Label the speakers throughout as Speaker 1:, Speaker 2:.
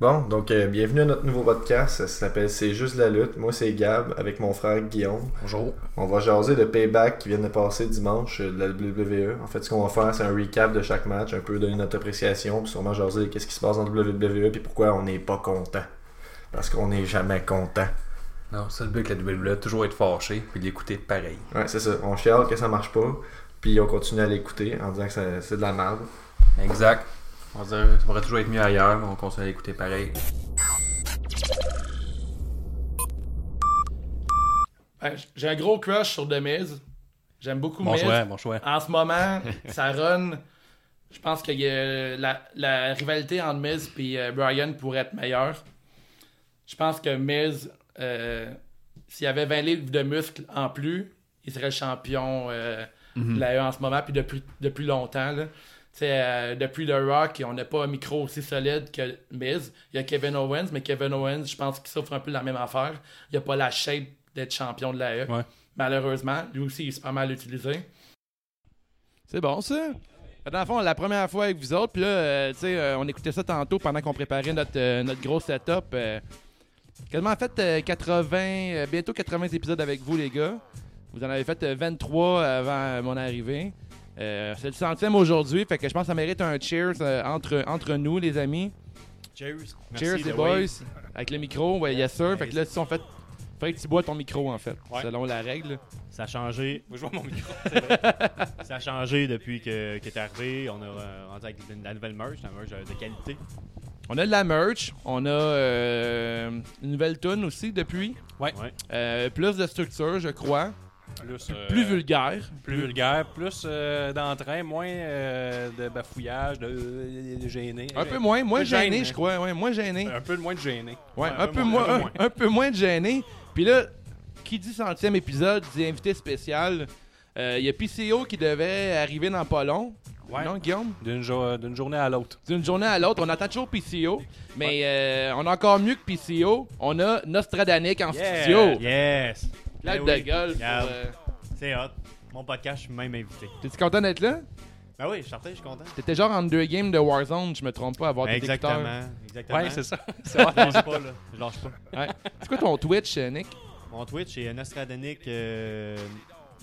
Speaker 1: Bon, donc euh, bienvenue à notre nouveau podcast. Ça s'appelle C'est juste la lutte. Moi, c'est Gab avec mon frère Guillaume.
Speaker 2: Bonjour.
Speaker 1: On va jaser le payback qui vient de passer dimanche euh, de la WWE. En fait, ce qu'on va faire, c'est un recap de chaque match, un peu donner notre appréciation, puis sûrement jaser qu'est-ce qui se passe dans la WWE, puis pourquoi on n'est pas content. Parce qu'on n'est jamais content.
Speaker 2: Non, c'est le but avec la WWE, toujours être fâché puis l'écouter pareil.
Speaker 1: Ouais, c'est ça. On chiale que ça marche pas, puis on continue à l'écouter en disant que ça- c'est de la merde.
Speaker 2: Exact. On va dire, ça pourrait toujours être mieux ailleurs, mais on continue à l'écouter pareil.
Speaker 3: Ouais, j- J'ai un gros crush sur The Miz. J'aime beaucoup
Speaker 4: Bon
Speaker 3: Miz.
Speaker 4: choix, bon choix.
Speaker 3: En ce moment, ça run. Je pense que euh, la, la rivalité entre Miz et Brian pourrait être meilleure. Je pense que Miz, euh, s'il avait 20 livres de muscles en plus, il serait le champion euh, de la E en ce moment, puis depuis, depuis longtemps. là. Tu sais, euh, depuis The Rock, on n'a pas un micro aussi solide que Miz. Il y a Kevin Owens, mais Kevin Owens, je pense qu'il souffre un peu de la même affaire. Il n'a pas la shape d'être champion de la E.
Speaker 4: Ouais.
Speaker 3: Malheureusement, lui aussi, il est super mal utilisé.
Speaker 5: C'est bon, ça? Fait que Dans le fond, la première fois avec vous autres, puis là, euh, tu sais, euh, on écoutait ça tantôt pendant qu'on préparait notre, euh, notre gros setup. euh, quasiment fait euh, 80, euh, bientôt 80 épisodes avec vous, les gars. Vous en avez fait euh, 23 avant euh, mon arrivée. Euh, c'est le centième aujourd'hui, fait que je pense que ça mérite un cheers euh, entre, entre nous, les amis.
Speaker 4: Cheers. ben
Speaker 5: cheers, les boys. Avec le micro, ouais, yes sir. Fait que là, si on fait. Fait que tu bois ton micro, en fait,
Speaker 4: Ouais.
Speaker 5: selon la règle.
Speaker 4: Ça a changé.
Speaker 6: Moi, je vois mon micro.
Speaker 4: Ça a changé depuis que, que t'es arrivé. On a euh, rendu avec de la nouvelle merch, la merch euh, de qualité.
Speaker 5: On a de la merch, on a euh, une nouvelle tune aussi depuis.
Speaker 6: Ouais.
Speaker 4: Ouais.
Speaker 5: Euh, plus de structure, je crois.
Speaker 6: Plus, euh,
Speaker 5: Plus vulgaire.
Speaker 6: Plus vulgaire, plus euh, d'entrain, moins euh, de bafouillage, de, de gêné.
Speaker 5: Un peu moins, moins
Speaker 6: Plus gêné.
Speaker 5: gêné, je crois. Ouais, moins gêné.
Speaker 6: Un peu de moins de gêné.
Speaker 5: Euh, Ouais, un, peu moins, euh, un, un peu moins de gêné. Puis là, qui dit centième épisode, dit invité spécial. Euh, Il y a PCO qui devait arriver dans pas long.
Speaker 6: Ouais.
Speaker 5: Non, Guillaume?
Speaker 6: D'une jo- d'une journée à l'autre.
Speaker 5: D'une journée à l'autre, on attend toujours PCO. Mais euh, on a encore mieux que PCO. On a Nostradanic en
Speaker 6: Yeah,
Speaker 5: studio.
Speaker 4: Yes.
Speaker 5: Club
Speaker 4: Ben
Speaker 5: de
Speaker 4: oui.
Speaker 5: golf.
Speaker 4: Regarde,
Speaker 5: euh,
Speaker 4: C'est hot. Mon podcast, je suis même invité.
Speaker 5: T'es-tu content d'être là?
Speaker 4: Ben oui, je suis certain, je suis content.
Speaker 5: T'étais genre en deux games de Warzone, je me trompe pas, à avoir
Speaker 4: Ben
Speaker 5: tes écouteurs.
Speaker 4: exactement. Exactement.
Speaker 6: Ouais, c'est ça.
Speaker 4: ça. Je lâche pas, là. Je lâche pas.
Speaker 5: C'est quoi ton Twitch, euh, Nick?
Speaker 4: Mon Twitch est Nostradanic. euh,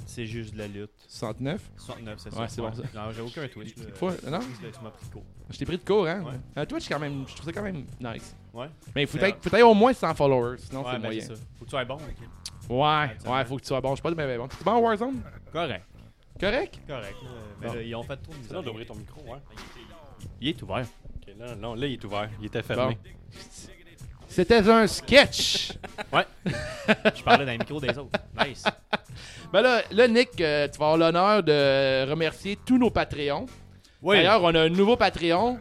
Speaker 4: c'est juste de la lutte.
Speaker 5: 69.
Speaker 4: 69, c'est ça.
Speaker 5: Ouais, c'est bon, ça.
Speaker 4: Non, j'ai aucun Twitch. là.
Speaker 5: Faut- non?
Speaker 4: Tu m'as pris de court.
Speaker 5: Je t'ai pris de court, hein?
Speaker 4: Ouais.
Speaker 5: Un Twitch, quand même, je trouve ça quand même nice.
Speaker 4: Ouais.
Speaker 5: Mais faut
Speaker 4: C'est
Speaker 5: être- faut être au moins 100 followers, sinon
Speaker 4: Ouais,
Speaker 5: c'est
Speaker 4: ben
Speaker 5: moyen.
Speaker 4: c'est ça. Faut que tu sois bon. ok.
Speaker 5: Ouais, ouais, faut que tu sois bon. Je suis pas de ben, ben, bon. T'es bon en Warzone?
Speaker 4: Correct.
Speaker 5: Correct?
Speaker 4: Correct. là. Mais
Speaker 5: Bon.
Speaker 4: là, ils ont fait trop de
Speaker 6: C'est là
Speaker 4: misère.
Speaker 6: d'ouvrir ton micro, ouais.
Speaker 4: Il est ouvert.
Speaker 6: Ok, là, non, là, il est ouvert. Il était fermé.
Speaker 5: C'était un sketch!
Speaker 4: Je parlais dans le micro des autres. Nice.
Speaker 5: ben là, là, Nick, euh, tu vas avoir l'honneur de remercier tous nos Patreons.
Speaker 4: Oui.
Speaker 5: D'ailleurs, on a un nouveau Patreon.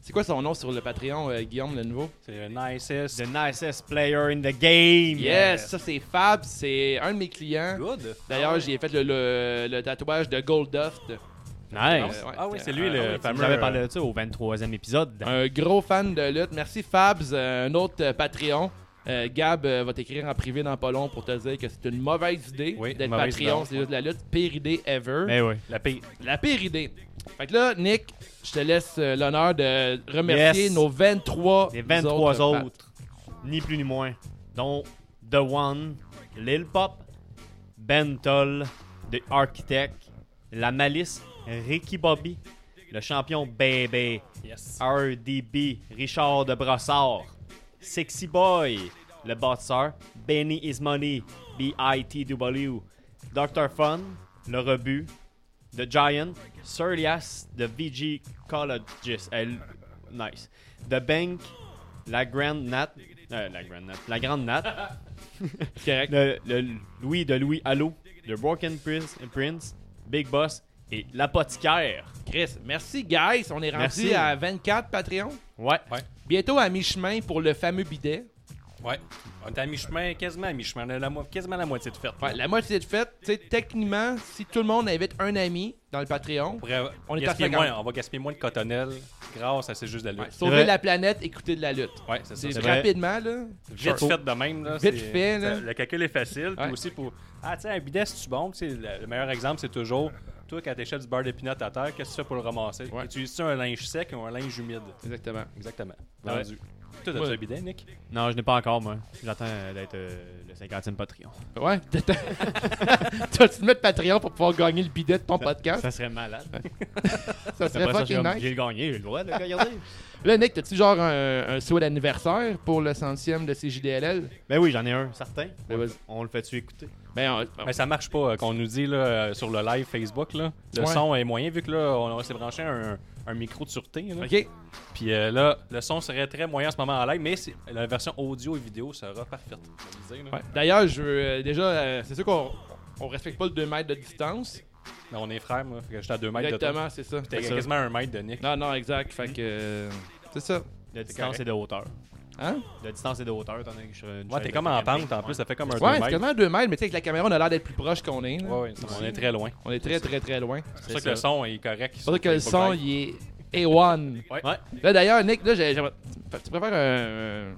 Speaker 5: C'est quoi son nom sur le Patreon, euh, Guillaume, le nouveau?
Speaker 6: C'est un nicest.
Speaker 4: The nicest player in the game.
Speaker 5: Yes, ça c'est Fab, c'est un de mes clients.
Speaker 6: Good.
Speaker 5: D'ailleurs, j'ai fait le, le- le tatouage de Gold Dust.
Speaker 4: Ah Nice.
Speaker 5: Euh, ouais,
Speaker 6: Ah oui,
Speaker 5: t'es
Speaker 6: c'est lui
Speaker 5: un-
Speaker 6: le
Speaker 4: Vous
Speaker 6: fameux.
Speaker 4: avez parlé de ça au 23e épisode.
Speaker 5: Un gros fan de lutte. Merci Fabs, euh, un autre euh, Patreon. Euh, Gab euh, va t'écrire en privé dans pas long pour te dire que c'est une mauvaise idée
Speaker 6: Oui,
Speaker 5: d'être
Speaker 6: mauvaise
Speaker 5: Patreon,
Speaker 6: idée.
Speaker 5: c'est juste la lutte. Pire idée ever.
Speaker 4: Mais Ben oui.
Speaker 6: La pire.
Speaker 5: La pire idée. Fait que là, Nick, je te laisse euh, l'honneur de remercier
Speaker 4: Yes.
Speaker 5: nos 23
Speaker 4: Les 23
Speaker 5: autres. euh,
Speaker 4: autres, ni plus ni moins, dont The One, Lil Pop, Ben Toll, The Architect, La Malice, Ricky Bobby, le champion Bébé,
Speaker 6: Yes.
Speaker 4: RDB, Richard de Brossard, Sexy Boy, le boxeur, Benny is Money, BITW, Dr. Fun, le rebut, The Giant, Surlias, The VG Collegist, elle- nice, The Bank, la Grande Nat, euh, la Grande Nat, la Grande Nat,
Speaker 5: C'est correct.
Speaker 4: le, le Louis de Louis Allo, The Broken Prince, Prince, Big Boss et l'apothicaire.
Speaker 5: Chris, merci guys. On est rendu
Speaker 4: Merci.
Speaker 5: à 24 Patreons.
Speaker 4: Ouais.
Speaker 5: Bientôt à mi-chemin pour le fameux bidet.
Speaker 6: Ouais. On est à mi-chemin, quasiment à mi-chemin. On a la mo- quasiment la moitié de fête.
Speaker 5: Ouais, la moitié de fête, tu sais, techniquement, si tout le monde invite un ami dans le Patreon,
Speaker 6: pourrait
Speaker 5: On est à
Speaker 6: gaspiller
Speaker 5: 50.
Speaker 6: moins, on va gaspiller moins de cotonnelles grâce à C'est juste de la
Speaker 5: ouais,
Speaker 6: lutte.
Speaker 5: sauver
Speaker 4: vrai.
Speaker 5: la planète, écouter de la lutte.
Speaker 6: Ouais, c'est ça.
Speaker 5: C'est
Speaker 4: C'est vrai.
Speaker 5: rapidement, là.
Speaker 6: Vite fait de même. Là,
Speaker 5: Vite
Speaker 6: c'est-
Speaker 5: fait,
Speaker 6: ça-
Speaker 5: là.
Speaker 6: Le calcul est facile. Puis
Speaker 5: Ouais.
Speaker 6: aussi pour. Ah, tiens, un bidet, c'est-tu bon? Tu sais, le le meilleur exemple, c'est toujours Toi, quand t'échappes du beurre de peanut à terre, qu'est-ce que tu fais pour le ramasser
Speaker 5: Ouais.
Speaker 6: Utilises-tu un linge sec ou un linge humide
Speaker 5: Exactement.
Speaker 6: Exactement.
Speaker 4: Ouais.
Speaker 6: Vendu. Toi, t'as-tu
Speaker 5: Ouais.
Speaker 6: un bidet, Nick
Speaker 4: Non, je n'ai pas encore, moi. J'attends euh, d'être euh, le 50e Patreon.
Speaker 5: Ouais, t'as- t'as- t'as-tu de mettre Patreon pour pouvoir gagner le bidet de ton podcast?
Speaker 4: Ça serait malade.
Speaker 5: Ah. Ça serait
Speaker 4: Après ça, j'ai
Speaker 5: fucking nice.
Speaker 4: j'ai le gagné, j'ai le droit de le regarder.
Speaker 5: Là, Nick, t'as-tu genre un, un souhait d'anniversaire pour le centième de CJDLL?
Speaker 4: ben oui, j'en ai un, certain.
Speaker 5: Ben, vas-y.
Speaker 4: On le fait-tu écouter?
Speaker 5: Ben, on- on-
Speaker 6: Mais ça marche pas euh, qu'on nous dit là, euh, sur le live Facebook. Là. Le
Speaker 5: Ouais.
Speaker 6: son est moyen vu que là, on, on s'est branché un, un micro de sûreté. là.
Speaker 5: OK.
Speaker 6: Puis euh, là, le son serait très moyen en ce moment en live, mais c'est- la version audio et vidéo sera parfaite. Je vous le dis, là.
Speaker 5: Ouais. D'ailleurs, je veux euh, déjà, euh, c'est sûr qu'on on respecte pas le 2 mètres de distance.
Speaker 6: Mais Ben, on est frères, moi. Fait que j'étais à 2 mètres de toi.
Speaker 5: Exactement, c'est ça.
Speaker 6: T'es
Speaker 5: C'est ça.
Speaker 6: quasiment à 1 mètre de Nick.
Speaker 5: Non, non, exact. Fait que. euh, c'est ça.
Speaker 4: La distance
Speaker 6: correct.
Speaker 4: et de hauteur.
Speaker 5: Hein?
Speaker 4: La distance et de hauteur, t'en as que je suis.
Speaker 6: Ouais, t'es comme en pente en plus, ça fait comme un 2
Speaker 5: Ouais, c'est
Speaker 6: mètres.
Speaker 5: quasiment 2 mètres, mais tu sais, avec la caméra, on a l'air d'être plus proche qu'on est. là.
Speaker 6: Ouais, ouais, on est très loin.
Speaker 5: On est très, très, très loin.
Speaker 6: C'est pour ça que le son est correct.
Speaker 5: C'est pour ça que le son, il est A1.
Speaker 6: Ouais.
Speaker 5: Là, d'ailleurs, Nick, là, j'ai- j'aimerais- Tu préfères un,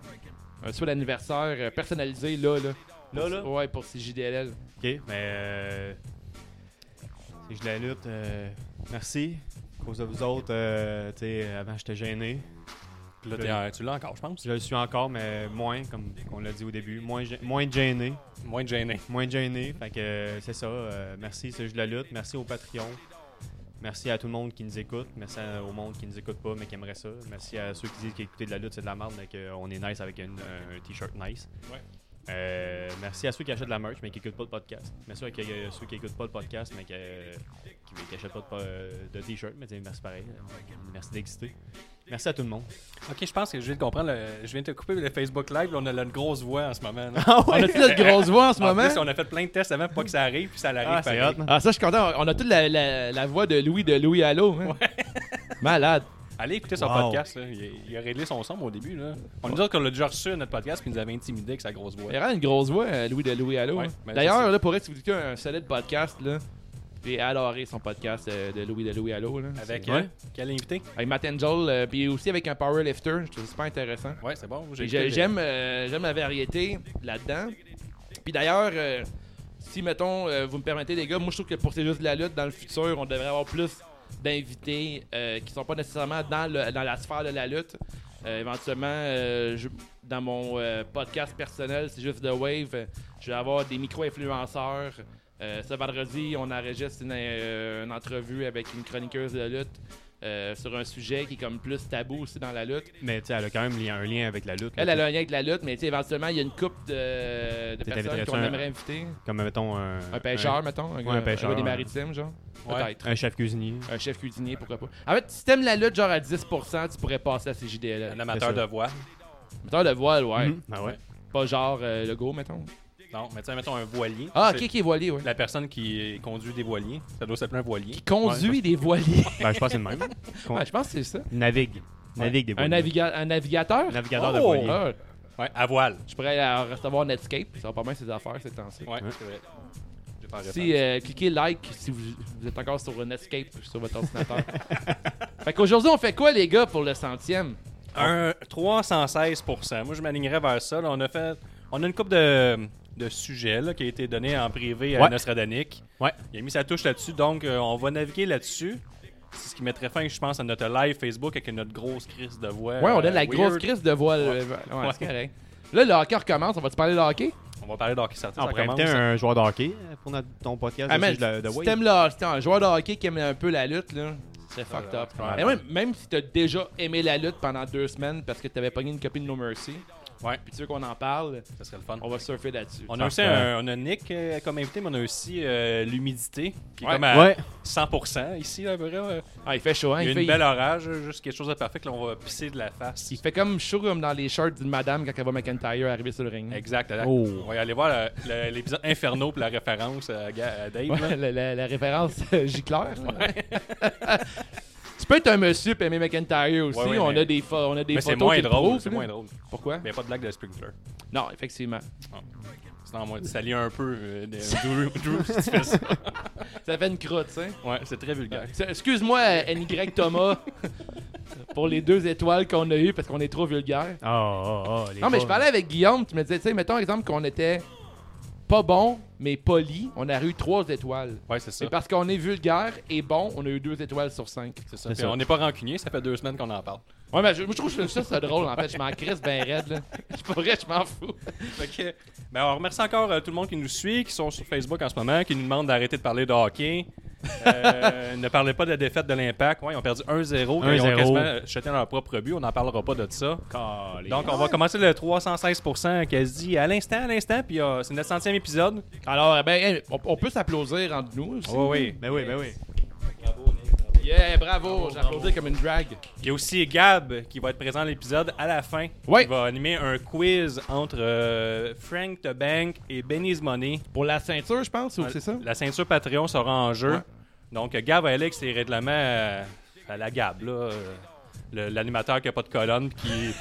Speaker 5: un, un souhait d'anniversaire euh, personnalisé, là, là.
Speaker 4: Là, là.
Speaker 5: Ouais, pour CJDLL.
Speaker 4: Ok, mais. Euh... C'est que je la lutte. euh, Merci. À cause de vous autres, euh, tu sais, avant, j'étais gêné.
Speaker 6: Puis là, t'es en- tu l'as encore, je pense.
Speaker 4: Je le suis encore, mais moins, comme on l'a dit au début. Moins, gê- moins gêné.
Speaker 6: Moins de gêné.
Speaker 4: Moins gêné. Fait que euh, c'est ça. euh, merci, c'est de la lutte. Merci au Patreon. Merci à tout le monde qui nous écoute. Merci à- au monde qui nous écoute pas, mais qui aimerait ça. Merci à ceux qui disent qu'écouter de la lutte, c'est de la merde, mais qu'on est nice avec une- un, un t-shirt nice.
Speaker 6: Ouais.
Speaker 4: Euh, merci à ceux qui achètent de la merch, mais qui écoutent pas le podcast. Merci à que- ceux qui écoutent pas le podcast, mais qui, euh, qui, qui achètent pas de po- euh, de, t-shirt. Mais t'sais, merci pareil. Merci d'exister. Merci à tout le monde.
Speaker 6: Ok, je pense que je viens de comprendre. le- Je viens de te couper le Facebook Live. là, on a la grosse voix en ce moment. là.
Speaker 5: On a-tu notre grosse voix en ce
Speaker 6: Ah En
Speaker 5: moment?
Speaker 6: plus, on a fait plein de tests avant pour pas que ça arrive, puis ça l'arrive
Speaker 4: c'est
Speaker 6: pareil.
Speaker 4: hot, man.
Speaker 5: Ah, ça, je suis content. On a toute la, la, la voix de Louis de Louis Allo. hein. Malade.
Speaker 6: Allez écouter son
Speaker 4: Wow.
Speaker 6: podcast. là. Il, a- il a réglé son son au début. Là. On nous dit qu'on l'a déjà reçu à notre podcast, puis il nous avait intimidé avec sa grosse voix.
Speaker 5: Il a vraiment une grosse voix, euh, Louis de Louis Allo.
Speaker 6: Ouais,
Speaker 5: hein.
Speaker 6: ben, c'est
Speaker 5: D'ailleurs,
Speaker 6: ça.
Speaker 5: là, pour être, si vous écoutez un solide podcast, là, j'ai adoré son podcast euh, de Louis de Louis Allo. Là.
Speaker 6: Avec
Speaker 5: C'est-
Speaker 6: euh, quel invité
Speaker 5: avec Matt Angel, euh, puis aussi avec un powerlifter. Je trouve ça super intéressant.
Speaker 6: Ouais, c'est bon. j'ai
Speaker 5: Puis
Speaker 6: écouté
Speaker 5: j'ai-
Speaker 6: le-
Speaker 5: J'aime euh, j'aime la variété là-dedans. Puis d'ailleurs, euh, si, mettons, euh, vous me permettez, les gars, moi, je trouve que pour C'est juste de la lutte, dans le futur, on devrait avoir plus d'invités euh, qui sont pas nécessairement dans, le- dans la sphère de la lutte. Euh, éventuellement, euh, je- dans mon euh, podcast personnel, C'est juste The Wave, euh, je vais avoir des micro-influenceurs. Euh, ce vendredi, on enregistre une, euh, une entrevue avec une chroniqueuse de lutte euh, sur un sujet qui est comme plus tabou aussi dans la lutte.
Speaker 4: Mais tu sais, elle a quand même li- un lien avec la lutte.
Speaker 5: Elle,
Speaker 4: là,
Speaker 5: elle a un lien avec la lutte, mais tu sais, éventuellement, il y a une couple de, de personnes
Speaker 4: t'inviterais-tu
Speaker 5: qu'on
Speaker 4: un-
Speaker 5: aimerait inviter.
Speaker 4: Comme mettons un,
Speaker 5: Un pêcheur, mettons. Un, gars-
Speaker 4: un pêcheur,
Speaker 5: gars des
Speaker 4: ouais.
Speaker 5: maritimes, genre.
Speaker 6: Ouais.
Speaker 5: Peut-être.
Speaker 4: un chef cuisinier.
Speaker 5: Un chef cuisinier, pourquoi pas. En fait, si t'aimes la lutte, genre à 10%, tu pourrais passer à CJDL.
Speaker 6: Un amateur
Speaker 4: C'est ça.
Speaker 6: de voix.
Speaker 5: Mettons le voile, ouais.
Speaker 4: Mhm. Ah ouais.
Speaker 5: Pas genre euh, le go, mettons.
Speaker 6: Non, mais tu sais, mettons un voilier.
Speaker 5: Ah,
Speaker 6: C'est
Speaker 5: ok, qui est voilier, ouais.
Speaker 6: La personne qui conduit des voiliers. Ça doit s'appeler un voilier.
Speaker 5: Qui conduit des voiliers.
Speaker 4: Ben, je pense que c'est le même. Con-
Speaker 5: Ouais, je pense que c'est ça.
Speaker 4: Navigue. Navigue des
Speaker 5: Un,
Speaker 4: voiliers.
Speaker 5: naviga- un navigateur.
Speaker 4: Navigateur de
Speaker 6: Oh!
Speaker 4: voilier.
Speaker 5: Ah,
Speaker 6: Ouais, à voile.
Speaker 5: je pourrais euh, recevoir Netscape. Ça va pas mal ses affaires ces temps-ci.
Speaker 6: Ouais,
Speaker 4: Ouais.
Speaker 6: c'est vrai. J'ai pas
Speaker 5: Si, euh, cliquez like si vous, vous êtes encore sur Netscape sur votre ordinateur. fait qu'aujourd'hui, on fait quoi, les gars, pour le centième?
Speaker 6: Un 316 Moi, je m'alignerais vers ça. là. on a fait, on a une coupe de, de sujets là, qui a été donné en privé à
Speaker 4: Ouais.
Speaker 6: Nostradanic.
Speaker 4: Ouais.
Speaker 6: Il a mis sa touche là-dessus, donc euh, on va naviguer là-dessus. C'est ce qui mettrait fin, je pense, à notre live Facebook avec notre grosse crise de voix.
Speaker 5: Ouais, on
Speaker 6: euh,
Speaker 5: a la
Speaker 6: weird.
Speaker 5: grosse crise de voile. euh, Ouais, c'est correct. Là, le hockey recommence. On va-tu parler de hockey?
Speaker 6: On va parler d'hockey certain.
Speaker 4: on pourrait inviter un joueur de hockey euh, pour notre, ton podcast.
Speaker 5: Ah,
Speaker 4: aussi,
Speaker 5: man,
Speaker 4: je le- de
Speaker 5: si
Speaker 4: Wave.
Speaker 5: t'aimes le hockey, t'es un joueur de hockey qui aime un peu la lutte, là, c'est fucked up.
Speaker 4: ouais.
Speaker 5: Et même, même si t'as déjà aimé la lutte pendant deux semaines parce que t'avais pogné une copie de No Mercy,
Speaker 6: Ouais.
Speaker 5: puis tu veux qu'on en parle,
Speaker 6: Ça serait le fun.
Speaker 5: on va surfer là-dessus.
Speaker 6: On a aussi un, on a Nick euh, comme invité, mais on a aussi euh, l'humidité qui est
Speaker 5: Ouais.
Speaker 6: comme à
Speaker 4: Ouais.
Speaker 6: 100% ici, là, à peu près, ouais.
Speaker 5: Ah, il fait chaud, hein?
Speaker 6: Il y
Speaker 5: Il,
Speaker 6: a
Speaker 5: fait,
Speaker 6: une belle orage, juste quelque chose de parfait que l'on va pisser de la face.
Speaker 5: il fait comme chaud comme dans les shirts d'une madame quand elle voit McIntyre arriver sur le ring.
Speaker 6: Exact. exact.
Speaker 4: Oh.
Speaker 6: On va aller voir le- le- l'épisode Inferno pour la référence à, Ga- à Dave. là.
Speaker 5: Ouais, la, la- la référence euh, Gicleur. là. tu peux être un monsieur et aimer McIntyre aussi.
Speaker 6: Ouais, ouais,
Speaker 5: on,
Speaker 6: mais-
Speaker 5: a des pho- on a des
Speaker 6: Mais
Speaker 5: photos.
Speaker 6: c'est moins
Speaker 5: qui le
Speaker 6: drôle.
Speaker 5: prouvent,
Speaker 6: C'est
Speaker 5: là.
Speaker 6: moins drôle.
Speaker 5: Pourquoi?
Speaker 6: Mais pas de blague de Sprinkler.
Speaker 5: Non, effectivement.
Speaker 6: Sinon, moi, ça lie un peu euh, de Drew, Drew, si tu fais ça.
Speaker 5: Ça fait une crotte, hein?
Speaker 6: Ouais, c'est très vulgaire.
Speaker 5: C'est- Excuse-moi, NY Thomas, pour les deux étoiles qu'on a eues parce qu'on est trop vulgaire.
Speaker 2: Ah,
Speaker 4: Oh, oh, oh, les
Speaker 5: Non, mais
Speaker 4: gars.
Speaker 5: je parlais avec Guillaume, tu me disais, tu sais, mettons exemple qu'on était pas bon, mais poli, on a eu 3 étoiles.
Speaker 6: Ouais, c'est ça.
Speaker 5: C'est parce qu'on est vulgaire et bon, on a eu 2 étoiles sur 5.
Speaker 6: C'est ça.
Speaker 2: C'est
Speaker 6: Puis
Speaker 2: ça.
Speaker 6: On n'est pas rancunier, ça fait deux semaines qu'on en parle.
Speaker 5: Ouais, mais je, moi, je trouve que ça, c'est drôle, en fait. Je m'en crisse ben raide, là. Je pourrais, je m'en fous.
Speaker 6: Fait que, ben, on remercie encore euh, tout le monde qui nous suit, qui sont sur Facebook en ce moment, qui nous demandent d'arrêter de parler de hockey. Euh, ne parlez pas de la défaite de l'Impact. Ouais, ils ont perdu 1-0. quand Ils ont
Speaker 2: 1-0.
Speaker 6: quasiment euh, jeté leur propre but. On n'en parlera pas de ça. Donc, on va commencer le 316% quasi à l'instant, à l'instant. Puis euh, c'est notre centième épisode.
Speaker 5: Alors, ben, hey, on, on peut s'applaudir entre nous aussi.
Speaker 6: oui.
Speaker 2: Ben oui, ben oui.
Speaker 5: Yeah, bravo, j'applaudis comme une drague.
Speaker 6: Il y a aussi Gab qui va être présent à l'épisode à la fin.
Speaker 5: Ouais.
Speaker 6: Il va animer un quiz entre euh, Frank the Bank et Benny's Money.
Speaker 5: Pour la ceinture, je pense, ou c'est ça?
Speaker 6: Euh, La ceinture Patreon sera en jeu.
Speaker 5: Ouais.
Speaker 6: Donc, euh, Gab Alex, c'est règlement euh, à la Gab, là. euh, le- L'animateur qui a pas de colonne, puis qui.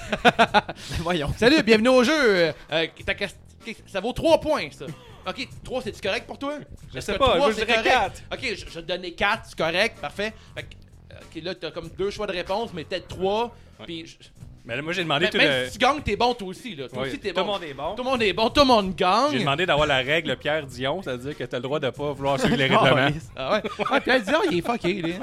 Speaker 2: Voyons.
Speaker 5: Salut, bienvenue au jeu. Euh, ta ques- que- ça vaut 3 points, ça. Ok, 3, c'est-tu correct pour toi?
Speaker 6: Je
Speaker 5: Est-ce
Speaker 6: sais
Speaker 5: que
Speaker 6: pas,
Speaker 5: trois,
Speaker 6: moi, je
Speaker 5: c'est
Speaker 6: dirais
Speaker 5: correct? Ok, je, je te donnais 4, c'est correct, parfait. Fait que, euh, ok, là, t'as comme deux choix de réponse, mais peut-être 3. Puis, je-
Speaker 6: Mais là, moi, j'ai demandé.
Speaker 5: même
Speaker 6: tout
Speaker 5: même
Speaker 6: le-
Speaker 5: si tu gagnes, t'es bon, toi aussi, là. Toi
Speaker 6: Ouais,
Speaker 5: aussi, t'es
Speaker 6: tout
Speaker 5: bon.
Speaker 6: le monde est bon.
Speaker 5: Tout le monde est bon, tout le monde gagne.
Speaker 6: J'ai demandé d'avoir la règle Pierre Dion, c'est-à-dire que t'as le droit de pas vouloir suivre les règlements.
Speaker 5: Ah ouais. Ah, puis elle dit, Ah, il est fucké, lui.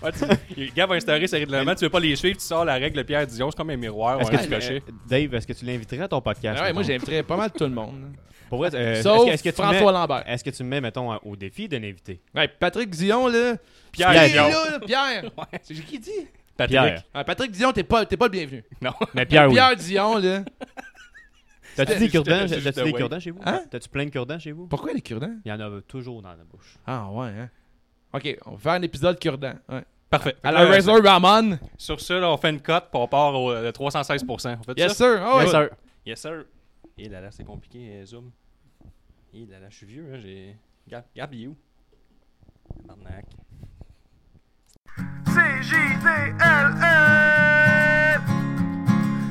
Speaker 6: Ouais, tu- Gab a instauré ces règlements, tu veux pas les suivre, tu sors la règle Pierre Dion, c'est comme un miroir, ou
Speaker 2: Est-ce
Speaker 6: un
Speaker 2: que
Speaker 6: petit
Speaker 2: tu
Speaker 6: cochet.
Speaker 2: euh, Dave, est-ce que tu l'inviterais à ton podcast?
Speaker 5: Ah ouais, moi,
Speaker 2: mettons?
Speaker 5: j'aimerais pas mal tout le monde.
Speaker 2: Pour vrai, euh,
Speaker 5: Sauf
Speaker 2: est-ce que, est-ce que tu
Speaker 5: François
Speaker 2: mets-
Speaker 5: Lambert.
Speaker 2: Est-ce que tu me mets, mettons, à- au défi de l'inviter?
Speaker 5: Ouais, Patrick Dion, là.
Speaker 6: Pierre
Speaker 5: Il est
Speaker 6: Dion.
Speaker 5: là, là, Pierre. C'est qui dit?
Speaker 6: Patrick.
Speaker 2: Pierre.
Speaker 5: Ah, Patrick Dion, t'es pas, t'es pas le bienvenu.
Speaker 6: Non.
Speaker 2: Mais Pierre, Ah oui.
Speaker 5: Pierre Dion, là.
Speaker 2: T'as-tu des cure-dents
Speaker 6: juste
Speaker 2: T'as-tu
Speaker 6: de
Speaker 2: des
Speaker 6: way.
Speaker 2: cure-dents chez vous?
Speaker 5: Hein?
Speaker 2: T'as-tu plein de cure-dents chez vous?
Speaker 5: Pourquoi les cure-dents?
Speaker 2: Il y en a toujours dans la bouche.
Speaker 5: Ah ouais, hein. Ok, on va faire un épisode cure-dent. Ouais.
Speaker 6: Parfait.
Speaker 5: À la
Speaker 6: Fait que là,
Speaker 5: Razor Ramon.
Speaker 6: euh, Sur ça, là, on fait une cote, puis on part au euh, 316%. On fait
Speaker 5: Yes,
Speaker 6: ça?
Speaker 5: sir. Ah ouais.
Speaker 2: Yes, sir.
Speaker 6: Yes, sir. Et là, là, c'est compliqué, euh, Zoom. Et là, là, je suis vieux, hein, j'ai. Gab, Gab, il est où? Tabarnak.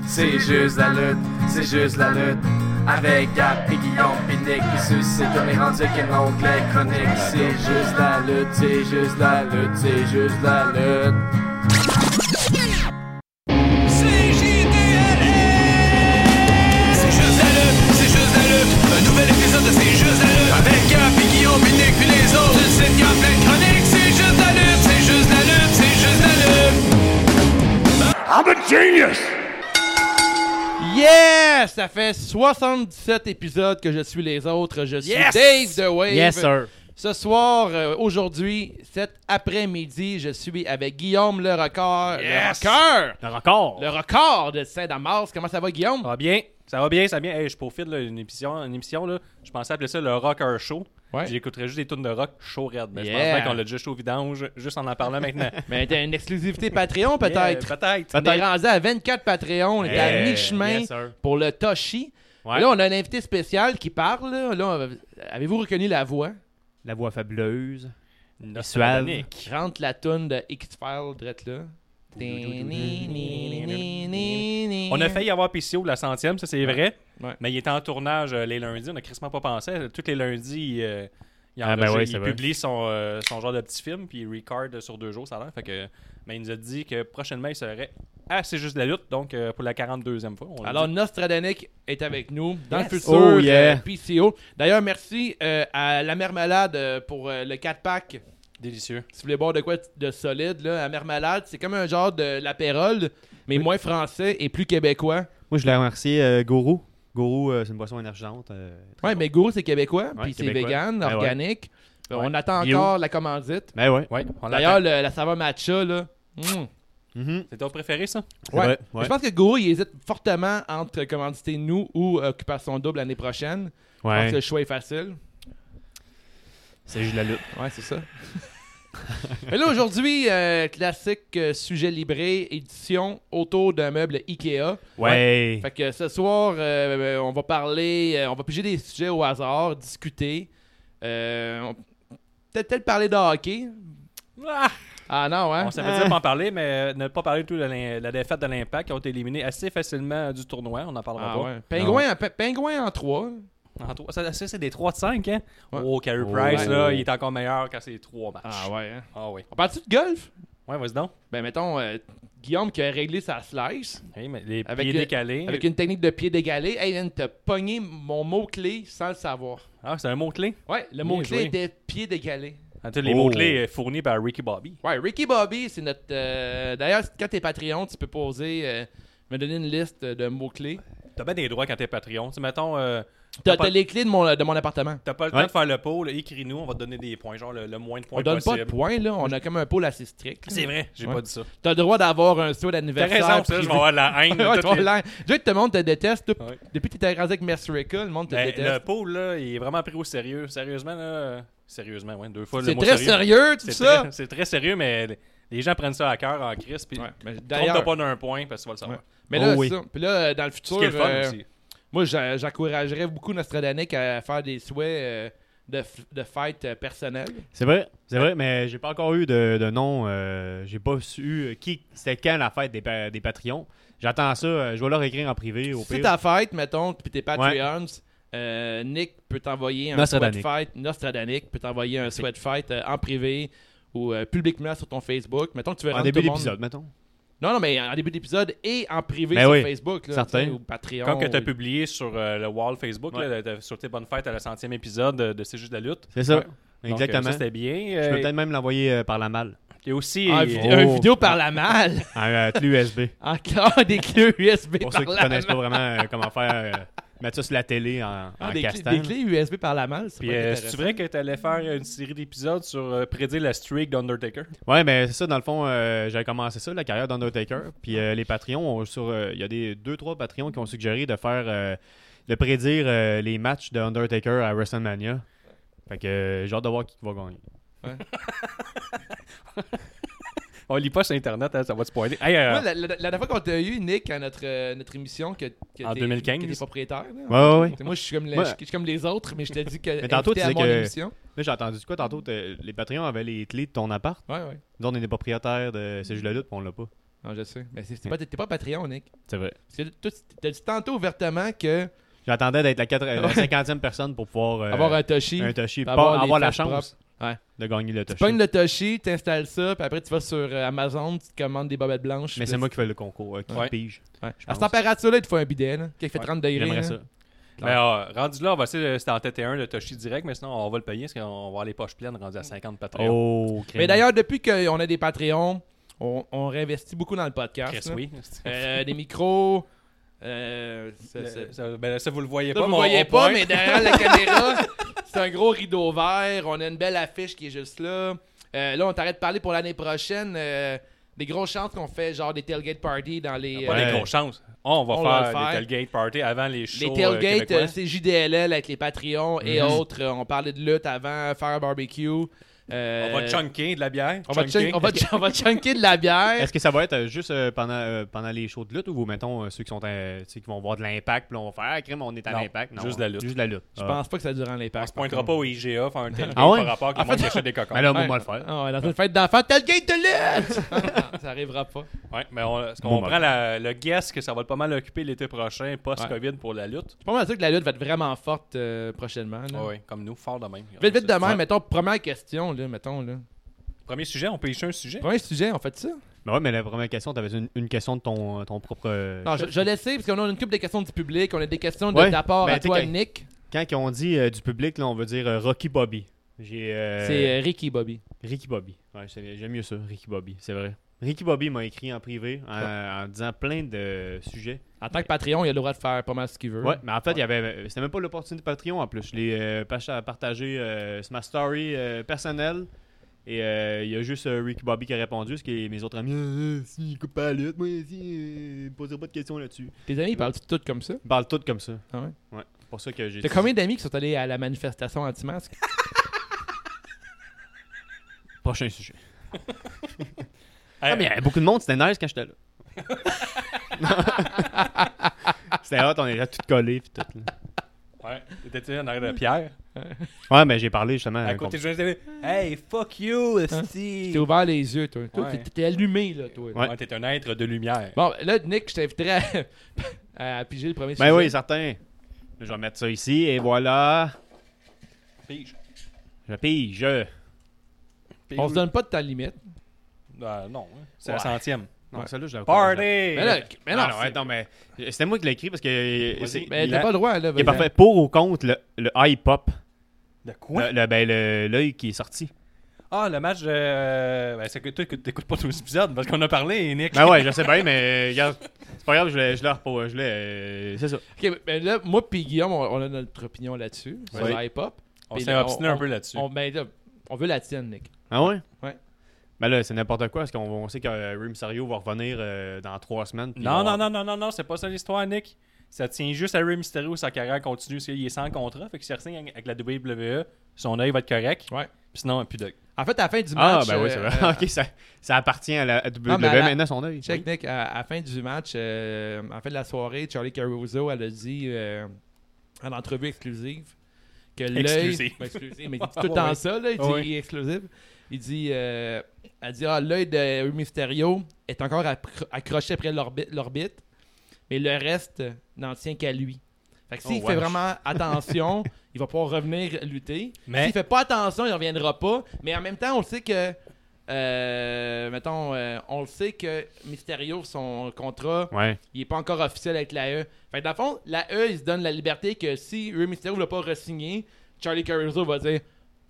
Speaker 7: C'est juste la lutte, c'est juste la lutte. Avec Gap et Guillaume Pinique, qui sucent comme les rendus qui montent les chroniques. C'est juste la lutte, c'est juste la lutte, c'est juste la lutte.
Speaker 8: C'est juste la lutte, c'est juste la lutte. Un nouvel épisode de C'est juste la lutte. Avec Gap et Guillaume, puis Nick, puis les autres. Une sitcom plein de chroniques. C'est juste la lutte, c'est juste la lutte, c'est juste la lutte.
Speaker 5: Yeah! Ça fait 77 épisodes que je suis les autres. Je suis Dave The Wave.
Speaker 2: Yes, sir.
Speaker 5: Ce soir, euh, aujourd'hui, cet après-midi, je suis avec Guillaume Le Record.
Speaker 6: Yes!
Speaker 5: Le Record!
Speaker 2: Le record.
Speaker 5: Le record de Saint-Damas. Comment ça va, Guillaume?
Speaker 6: Ça va bien? Ça va bien, ça va bien. Hey, je profite là, une émission, une émission là, je pensais appeler ça le Rocker Show.
Speaker 5: Ouais.
Speaker 6: J'écouterais juste des tunes de rock show red. Mais je
Speaker 5: Yeah.
Speaker 6: pense bien qu'on l'a déjà au vidange, juste en en parlant maintenant.
Speaker 5: Mais t'as une exclusivité Patreon,
Speaker 6: Yeah,
Speaker 5: peut-être?
Speaker 6: Peut-être.
Speaker 5: On est rendu à 24 Patreon. On est à
Speaker 2: Yeah.
Speaker 5: mi-chemin
Speaker 2: Eh, Yes, sir.
Speaker 5: pour le Toshi.
Speaker 2: Ouais.
Speaker 5: Là, on a un invité spécial qui parle. là. Là, on- avez-vous reconnu la voix?
Speaker 2: La voix fabuleuse.
Speaker 6: Nostalgique.
Speaker 5: Rentre la toune de X-Files, drette là.
Speaker 6: On
Speaker 5: On
Speaker 6: a failli avoir PCO la centième, ça c'est vrai.
Speaker 5: Ouais.
Speaker 6: Mais il était en tournage euh, les lundis, on a crissement pas pensé. Tous les lundis, il, euh, il,
Speaker 2: Ah, ben
Speaker 6: enregistre-
Speaker 2: ouais,
Speaker 6: il
Speaker 2: c'est vrai.
Speaker 6: publie son, euh, son genre de petit film, puis il record euh, sur deux jours, ça a l'air. Fait que, mais il nous a dit que prochainement, il serait Ah, c'est juste de la lutte, donc euh, pour la 42e fois. on l'a
Speaker 5: Alors,
Speaker 6: dit.
Speaker 5: Nostradanic est avec nous dans
Speaker 6: Yes.
Speaker 5: le futur
Speaker 2: Oh, yeah.
Speaker 5: euh, PCO. D'ailleurs, merci euh, à la Mère Malade euh, pour euh, le 4-pack.
Speaker 6: délicieux.
Speaker 5: Si vous voulez boire de quoi de solide, là, la Mère Malade, c'est comme un genre de l'apérole, mais moins français et plus québécois.
Speaker 2: Moi, je l'ai remercié, euh, Gourou. Gourou, euh, c'est une boisson énergisante. euh, très
Speaker 5: Ouais,
Speaker 2: bon.
Speaker 5: mais Gourou, c'est québécois,
Speaker 2: Ouais,
Speaker 5: puis c'est
Speaker 2: québécois.
Speaker 5: vegan,
Speaker 2: Ben ouais.
Speaker 5: organique. Euh,
Speaker 2: Ouais.
Speaker 5: On attend
Speaker 2: Bio.
Speaker 5: encore la commandite.
Speaker 2: Ben ouais.
Speaker 6: Ouais, on
Speaker 5: D'ailleurs,
Speaker 6: l'attend.
Speaker 5: le- la saveur matcha, là. mm.
Speaker 2: Mhm.
Speaker 6: C'est ton préféré, ça
Speaker 2: C'est
Speaker 5: Ouais.
Speaker 2: vrai,
Speaker 5: Je pense que Gourou, il hésite fortement entre commanditer nous ou euh, occupation double l'année prochaine. Je pense
Speaker 2: Ouais.
Speaker 5: que le choix est facile.
Speaker 2: C'est juste la lutte.
Speaker 5: Ouais, c'est ça. Mais là, aujourd'hui, euh, classique euh, sujet libré, édition autour d'un meuble Ikea.
Speaker 2: Ouais.
Speaker 5: Fait que ce soir, euh, euh, on va parler, euh, on va piger des sujets au hasard, discuter. Euh, on- Peut-être peut-être parler de hockey.
Speaker 6: Ah!
Speaker 5: Ah non, hein?
Speaker 6: On savait dire pas en parler, mais euh, ne pas parler du tout de l'in- la défaite de l'Impact qui ont été éliminés assez facilement du tournoi. On en parlera
Speaker 5: Ah,
Speaker 6: pas.
Speaker 5: ouais. Pingouin, en, pe- pingouin en 3.
Speaker 6: En trois- ça, ça, c'est des 3 de 5, hein?
Speaker 5: Ouais.
Speaker 6: Oh, Carey Price,
Speaker 2: Ouais.
Speaker 6: là, il est encore meilleur quand c'est 3 matchs.
Speaker 5: ouais, hein?
Speaker 6: Ah oui.
Speaker 5: On parle-tu de golf?
Speaker 6: Ouais, vas-y donc.
Speaker 5: Ben, mettons, euh, Guillaume qui a réglé sa slice
Speaker 6: Hey, mais les
Speaker 5: Avec
Speaker 6: pieds
Speaker 5: le-
Speaker 6: décalés.
Speaker 5: avec une technique de pied dégalé. Hey, man, t'as pogné mon mot-clé sans le savoir.
Speaker 6: Ah, c'est un mot-clé.
Speaker 5: Ouais, le
Speaker 6: Bien
Speaker 5: mot-clé
Speaker 6: joué.
Speaker 5: était pied dégalé.
Speaker 6: En tout cas, les
Speaker 4: Oh.
Speaker 6: mots-clés euh, fournis par Ricky Bobby.
Speaker 5: Ouais, Ricky Bobby, c'est notre. euh, D'ailleurs, quand t'es Patreon, tu peux poser. euh, me donner une liste de mots-clés.
Speaker 6: T'as bien des droits quand t'es Patreon. Tu sais, mettons, euh,
Speaker 5: T'as
Speaker 6: T'as pas-
Speaker 5: t'as les clés de mon, de mon appartement.
Speaker 6: t'as pas le
Speaker 4: Ouais.
Speaker 6: temps de faire le pot, là, écris-nous, on va te donner des points, genre le, le moins de points
Speaker 5: On donne
Speaker 6: possible.
Speaker 5: pas de points, là. On a comme un pôle assez strict.
Speaker 6: C'est vrai, j'ai
Speaker 5: Ouais.
Speaker 6: pas dit ça.
Speaker 5: T'as le droit d'avoir un saut
Speaker 6: T'as
Speaker 5: d'anniversaire.
Speaker 6: raison, ça, je vais
Speaker 5: privé.
Speaker 6: avoir de la haine. de
Speaker 5: Ouais, tu
Speaker 6: toutes
Speaker 5: vois,
Speaker 6: les-
Speaker 5: là, Déjà que tout le monde te déteste. tout-
Speaker 6: Ouais.
Speaker 5: Depuis que t'es rasé avec Mercurica, le monde te
Speaker 6: Ben, le
Speaker 5: déteste.
Speaker 6: pot, là, il est vraiment pris au sérieux. Sérieusement, là. euh, Sérieusement, ouais, deux fois le
Speaker 5: C'est
Speaker 6: mot
Speaker 5: très sérieux, tout
Speaker 6: C'est
Speaker 5: ça.
Speaker 6: très- C'est très sérieux, mais les- les gens prennent ça à cœur en crise. Puis
Speaker 5: Ouais, mais
Speaker 6: D'ailleurs,
Speaker 5: d'ailleurs-
Speaker 6: t'as pas d'un point parce que tu vas le savoir.
Speaker 5: Ouais. Mais là,
Speaker 4: Oh oui.
Speaker 5: c'est ça. Puis là, euh, dans le futur,
Speaker 6: Ce qui est le fun
Speaker 5: euh,
Speaker 6: aussi.
Speaker 5: moi, j'a- j'encouragerais beaucoup Nostradamus à faire des souhaits euh, de, f- de fête euh, personnelle.
Speaker 4: C'est vrai, c'est vrai, mais j'ai pas encore eu de, de nom. euh, j'ai pas su euh, qui c'était quand la fête des, pa- des Patreons. J'attends ça, euh, je vais leur écrire en privé au
Speaker 5: Si c'est ta
Speaker 4: pire.
Speaker 5: fête, mettons, puis t'es Patreons, euh, Nick peut t'envoyer un souhait de
Speaker 4: Nostradamus.
Speaker 5: fête. Nostradamus peut t'envoyer un souhait de fête euh, en privé ou euh, publiquement sur ton Facebook. Mettons que tu veux
Speaker 4: En
Speaker 5: rendre
Speaker 4: début
Speaker 5: tout le monde-
Speaker 4: d'épisode, mettons.
Speaker 5: Non, non, mais en début d'épisode et en privé
Speaker 4: Ben
Speaker 5: sur
Speaker 4: oui,
Speaker 5: Facebook. Là,
Speaker 4: certain.
Speaker 5: tu sais, Ou Patreon.
Speaker 6: Comme que t'as
Speaker 5: ou-
Speaker 6: publié sur euh, le wall Facebook,
Speaker 4: Ouais.
Speaker 6: là, de- de- sur tes bonnes fêtes à la centième épisode de, de C'est juste de la lutte.
Speaker 4: C'est ça.
Speaker 6: Ouais. Donc, euh,
Speaker 4: Exactement.
Speaker 6: ça, c'était bien.
Speaker 4: je peux
Speaker 6: Euh,
Speaker 4: peut-être même l'envoyer euh, par la malle.
Speaker 6: et aussi,
Speaker 5: Ah, un,
Speaker 6: euh,
Speaker 5: vid- un
Speaker 4: Oh.
Speaker 5: vidéo par la malle.
Speaker 4: À, euh, clé USB.
Speaker 5: En clair, des clés USB
Speaker 4: Pour
Speaker 5: par
Speaker 4: ceux qui
Speaker 5: la
Speaker 4: connaissent pas
Speaker 5: malle.
Speaker 4: vraiment euh, comment faire, euh, mettre ça sur la télé en, en
Speaker 5: Ah, des, clés,
Speaker 4: castan.
Speaker 5: des clés USB par la malle, c'est
Speaker 6: puis, euh, c'est-tu vrai que t'allais faire une série d'épisodes sur euh, prédire la streak d'Undertaker?
Speaker 4: Ouais, mais c'est ça, dans le fond, euh, j'avais commencé ça, la carrière d'Undertaker. Puis euh, les Patreons, ont sur, euh, il y a des deux, trois Patreons qui ont suggéré de faire, euh, de prédire euh, les matchs d'Undertaker à WrestleMania. Fait que euh, j'ai hâte de voir qui va gagner.
Speaker 6: On lit pas sur Internet, hein, ça va te spoiler. Hey,
Speaker 4: Ah.
Speaker 6: euh,
Speaker 5: Moi, la, la- la dernière fois qu'on t'a eu, Nick, à notre, euh, notre émission, que, que
Speaker 6: En
Speaker 5: t'es-
Speaker 6: 2015.
Speaker 5: que t'es propriétaire. là.
Speaker 4: Ouais, ouais, ouais.
Speaker 5: T'sais, Moi, je suis comme, les-
Speaker 4: Ouais.
Speaker 5: je suis- je suis comme les autres, mais je t'ai dit que.
Speaker 4: Mais tantôt,
Speaker 5: invité
Speaker 4: tu
Speaker 5: à
Speaker 4: dis
Speaker 5: mon
Speaker 4: que-
Speaker 5: émission.
Speaker 4: Là, j'ai entendu quoi tantôt? t'as- Les Patreons avaient les clés de ton appart.
Speaker 5: Ouais, ouais.
Speaker 4: Nous, on est des propriétaires de C'est juste la lutte, puis on l'a pas.
Speaker 5: Non, je sais. Mais c'est- t'es pas, t'es pas Patreon, Nick.
Speaker 4: C'est vrai.
Speaker 5: Parce que toi, tu- t'as dit tantôt ouvertement que
Speaker 4: J'attendais d'être la, quatre- euh, la 50e personne pour pouvoir euh,
Speaker 5: avoir un Toshi.
Speaker 4: un Toshi,
Speaker 5: puis
Speaker 4: pas-
Speaker 5: avoir
Speaker 4: avoir,
Speaker 5: les
Speaker 4: la
Speaker 5: fesses
Speaker 4: chance
Speaker 5: propres. Ouais.
Speaker 4: de gagner le
Speaker 5: Tu
Speaker 4: Toshi.
Speaker 5: pognes le Toshi, t'installes ça, puis après tu vas sur euh, Amazon, tu te commandes des bobettes blanches.
Speaker 4: Mais
Speaker 5: puis
Speaker 4: c'est
Speaker 5: là,
Speaker 4: moi qui fais le concours, euh, qui
Speaker 6: Ouais.
Speaker 4: pige.
Speaker 5: tu- ouais.
Speaker 4: je
Speaker 5: À cette
Speaker 4: pense.
Speaker 5: température-là, il te faut un bidet, là, qui fait 30 degrés.
Speaker 4: J'aimerais
Speaker 5: là.
Speaker 4: ça.
Speaker 6: ben, euh, rendu là, on va essayer de c'était en TT1 de Toshi direct, mais sinon on va le payer parce qu'on va avoir les poches pleines rendu à 50 Patreon.
Speaker 4: Oh, crème.
Speaker 5: Mais d'ailleurs, depuis qu'on a des Patreons, on, on réinvestit beaucoup dans le podcast.
Speaker 6: Chris,
Speaker 5: là.
Speaker 6: oui.
Speaker 5: Euh, des micros. euh, ça- ça-
Speaker 6: Euh, ça- ben, ça, vous le voyez
Speaker 5: Ça,
Speaker 6: pas,
Speaker 5: vous
Speaker 6: mais on-
Speaker 5: voyez
Speaker 6: on
Speaker 5: pas,
Speaker 6: pointe.
Speaker 5: mais derrière la caméra, c'est un gros rideau vert. On a une belle affiche qui est juste là. Euh, là, on t'arrête de parler pour l'année prochaine. euh, des grosses chances qu'on fait genre des tailgate parties dans les.
Speaker 6: Pas
Speaker 5: euh,
Speaker 6: des grosses chances. On va
Speaker 5: On va
Speaker 6: faire,
Speaker 5: le faire.
Speaker 6: des tailgate party avant les shows.
Speaker 5: les
Speaker 6: euh,
Speaker 5: tailgates,
Speaker 6: québécois. Mm-hmm.
Speaker 5: euh, c'est JDLL avec les Patreons et autres. Euh, on parlait de lutte avant, faire un barbecue. Euh,
Speaker 6: on va chunker de la bière.
Speaker 5: on va
Speaker 6: chunker.
Speaker 5: chunk- on va ch- on va chunker de la bière.
Speaker 4: Est-ce que ça va être euh, juste euh, pendant, euh, pendant les shows de lutte ou, mettons, euh, ceux qui, sont, euh, tu sais, qui vont voir de l'impact, puis là, on va faire, ah, crème, on est à
Speaker 6: Non,
Speaker 4: l'impact. Non,
Speaker 6: juste de la lutte.
Speaker 4: Juste de la lutte.
Speaker 5: Je pense pas que ça dure en
Speaker 6: On
Speaker 5: l'impact.
Speaker 6: se pointera pas au IGA faire un tailgate
Speaker 4: Ah ouais?
Speaker 6: par rapport à
Speaker 5: En
Speaker 6: quelqu'un qui
Speaker 5: fait-
Speaker 6: achète des cocons.
Speaker 4: Mais là, moi,
Speaker 5: Ouais.
Speaker 4: moi, le faire.
Speaker 5: Ah ouais, dans une fête d'enfants, tailgate de lutte! Non, ça arrivera pas.
Speaker 6: Ouais, mais on, est-ce qu'on
Speaker 4: Bon, ben.
Speaker 6: prend la- le guess que ça va pas mal occuper l'été prochain, post-Covid pour la lutte.
Speaker 5: Je suis pas mal sûr que la lutte va être vraiment forte euh, prochainement. là.
Speaker 4: Ah
Speaker 6: Ouais, comme nous, fort de même.
Speaker 5: Vite, vite demain,
Speaker 6: Ouais.
Speaker 5: mettons, première question, là, mettons, là.
Speaker 6: Premier sujet, on peut y un sujet.
Speaker 5: Premier sujet, on fait ça?
Speaker 4: Mais ouais, mais la première question, t'avais une, une question de ton, euh, ton propre. euh,
Speaker 5: Non, je, je laisse, parce qu'on a une couple de questions du public, on a des questions de
Speaker 4: Ouais,
Speaker 5: d'apport
Speaker 4: ben,
Speaker 5: à
Speaker 4: t'es
Speaker 5: toi,
Speaker 4: qu'à-
Speaker 5: Nick.
Speaker 4: Quand on dit euh, du public, là, on veut dire euh, Rocky Bobby. J'ai. euh,
Speaker 5: C'est euh, Ricky Bobby.
Speaker 4: Ricky Bobby. Ouais, c'est- j'aime mieux ça, Ricky Bobby, c'est vrai. Ricky Bobby m'a écrit en privé en, en disant plein de sujets.
Speaker 5: En tant que Patreon, il a le droit de faire pas mal ce qu'il veut.
Speaker 4: Ouais, mais en fait, il y avait euh, c'était même pas l'opportunité de Patreon en plus. Je l'ai euh, pach- partagé, euh, c'est ma story euh, personnelle. Et euh, il y a juste euh, Ricky Bobby qui a répondu, ce que mes autres amis, euh, euh, si, il coupe pas la lutte, moi, si, euh, poserai pas de questions là-dessus.
Speaker 5: Tes amis, ils parlent tout comme ça.
Speaker 4: Ils parlent tout comme ça.
Speaker 5: Ah ouais?
Speaker 4: Ouais, c'est pour ça que j'ai.
Speaker 5: T'as combien d'amis qui sont allés à la manifestation anti-masque?
Speaker 4: Prochain sujet.
Speaker 6: Hey,
Speaker 4: Ah, mais il y avait beaucoup de monde, c'était nice quand j'étais là. c'était hot, on est là tout collé pis tout. là.
Speaker 6: Eh, Ouais, t'étais en arrière de Pierre.
Speaker 4: Ouais, Hein? mais j'ai parlé justement.
Speaker 6: À
Speaker 4: euh,
Speaker 6: côté de Johnny Hey, fuck you, Steve.
Speaker 5: T'es ouvert les yeux, toi. Toi,
Speaker 6: Ouais.
Speaker 5: t'es- t'es allumé, là, toi.
Speaker 4: Ouais.
Speaker 6: t'es un être de lumière.
Speaker 5: Bon, là, Nick, je t'inviterais à, à piger le premier
Speaker 4: Ben
Speaker 5: sujet.
Speaker 4: oui, certain. Je vais mettre ça ici et voilà.
Speaker 6: Pige.
Speaker 4: Je pige.
Speaker 5: on se donne pas de temps limite.
Speaker 6: Euh, non, hein. c'est la centième.
Speaker 4: Non, celle-là, je l'ai
Speaker 6: Party!
Speaker 4: Mais là, mais non,
Speaker 6: Ah,
Speaker 4: non,
Speaker 6: c'est-
Speaker 4: attends, mais c'était moi qui l'ai écrit parce que. c'est-
Speaker 5: Mais
Speaker 4: la-
Speaker 5: t'as pas le droit, là.
Speaker 4: Il est
Speaker 5: Vincent.
Speaker 4: parfait. Pour ou contre le, le high pop,
Speaker 6: De quoi?
Speaker 4: le- le- ben, le- l'œil qui est sorti.
Speaker 6: Ah, le match de. euh, ben, c'est que toi, que t'écoutes pas tous les épisodes parce qu'on a parlé, Nick.
Speaker 4: Ben ouais, je sais bien, mais regarde, c'est pas grave, je l'ai, je l'ai repos- je l'ai, euh, c'est ça.
Speaker 5: Ok, mais là, moi puis Guillaume, on, on a notre opinion là-dessus, sur
Speaker 6: Oui.
Speaker 5: le hip-hop.
Speaker 6: on
Speaker 5: puis
Speaker 6: s'est
Speaker 5: on-
Speaker 6: obstiné un peu là-dessus.
Speaker 5: On, ben, là, on veut la tienne, Nick.
Speaker 4: Ah ouais?
Speaker 5: Ouais.
Speaker 4: Ben là, c'est n'importe quoi, parce qu'on on sait que euh, Rim Serio va revenir euh, dans trois semaines. puis
Speaker 6: Non,
Speaker 4: on-
Speaker 6: non, non, non, non, non, c'est pas ça l'histoire, Nick. Ça tient juste à Ray Mysterio, sa carrière continue, parce qu'il est sans contrat. Fait que s'il signe avec la WWE, son œil va être correct.
Speaker 5: Ouais.
Speaker 6: Puis sinon, plus de.
Speaker 5: En fait, à la fin du
Speaker 4: Ah,
Speaker 5: match.
Speaker 4: ben oui, c'est
Speaker 5: euh,
Speaker 4: vrai. ok, ça, ça appartient à la WWE
Speaker 5: mais à la-
Speaker 4: maintenant, son œil.
Speaker 5: Check, Nick, à, à la fin du match, euh, en fait, la soirée, Charlie Caruso, elle a dit euh, en entrevue exclusive que l'œil.
Speaker 6: Exclusive.
Speaker 5: Ben, exclusive, mais il dit tout le temps ça, là, il dit
Speaker 6: Ah oui.
Speaker 5: exclusive. Il dit, euh, elle dit, ah, l'œil de Mysterio est encore accro- accroché après l'orbi- l'orbite, mais le reste euh, n'en tient qu'à lui. Fait que s'il
Speaker 4: Oh,
Speaker 5: fait
Speaker 4: wesh.
Speaker 5: vraiment attention, il va pouvoir revenir lutter.
Speaker 6: Mais-
Speaker 5: S'il fait pas attention, il reviendra pas. Mais en même temps, on le sait que. euh, mettons, euh, on le sait que Mysterio, son contrat,
Speaker 4: Ouais.
Speaker 5: il est pas encore officiel avec la E. Fait que dans le fond, la E, il se donne la liberté que si Ray Mysterio ne l'a pas re-signé, Charlie Caruso va dire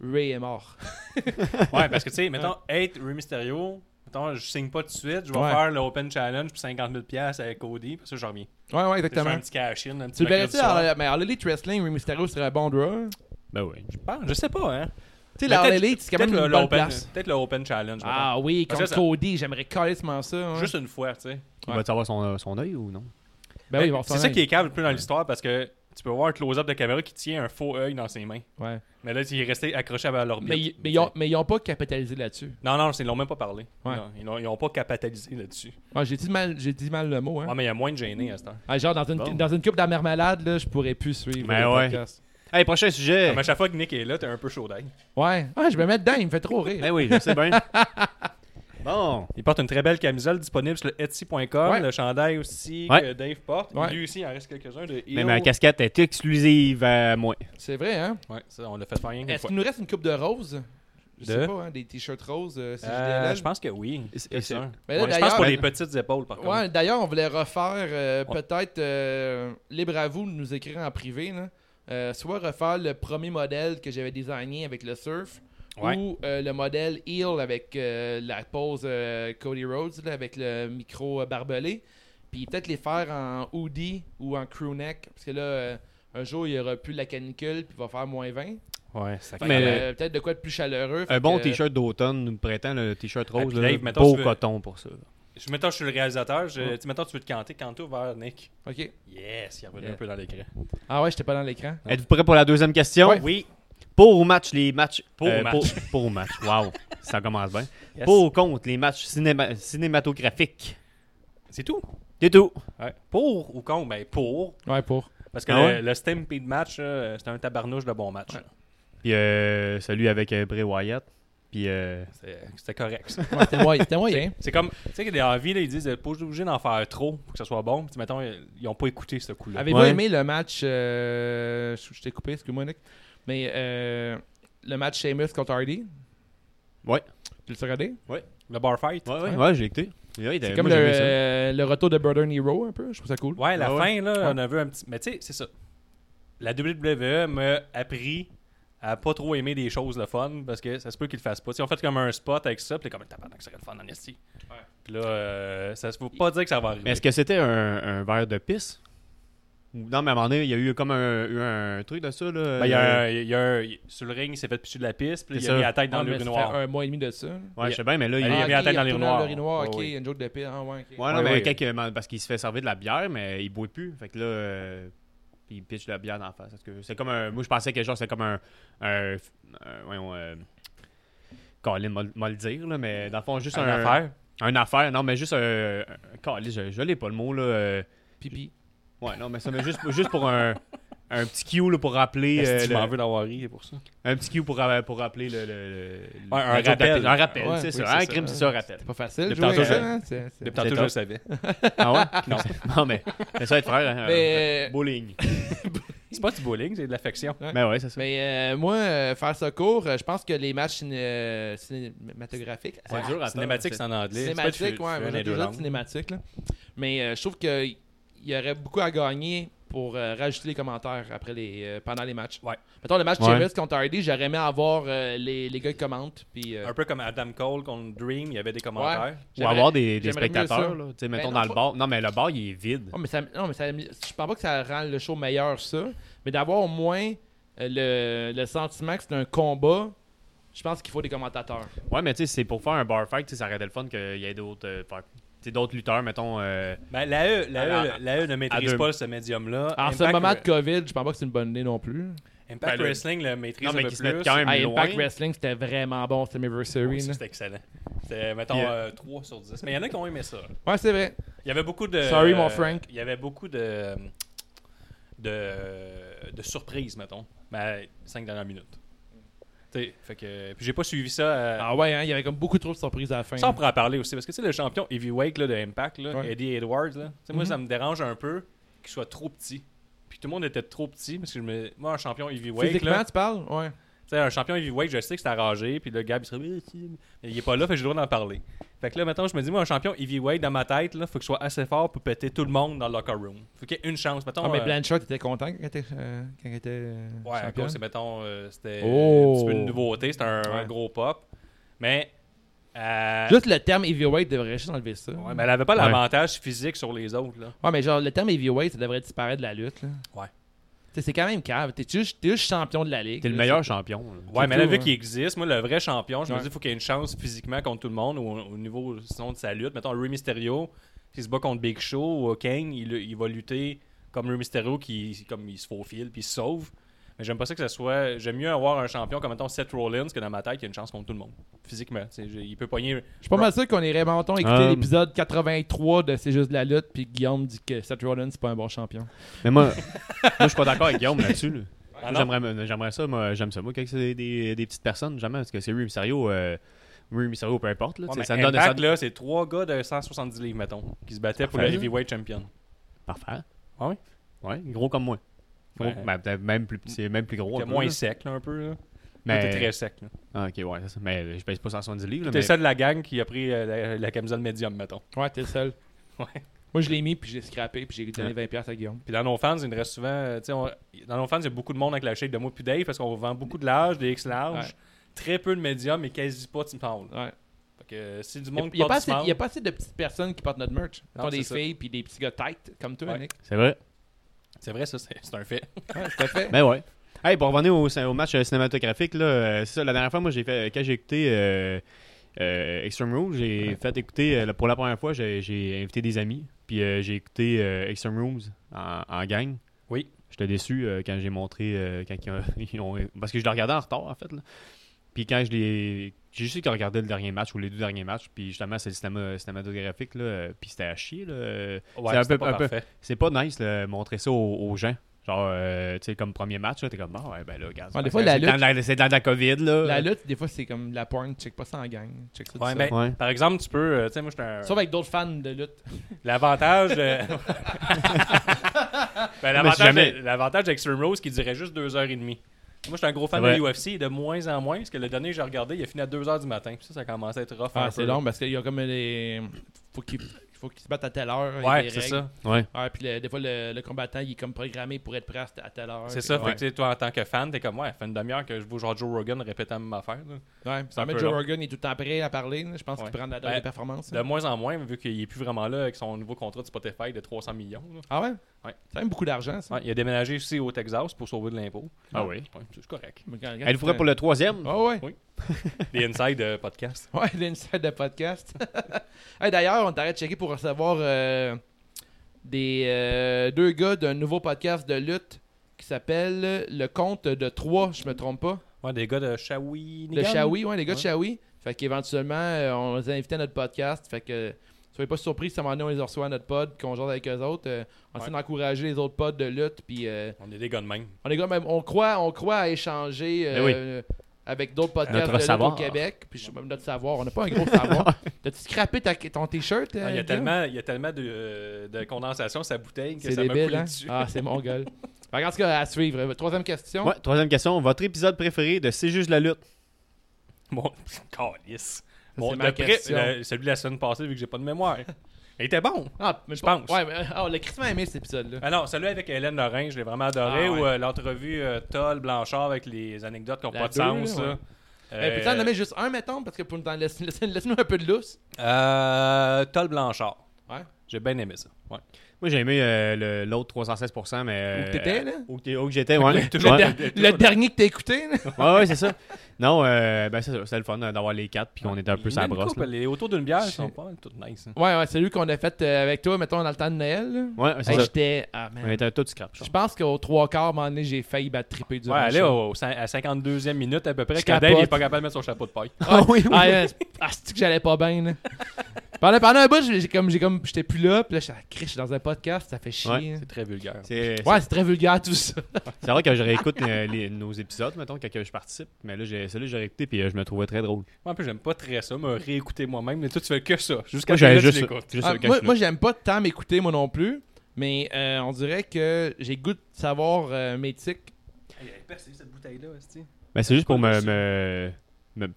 Speaker 5: Ray est mort.
Speaker 6: Ouais, parce que tu sais, mettons, hate Ray Mysterio. Mettons, je signe pas tout de suite, je vais
Speaker 5: Ouais.
Speaker 6: faire le Open Challenge pour 50 000 piastres avec Cody, parce que j'en reviens.
Speaker 5: Ouais, ouais,
Speaker 6: Je fais un
Speaker 5: exactement.
Speaker 6: petit cash-in, un
Speaker 5: Tu
Speaker 6: petit
Speaker 5: le verrais-tu
Speaker 6: mercredi soir.
Speaker 5: à- mais à All Elite Wrestling, Ray Mysterio serait un bon draw.
Speaker 4: Ben oui.
Speaker 6: Je pense, je sais pas, hein.
Speaker 5: Tu sais,
Speaker 6: Mais
Speaker 5: la All
Speaker 6: peut-être-
Speaker 5: Elite, c'est quand même
Speaker 6: peut-être
Speaker 5: une
Speaker 6: le-
Speaker 5: bonne
Speaker 6: l'open-
Speaker 5: place.
Speaker 6: Peut-être le Open Challenge.
Speaker 5: Ah oui,
Speaker 6: Parce
Speaker 5: contre
Speaker 6: que ça-
Speaker 5: Cody, j'aimerais carrément ça. hein.
Speaker 6: mettons.
Speaker 5: ouais.
Speaker 6: Juste une fois, tu sais.
Speaker 4: Il va-tu avoir son, son œil ou non?
Speaker 5: Ben oui, il va
Speaker 6: c'est ça qui est cave le plus dans l'histoire parce que tu peux voir un close-up de caméra qui tient un faux œil dans ses mains.
Speaker 5: Ouais.
Speaker 6: Mais là, il est resté accroché à l'orbite.
Speaker 5: Mais, ils- mais ils ont, mais ils ont pas capitalisé là-dessus.
Speaker 6: Non, non, ils l'ont même pas parlé.
Speaker 5: Ouais.
Speaker 6: Non, ils, n'ont ils ont pas capitalisé là-dessus.
Speaker 5: Ouais, j'ai dit mal, j'ai dit mal le mot. Hein.
Speaker 6: Ah, mais il y a moins de gêné à cette heure.
Speaker 5: Ah, genre dans une,
Speaker 4: Bon.
Speaker 5: dans une coupe d'amère malade, là, je pourrais plus suivre
Speaker 4: Ben
Speaker 5: le
Speaker 4: ouais.
Speaker 5: podcast.
Speaker 4: Hey, prochain sujet!
Speaker 6: Comme à chaque fois que Nick est là, t'es un peu chaud d'ail.
Speaker 5: Ouais. Ah, je me mets dedans, il me fait trop rire.
Speaker 4: Ben oui, je sais bien. bon.
Speaker 6: Il porte une très belle camisole disponible sur le Etsy.com.
Speaker 5: Ouais.
Speaker 6: Le chandail aussi
Speaker 4: Ouais.
Speaker 6: que Dave porte.
Speaker 5: Ouais.
Speaker 6: Lui aussi, il en reste quelques-uns de
Speaker 4: Mais
Speaker 6: Heel.
Speaker 4: ma casquette est exclusive à moi.
Speaker 5: C'est vrai, hein?
Speaker 6: Ouais, ça, on l'a fait faire rien qu'une
Speaker 5: Est-ce
Speaker 6: fois.
Speaker 5: qu'il nous reste une coupe de roses? Je
Speaker 6: De?
Speaker 5: sais pas, hein, des t-shirts roses, euh, si
Speaker 6: Euh,
Speaker 5: je
Speaker 6: je pense que oui.
Speaker 4: C'est- c'est-
Speaker 6: Ouais,
Speaker 5: Mais là,
Speaker 6: je pense pour
Speaker 5: d'ailleurs- euh,
Speaker 6: les petites épaules, par contre.
Speaker 5: Ouais, d'ailleurs, on voulait refaire, euh,
Speaker 6: Ouais.
Speaker 5: peut-être, euh, libre à vous de nous écrire en privé, là. Euh, soit refaire le premier modèle que j'avais designé avec le surf,
Speaker 4: Ouais.
Speaker 5: ou euh, le modèle heel avec euh, la pose euh, Cody Rhodes, là, avec le micro euh, barbelé, puis peut-être les faire en hoodie ou en crew neck, parce que là, euh, un jour, il n'y aura plus la canicule, puis il va faire moins 20.
Speaker 6: Ouais, ça
Speaker 5: Fait que,
Speaker 4: Mais-
Speaker 5: euh, peut-être de quoi de plus chaleureux. fait
Speaker 4: Un bon
Speaker 5: que-
Speaker 4: t-shirt d'automne nous prétend le t-shirt
Speaker 6: Ah,
Speaker 4: rose,
Speaker 6: puis
Speaker 4: là,
Speaker 6: Dave, mettons,
Speaker 4: beau
Speaker 6: tu veux-
Speaker 4: coton pour ça.
Speaker 6: Je, mettons, je suis le réalisateur. Je, tu- Mettons, tu veux te canter, cante-toi vers Nick.
Speaker 5: Ok.
Speaker 6: Yes, il est revenu
Speaker 5: Yeah.
Speaker 6: un peu dans l'écran.
Speaker 5: Ah ouais, j'étais pas dans l'écran.
Speaker 4: Êtes-vous prêts pour la deuxième question?
Speaker 5: Ouais.
Speaker 4: Oui. Pour ou match les matchs. euh,
Speaker 6: Pour ou match.
Speaker 4: Pour, pour ou match. Wow. ça commence bien.
Speaker 6: Yes.
Speaker 4: Pour ou contre les matchs cinéma- cinématographiques.
Speaker 6: C'est tout.
Speaker 4: C'est tout.
Speaker 6: Ouais. Pour ou contre? Ben, pour.
Speaker 5: Ouais, pour.
Speaker 6: Parce que
Speaker 4: Ah
Speaker 6: le,
Speaker 4: ouais?
Speaker 6: le Stampede match, euh, c'était un tabarnouche de bon match. là.
Speaker 4: Puis euh, celui avec euh, Bray Wyatt. Puis euh,
Speaker 6: C'est- C'était correct. ça.
Speaker 5: Ouais, c'était moyen. C'était moyen.
Speaker 6: C'est comme, tu sais, que des envies, là, ils disent, euh, pas obligé d'en faire trop pour que ça soit bon. Puis, mettons, ils ils ont pas écouté ce coup-là.
Speaker 5: Avez-vous
Speaker 4: Ouais.
Speaker 5: aimé le match euh, Je je t'ai coupé, excuse-moi, Nick. Mais euh, le match Sheamus contre Hardy
Speaker 4: Ouais.
Speaker 5: Tu l'as regardé
Speaker 6: Le bar fight.
Speaker 4: Ouais, ouais, ouais, j'ai écouté. Ouais,
Speaker 5: C'est
Speaker 4: moi,
Speaker 5: comme
Speaker 4: j'ai
Speaker 5: le,
Speaker 4: aimé ça.
Speaker 5: euh, le retour de Burden Hero, un peu. Je trouve ça cool.
Speaker 6: Ouais, la
Speaker 4: Ah ouais.
Speaker 6: fin, là, on a vu un petit. Mais tu sais, c'est ça. La WWE m'a appris à pas trop aimer des choses le fun parce que ça se peut qu'ils le fassent pas. Ils ont fait comme un spot avec ça, puis comme tabarnak, ça serait le fun en esti. Puis là, euh, ça se peut pas dire que ça va arriver.
Speaker 4: Mais est-ce que c'était un, un verre de pisse? Ou- Non, mais à un moment donné, il y a eu comme un, eu un truc de ça. Là,
Speaker 6: Ben, il y a un- il y a un- il- sur le ring, il s'est fait pisser de la piste, puis là,
Speaker 4: C'est
Speaker 6: il a
Speaker 4: ça.
Speaker 6: mis la tête dans
Speaker 5: Ah, mais
Speaker 6: le
Speaker 5: ça
Speaker 6: noir.
Speaker 5: fait un mois et demi de ça.
Speaker 4: Ouais, je sais bien, mais là, il
Speaker 6: Ah,
Speaker 4: y a...
Speaker 6: mis la
Speaker 5: ok,
Speaker 6: tête dans
Speaker 5: il
Speaker 6: les
Speaker 5: retourne dans
Speaker 6: noirs.
Speaker 5: le noir, ok,
Speaker 6: Ouais, ouais.
Speaker 5: une joke de pire. Ah, ouais, ok.
Speaker 4: Ouais, non,
Speaker 6: Oh, Ouais,
Speaker 4: mais
Speaker 6: ouais.
Speaker 4: quand il- parce qu'il se fait servir de la bière, mais il boit plus. Fait que là, euh, il pitch de la bière d'en face. Parce que c'est comme un. Moi, je pensais que genre, c'est comme un. un, un- voyons. Euh, Colin m'a m'a le dire, là, mais dans le fond, juste
Speaker 6: Une
Speaker 4: un.
Speaker 6: affaire.
Speaker 4: Un affaire, non, mais juste un. un- Colin, je, je l'ai pas le mot, là. euh,
Speaker 5: Pipi.
Speaker 4: ouais, non, mais ça, mais juste, juste pour un. Un petit cue là, pour rappeler.
Speaker 6: Est-ce que
Speaker 4: euh,
Speaker 6: tu
Speaker 4: le-
Speaker 6: m'en veux d'avoir ri pour ça?
Speaker 4: un petit cue pour, ra- pour rappeler le. le- le-
Speaker 6: Ouais, un
Speaker 4: le joke
Speaker 6: rappel.
Speaker 4: de- Un rappel,
Speaker 5: Ouais,
Speaker 4: c'est
Speaker 5: oui,
Speaker 4: ça.
Speaker 5: c'est
Speaker 4: Un
Speaker 5: ça.
Speaker 4: crime, c'est ça, un rappel.
Speaker 5: C'est pas facile. de
Speaker 6: Depuis
Speaker 5: jouer
Speaker 6: tantôt,
Speaker 5: avec
Speaker 6: je-
Speaker 5: ça, hein, c'est- c'est-
Speaker 6: Depuis tantôt,
Speaker 4: top.
Speaker 6: je le savais.
Speaker 5: Euh,
Speaker 4: Ah ouais? Non. non, mais. Mais ça va être frère. hein,
Speaker 5: Mais-
Speaker 4: euh, Bowling.
Speaker 6: C'est pas du bowling, c'est de l'affection.
Speaker 4: Mais Ben ouais, c'est ça.
Speaker 5: Mais euh, moi, euh, faire ça court, euh, je pense que les matchs ciné- euh, cinématographiques.
Speaker 4: C'est dur à faire,
Speaker 6: euh, Cinématique, c'est en anglais. C'est pas du-
Speaker 5: Cinématique,
Speaker 6: du-
Speaker 5: ouais,
Speaker 6: du-
Speaker 5: mais
Speaker 6: les
Speaker 5: j'ai
Speaker 6: deux
Speaker 5: déjà
Speaker 6: langues.
Speaker 5: de cinématique. Là. Mais euh, je trouve qu'il y aurait beaucoup à gagner pour euh, rajouter les commentaires après les, euh, pendant les matchs.
Speaker 6: Ouais.
Speaker 5: Mettons le match
Speaker 9: Ouais.
Speaker 5: Chivas contre Hardy, j'aurais aimé avoir euh, les, les gars qui commentent. Puis, euh,
Speaker 6: Un peu comme Adam Cole contre Dream, il y avait des commentaires.
Speaker 4: Ou
Speaker 5: j'aimerais-
Speaker 4: avoir des, des
Speaker 5: j'aimerais mieux
Speaker 4: spectateurs,
Speaker 5: ça.
Speaker 4: là. Tu sais, mettons
Speaker 5: non,
Speaker 4: dans le
Speaker 5: pas-
Speaker 4: bar. Non, mais le bar, il est vide.
Speaker 5: Oh, mais ça, non, mais ça, je pense pas que ça rend le show meilleur, ça. Mais d'avoir au moins euh, le, le sentiment que c'est un combat, je pense qu'il faut des commentateurs.
Speaker 4: Ouais, mais tu sais, c'est pour faire un bar fight, tu sais, ça aurait été le fun qu'il y ait d'autres euh, faire- tu sais, d'autres lutteurs, mettons. euh,
Speaker 6: Ben, la E, la
Speaker 4: Alors,
Speaker 6: E, la E ne maîtrise
Speaker 4: deux.
Speaker 6: pas ce médium-là.
Speaker 5: En ce
Speaker 6: Impact-
Speaker 5: moment de COVID, je pense pas que c'est une bonne idée non plus.
Speaker 6: Impact
Speaker 4: Ben, le-
Speaker 6: Wrestling le maîtrise
Speaker 4: Non,
Speaker 6: un
Speaker 4: mais
Speaker 6: peu
Speaker 4: qui se mettent
Speaker 6: plus.
Speaker 4: quand même
Speaker 5: Ah,
Speaker 4: loin.
Speaker 5: Impact Wrestling, c'était vraiment bon,
Speaker 6: Oui,
Speaker 5: Semiversary.
Speaker 6: ça,
Speaker 5: là.
Speaker 6: C'était excellent. C'était, mettons,
Speaker 4: Yeah.
Speaker 6: euh, 3 sur 10. Mais il y en a qui ont aimé ça.
Speaker 5: Ouais, c'est vrai.
Speaker 6: Il y avait beaucoup de.
Speaker 5: Sorry, mon
Speaker 6: euh,
Speaker 5: Frank.
Speaker 6: Il y avait beaucoup de. de, de surprises, mettons. Ben, 5 dernières minutes. Tu sais, fait que. Puis j'ai pas suivi ça. euh,
Speaker 5: Ah ouais, hein, il y avait comme beaucoup trop de surprises à la fin.
Speaker 6: Ça, on pourrait en parler aussi. Parce que, tu sais, le champion heavyweight là, de Impact, là,
Speaker 5: Ouais.
Speaker 6: Eddie Edwards, là, tu
Speaker 5: Mm-hmm.
Speaker 6: sais, moi, ça me dérange un peu qu'il soit trop petit. Puis tout le monde était trop petit. Parce que je me... moi, un champion heavyweight,
Speaker 5: Physiquement,
Speaker 6: là, tu
Speaker 5: tu parles? Ouais.
Speaker 6: sais, un champion heavyweight, je sais que c'est arrangé. Puis le gars, il serait. Mais Il est pas là, fait que j'ai le droit d'en parler. Fait que là, maintenant, je me dis, moi, un champion heavyweight, dans ma tête, là, faut que je sois assez fort pour péter tout le monde dans le locker room. Faut qu'il y ait une chance. Mettons,
Speaker 5: Ah, mais
Speaker 6: euh,
Speaker 5: Blanchard était content quand il était, euh, quand il était euh,
Speaker 6: Ouais, à
Speaker 5: championne.
Speaker 6: cause, c'est, mettons, euh, c'était
Speaker 5: Oh.
Speaker 6: un petit peu une nouveauté. C'était un, un
Speaker 5: Ouais.
Speaker 6: gros pop. Mais. euh,
Speaker 5: Juste le terme heavyweight devrait juste enlever ça.
Speaker 6: ouais, mais elle avait pas l'avantage physique sur les autres, là.
Speaker 5: Ouais, mais genre, le terme heavyweight, ça devrait disparaître de la lutte. Là.
Speaker 6: Ouais.
Speaker 5: T'sais, C'est quand même cave. T'es juste, t'es juste champion de la ligue.
Speaker 4: T'es le
Speaker 5: là,
Speaker 4: meilleur champion. là.
Speaker 6: Ouais,
Speaker 5: C'est
Speaker 6: mais là,
Speaker 5: tout,
Speaker 6: vu
Speaker 5: hein.
Speaker 6: qu'il existe, moi, le vrai champion, je me
Speaker 5: Ouais.
Speaker 6: dis qu'il faut qu'il y ait une chance physiquement contre tout le monde au, au niveau sinon de sa lutte. Mettons, Rey Mysterio, s'il se bat contre Big Show ou Kane, il, il va lutter comme Rey Mysterio qui comme il se faufile puis il se sauve. Mais j'aime pas ça que ça soit. J'aime mieux avoir un champion comme, mettons, Seth Rollins que dans ma tête, il y a une chance contre tout le monde. Physiquement. Tu sais, je- Il peut pogner.
Speaker 5: Je suis pas mal sûr qu'on irait, mettons, écouter
Speaker 4: Um.
Speaker 5: l'épisode 83 de C'est juste de la lutte, puis Guillaume dit que Seth Rollins, c'est pas un bon champion.
Speaker 4: Mais moi, moi, je suis pas d'accord avec Guillaume là-dessus. là.
Speaker 6: Ah non?
Speaker 4: J'aimerais euh, j'aimerais ça, moi, j'aime ça. Moi, quand c'est des, des, des petites personnes, jamais, parce que c'est Rui Mysterio, euh, Rui Mysterio, peu importe. Là, tu
Speaker 6: Ouais,
Speaker 4: sais,
Speaker 6: mais
Speaker 4: ça me donne
Speaker 6: Impact,
Speaker 4: ça-
Speaker 6: là, c'est trois gars de 170 livres, mettons, qui se battaient pour le
Speaker 4: Parfait.
Speaker 6: Heavyweight Champion.
Speaker 4: Parfait.
Speaker 6: Ah oui?
Speaker 4: Ouais, gros comme moi. Gros,
Speaker 6: Ouais.
Speaker 4: ben, peut-être même plus petit, même plus gros. un
Speaker 6: T'es
Speaker 4: peu,
Speaker 6: moins
Speaker 4: là.
Speaker 6: sec, là, un peu. Là.
Speaker 4: Mais-
Speaker 6: Toi, T'es très sec, là.
Speaker 4: Ah, ok, ouais, c'est ça. Mais euh, je pèse pas 170 livres. là,
Speaker 6: T'es
Speaker 4: mais-
Speaker 6: le seul de la gang qui a pris euh, la, la camisole médium, mettons.
Speaker 5: Ouais, t'es le seul.
Speaker 6: Ouais.
Speaker 5: Moi, je l'ai mis, puis j'ai scrappé, puis j'ai donné 20$ à Guillaume.
Speaker 6: Puis dans nos fans, il nous reste souvent. euh, tu sais, on- dans nos fans, il y a beaucoup de monde avec la shape de moi puis Dave parce qu'on vend beaucoup de large, des X large,
Speaker 5: Ouais.
Speaker 6: très peu de médium et quasi pas de small.
Speaker 5: Ouais.
Speaker 6: Fait que euh, si du
Speaker 5: Il
Speaker 6: monde
Speaker 5: n'y a, pas
Speaker 6: porte
Speaker 5: assez-
Speaker 6: du small,
Speaker 5: y a pas assez de petites personnes qui portent notre merch. Ils
Speaker 6: Non,
Speaker 5: ont des
Speaker 6: c'est ça.
Speaker 5: filles, puis des petits gars tight, comme toi,
Speaker 6: Ouais.
Speaker 5: Nick.
Speaker 4: C'est vrai.
Speaker 6: c'est vrai, ça, c'est c'est un fait.
Speaker 5: Ouais, tout à fait.
Speaker 4: Ben ouais. Hey, pour revenir au, au match euh, cinématographique, là, euh, c'est ça, la dernière fois, moi, j'ai fait, quand j'ai écouté euh, euh, Extreme Rules, j'ai fait écouter, euh, pour la première fois, j'ai, j'ai invité des amis, puis euh, j'ai écouté euh, Extreme Rules en, en gang.
Speaker 6: Oui.
Speaker 4: J'étais déçu euh, quand j'ai montré, euh, quand ils ont- ils ont- parce que je le regardais en retard, en fait. là. Puis quand je l'ai. J'ai juste regardé le dernier match ou les deux derniers matchs, puis justement, c'est le cinéma, cinématographique, là, euh, puis c'était à chier. Là. euh,
Speaker 6: Ouais,
Speaker 4: C'est un
Speaker 6: c'était
Speaker 4: peu-
Speaker 6: pas
Speaker 4: un peu-
Speaker 6: parfait.
Speaker 4: c'est pas nice de montrer ça aux, aux gens. Genre, euh, tu sais, comme premier match, là, t'es comme, ah ouais, ben là, regarde.
Speaker 5: Ouais, des
Speaker 4: c'est-
Speaker 5: fois, la
Speaker 4: c'est
Speaker 5: lutte-
Speaker 4: dans la- C'est dans la COVID, là.
Speaker 5: La lutte, des fois, c'est comme la porn. Check pas ça en gang. Check ça tout
Speaker 6: Ouais,
Speaker 5: seul.
Speaker 6: ben,
Speaker 4: Ouais.
Speaker 6: Par exemple, tu peux. euh, Tu sais, moi, j'étais un.
Speaker 5: Sauf avec d'autres fans de lutte.
Speaker 6: L'avantage. euh, ben, l'avantage,
Speaker 4: jamais-
Speaker 6: l'avantage d'Extreme Rose qui durait juste 2h30. Moi, j'étais un gros fan
Speaker 4: C'est
Speaker 6: de UFC, de moins en moins, parce que le dernier que j'ai regardé, il a fini à 2h du matin. Puis ça, ça commençait à être rough. un
Speaker 5: Ah,
Speaker 6: peu,
Speaker 5: c'est
Speaker 6: là.
Speaker 5: long, parce qu'il y a comme des. Faut qu'ils faut qu'ils se battent à telle heure. il y a
Speaker 6: Ouais,
Speaker 5: des
Speaker 6: c'est
Speaker 5: règles.
Speaker 6: ça.
Speaker 4: Ouais.
Speaker 5: Ouais, puis le- des fois, le, le combattant, il est comme programmé pour être prêt à, à telle heure.
Speaker 6: C'est
Speaker 5: puis-
Speaker 6: ça,
Speaker 4: ouais.
Speaker 6: fait que tu sais, toi en tant que fan, t'es comme ouais, ça fait une demi-heure que je vois genre Joe Rogan répéter la même affaire. là.
Speaker 5: Ouais,
Speaker 6: C'est un
Speaker 5: ça met
Speaker 6: peu
Speaker 5: Joe
Speaker 6: long.
Speaker 5: Rogan, il est tout le temps prêt à parler. là. Je pense
Speaker 6: Ouais.
Speaker 5: qu'il prend de la
Speaker 6: Ben,
Speaker 5: de performance.
Speaker 6: De moins en moins, vu qu'il est plus vraiment là avec son nouveau contrat de Spotify de 300 millions. là.
Speaker 5: Ah ouais?
Speaker 6: Ouais.
Speaker 5: C'est quand même beaucoup d'argent, ça.
Speaker 6: Ouais, il a déménagé aussi au Texas pour sauver de l'impôt.
Speaker 4: Ah oui.
Speaker 6: Ouais, c'est correct.
Speaker 5: Mais quand- quand
Speaker 4: Elle
Speaker 5: tu
Speaker 4: pourrait
Speaker 5: fais-
Speaker 4: pour le troisième.
Speaker 5: Ah ouais.
Speaker 6: Les inside euh, podcast.
Speaker 5: Ouais, l'inside de podcast. Hey, D'ailleurs, on t'arrête de checker pour recevoir euh, des euh, deux gars d'un nouveau podcast de lutte qui s'appelle Le Compte de Trois, je me trompe pas.
Speaker 6: Ouais, des gars de Shawi.
Speaker 5: Le Shawi, ouais, les gars de
Speaker 6: Ouais.
Speaker 5: Shawi. Fait qu'éventuellement, euh, on les a invités à notre podcast. Fait que soyez pas surpris si à un moment donné, on les reçoit à notre pod, qu'on jase avec eux autres. Euh, on essaie
Speaker 6: Ouais.
Speaker 5: d'encourager les autres pods de lutte. Puis euh,
Speaker 6: On est des gars de même.
Speaker 5: on est quand même, on croit, on croit à échanger euh, avec d'autres podcasts
Speaker 4: Eh Notre
Speaker 5: de lutte
Speaker 4: savoir.
Speaker 5: au Québec. Puis je- même notre savoir, on n'a pas un gros savoir. T'as-tu scrappé ta- ton t-shirt?
Speaker 6: Ah,
Speaker 5: euh,
Speaker 6: il, y a
Speaker 5: Guillaume?
Speaker 6: tellement, il y a tellement de, euh, de condensation sur sa bouteille que
Speaker 5: C'est
Speaker 6: ça m'a coulé
Speaker 5: débile, hein?
Speaker 6: dessus.
Speaker 5: Ah, c'est mon gueule. Fait que, En tout cas, à suivre. Euh, Troisième question.
Speaker 4: Ouais, troisième question. Votre épisode préféré de C'est juste la lutte?
Speaker 6: Mon calice.
Speaker 5: c'est
Speaker 6: Mon
Speaker 5: ma
Speaker 6: le pré-
Speaker 5: question.
Speaker 6: le- celui de la semaine passée, vu que j'ai pas de mémoire. Il était bon.
Speaker 5: Ah, mais
Speaker 6: Je pense.
Speaker 5: Ouais, mais ah, on l'a crissement aimé cet épisode-là.
Speaker 6: Ah non, celui avec Hélène Lorrain, je l'ai vraiment adoré.
Speaker 5: Ah, ouais.
Speaker 6: Ou euh, l'entrevue euh, Toll Blanchard avec les anecdotes qui n'ont
Speaker 5: La
Speaker 6: pas de
Speaker 5: deux,
Speaker 6: sens.
Speaker 5: là,
Speaker 6: là.
Speaker 5: ouais. Euh,
Speaker 6: Eh,
Speaker 5: Peux-tu en nommer juste un, mettons, parce que pour nous en laisser, laisser- laisse-nous un peu de lousse.
Speaker 6: euh, Toll Blanchard.
Speaker 5: Ouais.
Speaker 6: J'ai bien aimé ça. Ouais.
Speaker 4: Moi, j'ai aimé euh, le- l'autre 316%, mais...
Speaker 5: Où
Speaker 4: euh,
Speaker 5: t'étais, là?
Speaker 4: Où, t'es- où que j'étais, ouais.
Speaker 5: Le,
Speaker 4: Ouais.
Speaker 5: der- le dernier que t'as écouté, là.
Speaker 4: Ouais, ouais, c'est ça. Non, euh, ben c'est ça, c'était le fun euh, d'avoir les quatre, puis qu'on était un peu
Speaker 6: Il y en a
Speaker 4: sa
Speaker 6: une
Speaker 4: brosse.
Speaker 6: couple,
Speaker 4: là.
Speaker 6: Les autour d'une bière, ils sont pas toutes nice. hein.
Speaker 5: Ouais, ouais, c'est lui qu'on a fait euh, avec toi, mettons, dans le temps de Noël. là.
Speaker 4: Ouais, c'est
Speaker 5: Hey,
Speaker 4: ça.
Speaker 5: J'étais. Ah, man.
Speaker 4: On était tous scrap.
Speaker 5: Je pense qu'au trois quarts, à un moment donné, j'ai failli battre triper du
Speaker 6: Ouais, allez au, au cin- à 52e minute à peu près,
Speaker 5: Je
Speaker 6: quand
Speaker 5: capote.
Speaker 6: Dave n'est pas capable de mettre son chapeau de paille.
Speaker 5: Ah oui, oui. Ah, ouais, c'est- ah, c'est-tu que j'allais pas bien, là. pendant, pendant un bout, j'ai j'ai comme, j'ai comme, j'étais plus là, puis là, je suis ah, Christ, je suis dans un podcast, ça fait chier.
Speaker 4: Ouais,
Speaker 5: hein.
Speaker 6: C'est très vulgaire.
Speaker 4: C'est
Speaker 5: Ouais, c'est très vulgaire tout ça.
Speaker 4: c'est vrai que je réécoute euh, les- nos épisodes, mettons, quand que je participe. Mais là, j'ai- celui-là, j'ai réécouté, puis euh, je me trouvais très drôle.
Speaker 6: Moi, en plus, j'aime pas très ça, me réécouter moi-même, mais toi, tu fais que ça. Jusqu'à
Speaker 4: Moi,
Speaker 6: là,
Speaker 4: j'avais
Speaker 6: tu
Speaker 4: juste,
Speaker 6: l'écoutes.
Speaker 4: juste
Speaker 5: Ah, moi,
Speaker 4: le cache-là.
Speaker 5: moi, j'aime pas tant m'écouter, moi non plus, mais euh, on dirait que j'ai goût de savoir euh, mes tics.
Speaker 6: Percez cette bouteille-là,
Speaker 4: Ben, c'est juste pour me, me,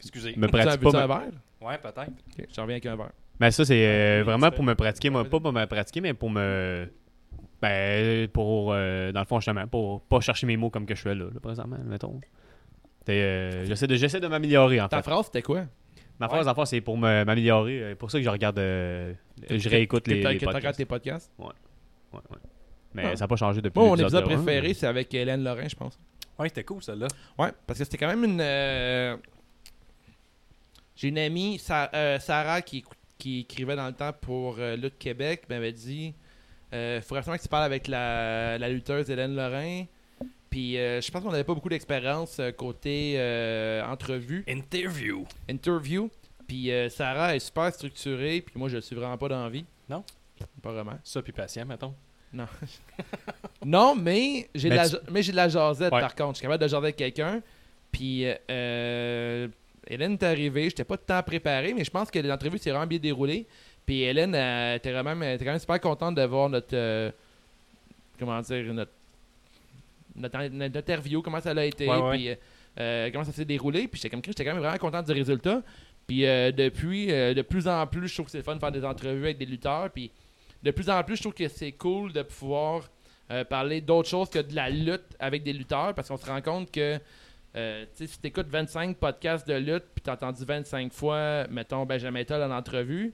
Speaker 6: Excusez.
Speaker 4: me
Speaker 5: Tu as un
Speaker 4: pratiquer.
Speaker 5: but
Speaker 4: Pas,
Speaker 5: un
Speaker 4: me-
Speaker 5: verre?
Speaker 6: Ouais, peut-être.
Speaker 5: Ok, je reviens avec un verre.
Speaker 4: ben, ça, c'est
Speaker 5: Ah,
Speaker 4: euh, vraiment pour me pratiquer. Moi, pas pour me pratiquer, mais pour me. Ben, pour. euh, dans le fond, justement, pour pas chercher mes mots comme que je fais là, là, présentement, mettons. T'es, euh, j'essaie de, j'essaie de m'améliorer, en fait.
Speaker 5: Ta phrase, c'était quoi?
Speaker 4: Ma phrase, en fait, c'est pour me- m'améliorer. euh, pour ça que je regarde. euh, je réécoute les,
Speaker 5: T'as-
Speaker 4: les
Speaker 5: que t'as regardé
Speaker 4: podcasts.
Speaker 5: tes podcasts?
Speaker 4: Ouais, ouais. Mais ça n'a pas changé depuis
Speaker 5: Moi, mon
Speaker 4: l'épisode
Speaker 5: épisode
Speaker 4: de un,
Speaker 5: préféré, c'est avec Hélène Lorrain, je pense.
Speaker 6: Ouais, c'était cool, celle-là.
Speaker 5: Ouais, parce que c'était quand même une. euh, J'ai une amie, Sa- euh, Sarah, qui, écou- qui écrivait dans le temps pour euh, Lutte Québec, m'avait dit euh, faudrait absolument que tu parles avec la, la lutteuse Hélène Lorrain. Puis euh, je pense qu'on n'avait pas beaucoup d'expérience euh, côté euh, entrevue,
Speaker 6: Interview.
Speaker 5: interview. Puis euh, Sarah est super structurée, puis moi je le suis vraiment pas dans la vie.
Speaker 6: Non?
Speaker 5: Pas vraiment.
Speaker 6: Ça, puis patient, mettons.
Speaker 5: Non, mais j'ai de,
Speaker 4: Mais
Speaker 5: la
Speaker 4: tu-
Speaker 5: ja- mais j'ai de la jasette
Speaker 6: Ouais.
Speaker 5: par contre. Je suis capable de jaser avec quelqu'un. Puis euh, Hélène est arrivée. J'étais pas tant préparé, mais je pense que l'entrevue s'est vraiment bien déroulée. Puis Hélène euh, était, vraiment, elle était quand même super contente de voir notre. euh, comment dire notre, notre, notre interview, comment ça a été.
Speaker 6: Ouais, ouais.
Speaker 5: Puis euh, euh, comment ça s'est déroulé. Puis j'étais comme Christ, j'étais quand même vraiment content du résultat. Puis euh, depuis, euh, de plus en plus, je trouve que c'est le fun de faire des entrevues avec des lutteurs. Puis de plus en plus, je trouve que c'est cool de pouvoir euh, parler d'autres choses que de la lutte avec des lutteurs parce qu'on se rend compte que euh, tu sais, si tu écoutes 25 podcasts de lutte puis tu entendu 25 fois, mettons, Benjamin Toll en entrevue,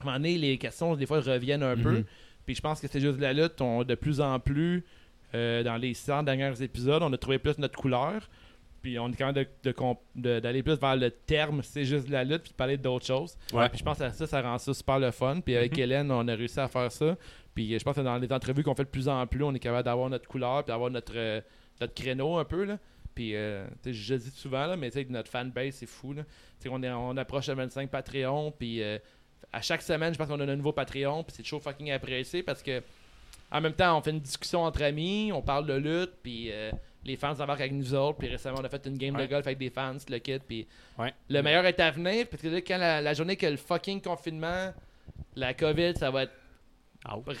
Speaker 5: à un moment donné, les questions, des fois, reviennent un peu.
Speaker 4: Mhm.
Speaker 5: Puis je pense que c'est juste de la lutte. On, de plus en plus, euh, dans les 100 derniers épisodes, on a trouvé plus notre couleur. Puis on est quand même d'aller de, comp- de- d'aller plus vers le terme, c'est juste de la lutte, puis de parler d'autres choses.
Speaker 6: Ouais. Mhm.
Speaker 5: Puis je pense que ça, ça rend ça super le fun. Puis avec Hélène, on a réussi à faire ça. Puis euh, je pense que dans les entrevues qu'on fait de plus en plus, on est capable d'avoir notre couleur, puis d'avoir notre, euh, notre créneau un peu. Là. Puis euh, tu sais, je le dis souvent, là, mais tu sais, notre fanbase, c'est fou. Là. Tu sais, On, est, on approche à 25 Patreon, puis euh, à chaque semaine, je pense qu'on a un nouveau Patreon, puis c'est toujours fucking apprécié parce que en même temps, on fait une discussion entre amis, on parle de lutte, puis euh, les fans embarquent avec nous autres, puis récemment, on a fait une game de
Speaker 6: Ouais.
Speaker 5: golf avec des fans, le kit, puis
Speaker 6: Ouais.
Speaker 5: le meilleur est à venir, parce que là, quand la, la journée que le fucking confinement, la COVID, ça va être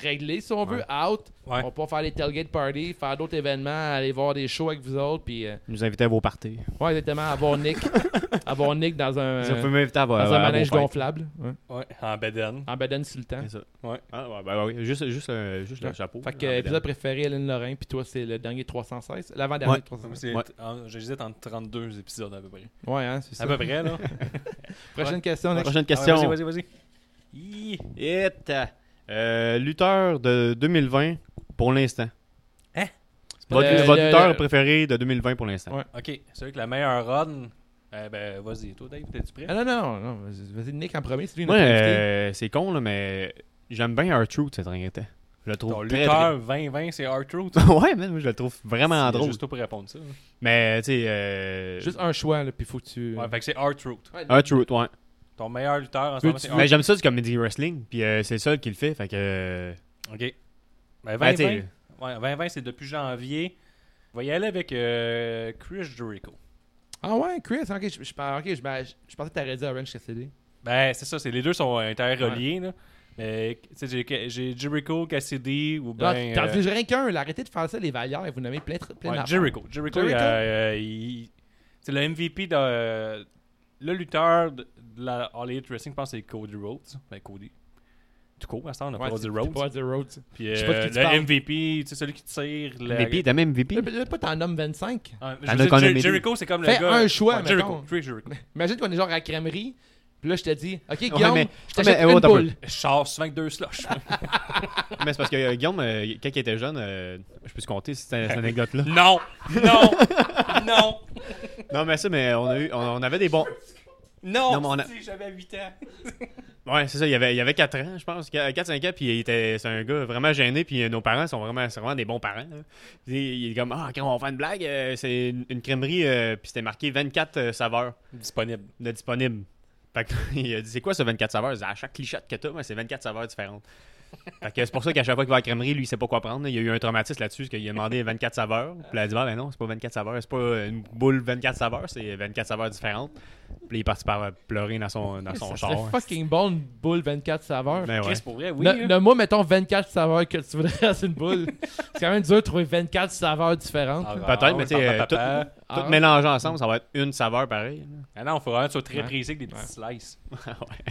Speaker 5: réglé, si on veut, out,
Speaker 6: Ouais.
Speaker 5: on va pouvoir faire des tailgate parties, faire d'autres événements, aller voir des shows avec vous autres, puis euh,
Speaker 4: Nous inviter à vos parties.
Speaker 5: ouais, exactement, avoir Nick, avoir Nick dans un,
Speaker 4: Si vous pouvez m'inviter à, vo-
Speaker 5: Euh, dans un
Speaker 4: à vos
Speaker 5: manège
Speaker 4: fêtes.
Speaker 5: gonflable, ouais,
Speaker 6: Ouais, en bedaine.
Speaker 5: en bedaine sur le temps.
Speaker 4: C'est ça.
Speaker 6: Ouais.
Speaker 4: Ah, ouais, ben, oui. Juste, juste, euh, juste le
Speaker 5: Ouais.
Speaker 4: chapeau.
Speaker 5: Fait que
Speaker 4: Ah,
Speaker 5: euh,
Speaker 4: ben,
Speaker 5: épisode préféré, Hélène Lorrain, puis toi, c'est le dernier 316. L'avant-dernier
Speaker 4: Ouais.
Speaker 5: 316.
Speaker 6: Ah, C'est-
Speaker 4: Ouais.
Speaker 6: en- J'hésite entre 32 épisodes à peu près.
Speaker 5: Ouais, hein, c'est ça.
Speaker 6: À peu près, là.
Speaker 5: Prochaine question, Nick.
Speaker 4: Prochaine
Speaker 6: Ah ouais,
Speaker 4: question.
Speaker 6: Vas-y, vas-y, vas-y.
Speaker 4: Hi. Hit. Euh, lutteur de 2020 pour l'instant.
Speaker 6: Hein?
Speaker 4: Votre,
Speaker 5: Le-
Speaker 4: votre
Speaker 5: le-
Speaker 4: lutteur
Speaker 5: le-
Speaker 4: préféré de 2020 pour l'instant.
Speaker 5: Ouais.
Speaker 6: Ok, c'est vrai que la meilleure run. Eh ben, vas-y, toi, Dave, t'es-tu prêt?
Speaker 5: Ah non, non, non, vas-y, vas-y, Nick en premier, c'est lui
Speaker 4: Moi,
Speaker 5: notre invité.
Speaker 4: euh, c'est con, là, mais j'aime bien R-Truth cette dernière temps. Je le trouve
Speaker 6: Ton
Speaker 4: très,
Speaker 6: lutteur 20-20, c'est R-Truth.
Speaker 4: très- ouais, man, moi, je le trouve vraiment
Speaker 6: C'est
Speaker 4: drôle.
Speaker 6: juste toi pour répondre ça. hein. Ouais,
Speaker 4: Mais, tu sais, euh,
Speaker 5: Juste un choix, là, puis faut que tu...
Speaker 6: fait que c'est R-Truth.
Speaker 4: R-Truth, ouais.
Speaker 6: Ton meilleur lutteur en ce moment, Ah, c'est
Speaker 4: Mais
Speaker 6: R-Truth.
Speaker 4: j'aime ça du comedy wrestling, puis euh, c'est le seul qui le fait, fait que... euh,
Speaker 6: Ok. Ben,
Speaker 4: ben, tu sais,
Speaker 6: 20-20, ouais, 20-20, c'est depuis janvier. On va y aller avec euh, Chris Jericho.
Speaker 5: Ah ouais, Chris, ok, je, je, par- ok, je, ben, je- je pensais que t'aurais dit Orange Cassidy.
Speaker 6: Ben, c'est ça, c'est les deux sont interreliés. là. Mais, tu sais, j'ai- j'ai Jericho, Cassidy ou
Speaker 5: Là,
Speaker 6: ben.
Speaker 5: T'en
Speaker 6: euh,
Speaker 5: fiches rien qu'un, là. Arrêtez de faire ça, les valeurs, et vous nommez plein, de- plein
Speaker 6: Ouais,
Speaker 5: d'affaires.
Speaker 6: Jericho. Jericho,
Speaker 5: Jericho?
Speaker 6: il a- euh, il- c'est le MVP de. euh, le lutteur de de la All Elite Wrestling, je pense que c'est Cody Rhodes. Ben, Cody. Tout court, à ce temps, on n'a
Speaker 5: Ouais,
Speaker 6: pas
Speaker 5: c'est-
Speaker 6: Cody
Speaker 5: c'est
Speaker 6: Rhodes.
Speaker 5: pas The Roads.
Speaker 6: Puis
Speaker 5: je sais pas de
Speaker 6: euh,
Speaker 5: qui tu
Speaker 6: le
Speaker 5: parles.
Speaker 6: MVP, tu sais, celui qui tire. La...
Speaker 4: VP, t'as même VP.
Speaker 5: Là, là, pas t'en nommes 25.
Speaker 6: Ah, je
Speaker 4: T'en
Speaker 6: veux
Speaker 4: as
Speaker 6: dire,
Speaker 4: qu'on a
Speaker 6: Jer-
Speaker 4: mis
Speaker 6: Jericho, c'est comme
Speaker 5: Fais
Speaker 6: le gars.
Speaker 5: un choix,
Speaker 6: ouais, Jericho.
Speaker 5: mettons.
Speaker 6: Fais Jericho.
Speaker 5: Imagine qu'on est genre à la crèmerie, puis là, je te dis, OK, Guillaume,
Speaker 4: mais-
Speaker 5: je t'achète
Speaker 4: mais-
Speaker 5: une
Speaker 4: oh, t'as
Speaker 5: boule.
Speaker 6: Je sors souvent avec deux slushs.
Speaker 4: Mais c'est parce que euh, Guillaume, euh, quand il était jeune, euh, je peux te compter cette, cette anecdote-là.
Speaker 6: non! Non! Non!
Speaker 4: non, mais ça, mais on, a eu, on, on avait des bons.
Speaker 6: Non!
Speaker 4: Non, mais on a-
Speaker 6: si, J'avais 8 ans.
Speaker 4: Ouais, c'est ça, il y avait, il y avait 4 ans, je pense, 4-5 ans, puis il était, c'est un gars vraiment gêné, puis euh, nos parents sont vraiment, c'est vraiment des bons parents. là. Puis Il, il est comme, ah, quand on va faire une blague, euh, c'est une, une crèmerie, euh, puis c'était marqué 24 euh, saveurs
Speaker 6: Disponible.
Speaker 4: de disponibles. Fait que, il a dit, c'est quoi ce 24 saveurs? Il dit, à chaque clichette que t'as, ben, c'est 24 saveurs différentes. Fait que c'est pour ça qu'à chaque fois qu'il va à la crèmerie, lui, il sait pas quoi prendre. là. Il y a eu un traumatisme là-dessus, parce qu'il a demandé 24 saveurs. Puis il a dit, ah, ben non, c'est pas 24 saveurs, c'est pas une boule 24 saveurs, c'est 24 saveurs différentes. Puis il est parti par pleurer dans son, dans son
Speaker 5: Ça
Speaker 4: char.
Speaker 5: serait fucking bon, une boule 24 saveurs.
Speaker 4: Ben ouais.
Speaker 6: Chris, pour vrai, hein. oui.
Speaker 5: Ne-
Speaker 6: hein.
Speaker 5: Nomme-moi, mettons, 24 saveurs que tu voudrais à une boule. c'est quand même dur de trouver 24 saveurs différentes.
Speaker 6: Ah,
Speaker 4: Peut-être,
Speaker 6: ah,
Speaker 4: mais
Speaker 6: oui,
Speaker 4: tu sais,
Speaker 6: papa,
Speaker 4: euh, tout,
Speaker 6: papa.
Speaker 4: tout
Speaker 5: Ah.
Speaker 4: mélangé ensemble, ça va être une saveur pareille.
Speaker 6: Ah non, il faut vraiment que tu sois très précis avec des petits slices.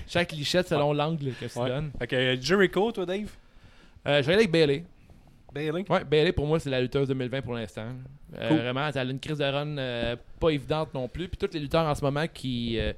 Speaker 5: Chaque lichette selon l'angle que tu
Speaker 6: Ouais.
Speaker 5: donnes.
Speaker 6: Fait que euh, Jericho, toi, Dave?
Speaker 5: Euh, je vais aller avec Bailey.
Speaker 6: Bailey?
Speaker 5: Ouais, Bailey pour moi c'est la lutteuse 2020 pour l'instant. Euh, Vraiment, elle a une crise de run euh, pas évidente non plus. Puis tous les lutteurs en ce moment qui, euh,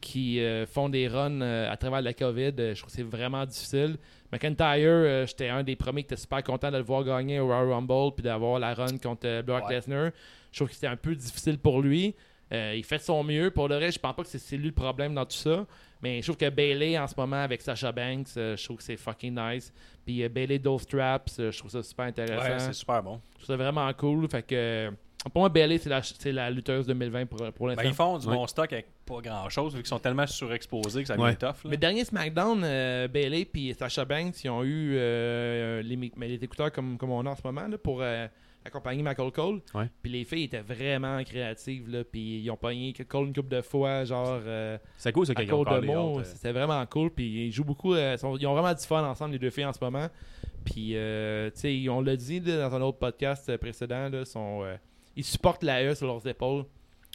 Speaker 5: qui euh, font des runs euh, à travers la COVID, euh, je trouve que c'est vraiment difficile. McIntyre, euh, j'étais un des premiers qui était super content de le voir gagner au Royal Rumble puis d'avoir la run contre euh, Brock
Speaker 6: Ouais.
Speaker 5: Lesnar. Je trouve que c'était un peu difficile pour lui. Euh, il fait de son mieux. Pour le reste, je pense pas que c'est- c'est lui le problème dans tout ça. Mais je trouve que Bailey en ce moment avec Sasha Banks, euh, je trouve que c'est fucking nice. Puis euh, Bailey Dove Traps, euh, je trouve ça super intéressant.
Speaker 6: Ouais, c'est super bon.
Speaker 5: je trouve ça vraiment cool. Fait que pour moi, Bailey, c'est la, c'est la lutteuse 2020 pour, pour l'instant.
Speaker 6: Ben, ils font du
Speaker 4: Ouais.
Speaker 6: bon stock avec pas grand chose, vu qu'ils sont tellement surexposés que ça devient
Speaker 4: Ouais.
Speaker 6: tough. là.
Speaker 5: Le dernier SmackDown, euh, Bailey puis Sasha Banks, ils ont eu euh, les, mic- mais les écouteurs comme, comme on a en ce moment là, pour euh, accompagner Michael Cole.
Speaker 4: Ouais.
Speaker 5: Puis les filles étaient vraiment créatives. Là, puis ils ont pogné Cole une couple de fois, genre euh,
Speaker 4: C'est cool, ça,
Speaker 5: à
Speaker 4: qu'ils ont
Speaker 5: cause de
Speaker 4: parlé.
Speaker 5: mots.
Speaker 4: autres, euh.
Speaker 5: C'était vraiment cool. Puis ils jouent beaucoup. euh, sont- ils ont vraiment du fun ensemble, les deux filles en ce moment. Puis, euh, tu sais, on l'a dit là, dans un autre podcast euh, précédent, là, sont, euh, ils supportent la E sur leurs épaules.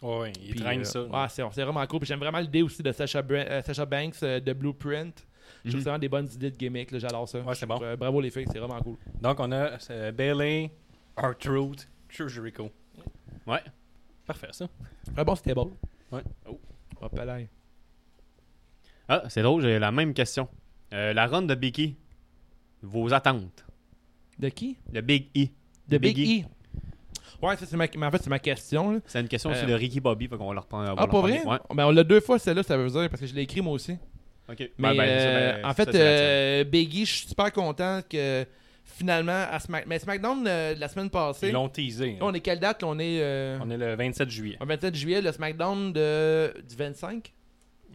Speaker 6: Ouais, ouais, ils
Speaker 5: Puis,
Speaker 6: traînent
Speaker 5: euh,
Speaker 6: ça.
Speaker 5: ouais, c'est c'est vraiment cool. Puis J'aime vraiment l'idée aussi de Sasha, Bra- euh, Sasha Banks euh, de Blueprint. Je trouve
Speaker 4: Mhm.
Speaker 5: que c'est vraiment des bonnes idées de gimmick. là, J'adore ça.
Speaker 6: Ouais, c'est bon.
Speaker 5: Euh, bravo les filles, c'est vraiment cool.
Speaker 6: Donc, on a euh, Bailey, R-Truth, Sure Jericho.
Speaker 4: Ouais.
Speaker 6: Parfait, ça.
Speaker 5: Vraiment bon, c'était bon.
Speaker 6: Ouais.
Speaker 4: Oh.
Speaker 5: Hop là.
Speaker 4: Ah, c'est drôle, j'ai la même question. Euh, la run de Biggie, vos attentes.
Speaker 5: De qui
Speaker 4: Le Big E.
Speaker 5: De Big,
Speaker 4: Big
Speaker 5: E. Ouais, ça, c'est ma... mais en fait, c'est ma question. là.
Speaker 4: C'est une question
Speaker 5: Euh.
Speaker 4: aussi de Ricky Bobby, fait qu'on va le reprendre. Ah, on va
Speaker 5: Ah,
Speaker 4: le
Speaker 5: pour vrai
Speaker 4: reprendre.
Speaker 5: Ben, On l'a deux fois celle-là, ça veut dire, parce que je l'ai écrit moi aussi.
Speaker 4: Ouais. Ok.
Speaker 5: Mais
Speaker 4: Ouais, ben, ça,
Speaker 5: euh,
Speaker 4: ben,
Speaker 5: en
Speaker 4: ça,
Speaker 5: fait,
Speaker 4: c'est la tienne.
Speaker 5: euh, Biggie, je suis super content que finalement, à Smack... mais SmackDown euh, la semaine
Speaker 6: Ils
Speaker 5: passée,
Speaker 6: l'ont teasé. hein.
Speaker 5: on est quelle date là? On est euh,
Speaker 6: On est le 27 juillet.
Speaker 5: le 27 juillet, le SmackDown de... du 25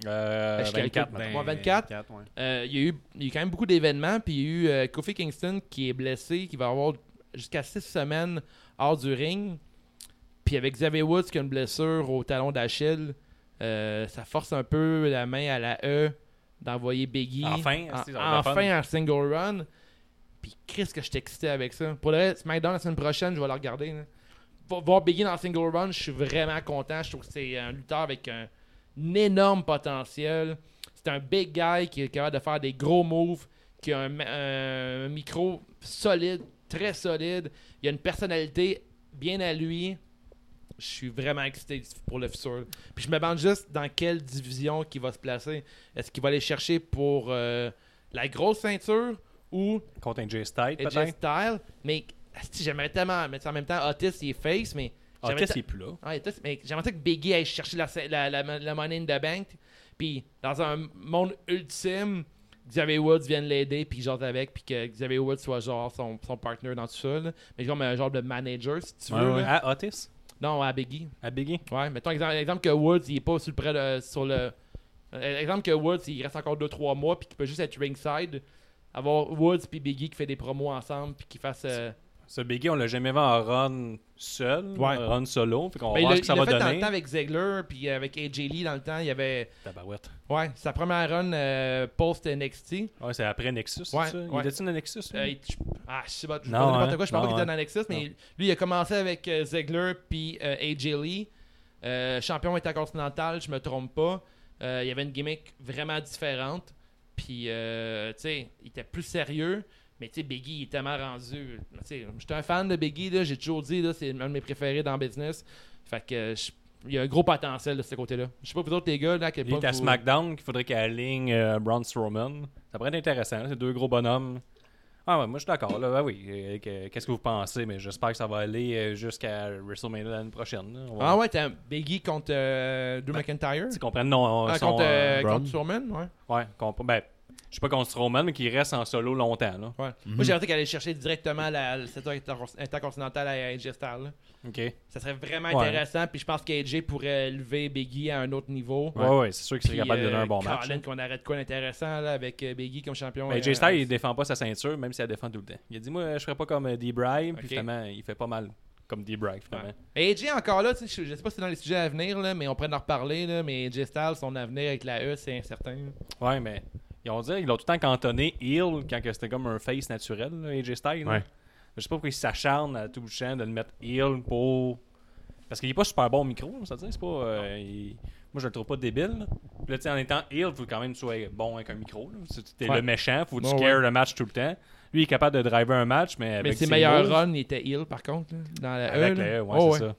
Speaker 6: Euh,
Speaker 5: je calcule.
Speaker 6: 24,
Speaker 5: Ben,
Speaker 6: maintenant.
Speaker 5: moi, 24.
Speaker 4: ouais.
Speaker 5: Euh, il, y a eu, il y a eu quand même beaucoup d'événements, puis il y a eu euh, Kofi Kingston qui est blessé, qui va avoir jusqu'à 6 semaines hors du ring. Puis avec Xavier Woods qui a une blessure au talon d'Achille, euh, ça force un peu la main à la E d'envoyer Biggie
Speaker 6: Enfin,
Speaker 5: en-
Speaker 6: c'est- ça va être
Speaker 5: enfin
Speaker 6: fun.
Speaker 5: un single run. Puis Chris que je suis excité avec ça. Pour le reste, SmackDown la semaine prochaine, je vais le regarder. là. Vo- Voir Biggie dans le single run, je suis vraiment content. Je trouve que c'est un lutteur avec un, un énorme potentiel. C'est un big guy qui est capable de faire des gros moves, qui a un, ma- un micro solide, très solide. Il a une personnalité bien à lui. Je suis vraiment excité pour le futur. Puis je me demande juste dans quelle division qu'il va se placer. Est-ce qu'il va aller chercher pour euh, la grosse ceinture ou
Speaker 6: Contre un J-Style,
Speaker 5: AJ
Speaker 6: peut-être.
Speaker 5: Styles? Mais asti, j'aimerais tellement. Mais en même temps, Otis il est face, mais
Speaker 6: Ah,
Speaker 5: j'aimerais
Speaker 6: qu'est-ce
Speaker 5: ta-
Speaker 6: qui est plus là?
Speaker 5: Ouais, toi, c'est- Ah, mais j'aimerais ça que Biggie aille chercher la, la, la, la money in the bank. Puis, dans un monde ultime, Xavier Woods vienne l'aider, puis genre avec, puis que Xavier Woods soit genre son, son partner dans tout ça. là. Mais comme un genre de manager, si tu veux. là.
Speaker 6: À Otis?
Speaker 5: Non, à Biggie.
Speaker 6: Ah, À Biggie?
Speaker 5: Ouais, mettons exemple, exemple que Woods, il est pas sur le, près de- sur le. euh, Exemple que Woods, il reste encore 2-3 mois, puis qu'il peut juste être ringside. Avoir Woods puis Biggie qui fait des promos ensemble, puis qui fasse. euh,
Speaker 6: Ce Biggie, on l'a jamais vu en run seul,
Speaker 5: Ouais.
Speaker 6: en run solo. Fait qu'on va
Speaker 5: Ben, il
Speaker 6: voir
Speaker 5: l'a
Speaker 6: ce
Speaker 5: il
Speaker 6: que ça
Speaker 5: l'a
Speaker 6: va
Speaker 5: fait dans le
Speaker 6: donner.
Speaker 5: temps avec Ziegler, puis avec AJ Lee dans le temps, il y avait
Speaker 6: Tabarouette.
Speaker 5: ouais, sa première run euh, post-NXT.
Speaker 6: Ouais, c'est après Nexus, c'est
Speaker 5: Ouais,
Speaker 6: ça? Il
Speaker 5: ouais.
Speaker 6: était-tu dans Nexus? lui?
Speaker 5: Euh, il- je- ah, je sais pas, je
Speaker 6: Non,
Speaker 5: parle n'importe
Speaker 6: hein.
Speaker 5: quoi, je parle
Speaker 6: Non,
Speaker 5: pas qu'il était
Speaker 6: hein.
Speaker 5: dans Nexus, mais
Speaker 6: Non.
Speaker 5: il- lui, il a commencé avec euh, Ziegler puis euh, AJ Lee, euh, champion intercontinental, je me trompe pas. Euh, il y avait une gimmick vraiment différente, puis euh, tu sais, il était plus sérieux, mais tu sais, Biggie, il est tellement rendu. tu sais, J'étais un fan de Biggie, là, j'ai toujours dit, là, c'est un de mes préférés dans le business. Fait que euh, je- il y a un gros potentiel de ce côté-là. Je sais pas, vous autres, les gars, là, à quel
Speaker 6: Il
Speaker 5: point
Speaker 6: est à
Speaker 5: vous-
Speaker 6: SmackDown qu'il faudrait qu'elle aligne euh, Braun Strowman. Ça pourrait être intéressant, là, ces deux gros bonhommes. Ah ouais, moi je suis d'accord, là, ben oui. euh, que- Qu'est-ce que vous pensez? Mais j'espère que ça va aller euh, jusqu'à WrestleMania l'année prochaine. là. On va-
Speaker 5: Ah ouais, t'as Biggie contre euh, Drew McIntyre.
Speaker 6: Tu comprends? Non,
Speaker 5: Ah,
Speaker 6: son,
Speaker 5: contre,
Speaker 6: euh,
Speaker 5: euh,
Speaker 4: Braun.
Speaker 5: contre Strowman, ouais.
Speaker 6: ouais, compre- ben, je sais pas contre Strowman, mais qu'il reste en solo longtemps, là.
Speaker 5: Ouais. Moi, j'ai pensé qu'elle allait chercher directement la, la ceinture intercon- intercontinentale à AJ Styles. là.
Speaker 6: OK. Ouais,
Speaker 5: Ça serait vraiment
Speaker 6: Ouais.
Speaker 5: intéressant. Puis je pense qu'AJ pourrait lever Biggie à un autre niveau.
Speaker 6: ouais, c'est sûr qu'il
Speaker 5: Puis,
Speaker 6: serait capable de donner un bon
Speaker 5: euh,
Speaker 6: match. hein.
Speaker 5: Colin, qu'on arrête quoi d'intéressant là, avec euh, Biggie comme champion.
Speaker 6: Mais
Speaker 5: euh,
Speaker 6: Ben, Jay Styles, il
Speaker 5: euh,
Speaker 6: défend pas sa ceinture, même si elle défend tout le temps. Il a dit, moi, je ferais pas comme euh, D-Bry, puis
Speaker 5: Ok.
Speaker 6: finalement, il fait pas mal comme D-Bry, finalement.
Speaker 5: Mais AJ encore là, tu sais, je je sais pas si c'est dans les sujets à venir, là, mais on pourrait en reparler. Là, mais AJ Styles, son avenir avec la E, c'est incertain. là.
Speaker 6: Ouais, mais ils ont dit, ils l'ont tout le temps cantonné heel quand que c'était comme un face naturel, là, AJ Styles. là.
Speaker 4: Ouais.
Speaker 6: Je sais pas pourquoi ils s'acharnent à tout le champ de le mettre heel pour. Parce qu'il est pas super bon au micro, ça veut dire, c'est pas. euh, il- Moi, je le trouve pas débile. là. Puis là, tu sais, en étant heel, faut quand même que tu sois bon avec un micro. là. Si T'es
Speaker 5: Ouais.
Speaker 6: le méchant, faut que tu
Speaker 5: Ouais,
Speaker 6: scares le match tout le temps. Lui, il est capable de driver un match, mais avec
Speaker 5: Mais ses
Speaker 6: moves,
Speaker 5: meilleurs runs, il était heel par contre. là, dans la E.
Speaker 6: avec
Speaker 5: là.
Speaker 6: le E, ouais,
Speaker 5: Oh,
Speaker 6: c'est ça.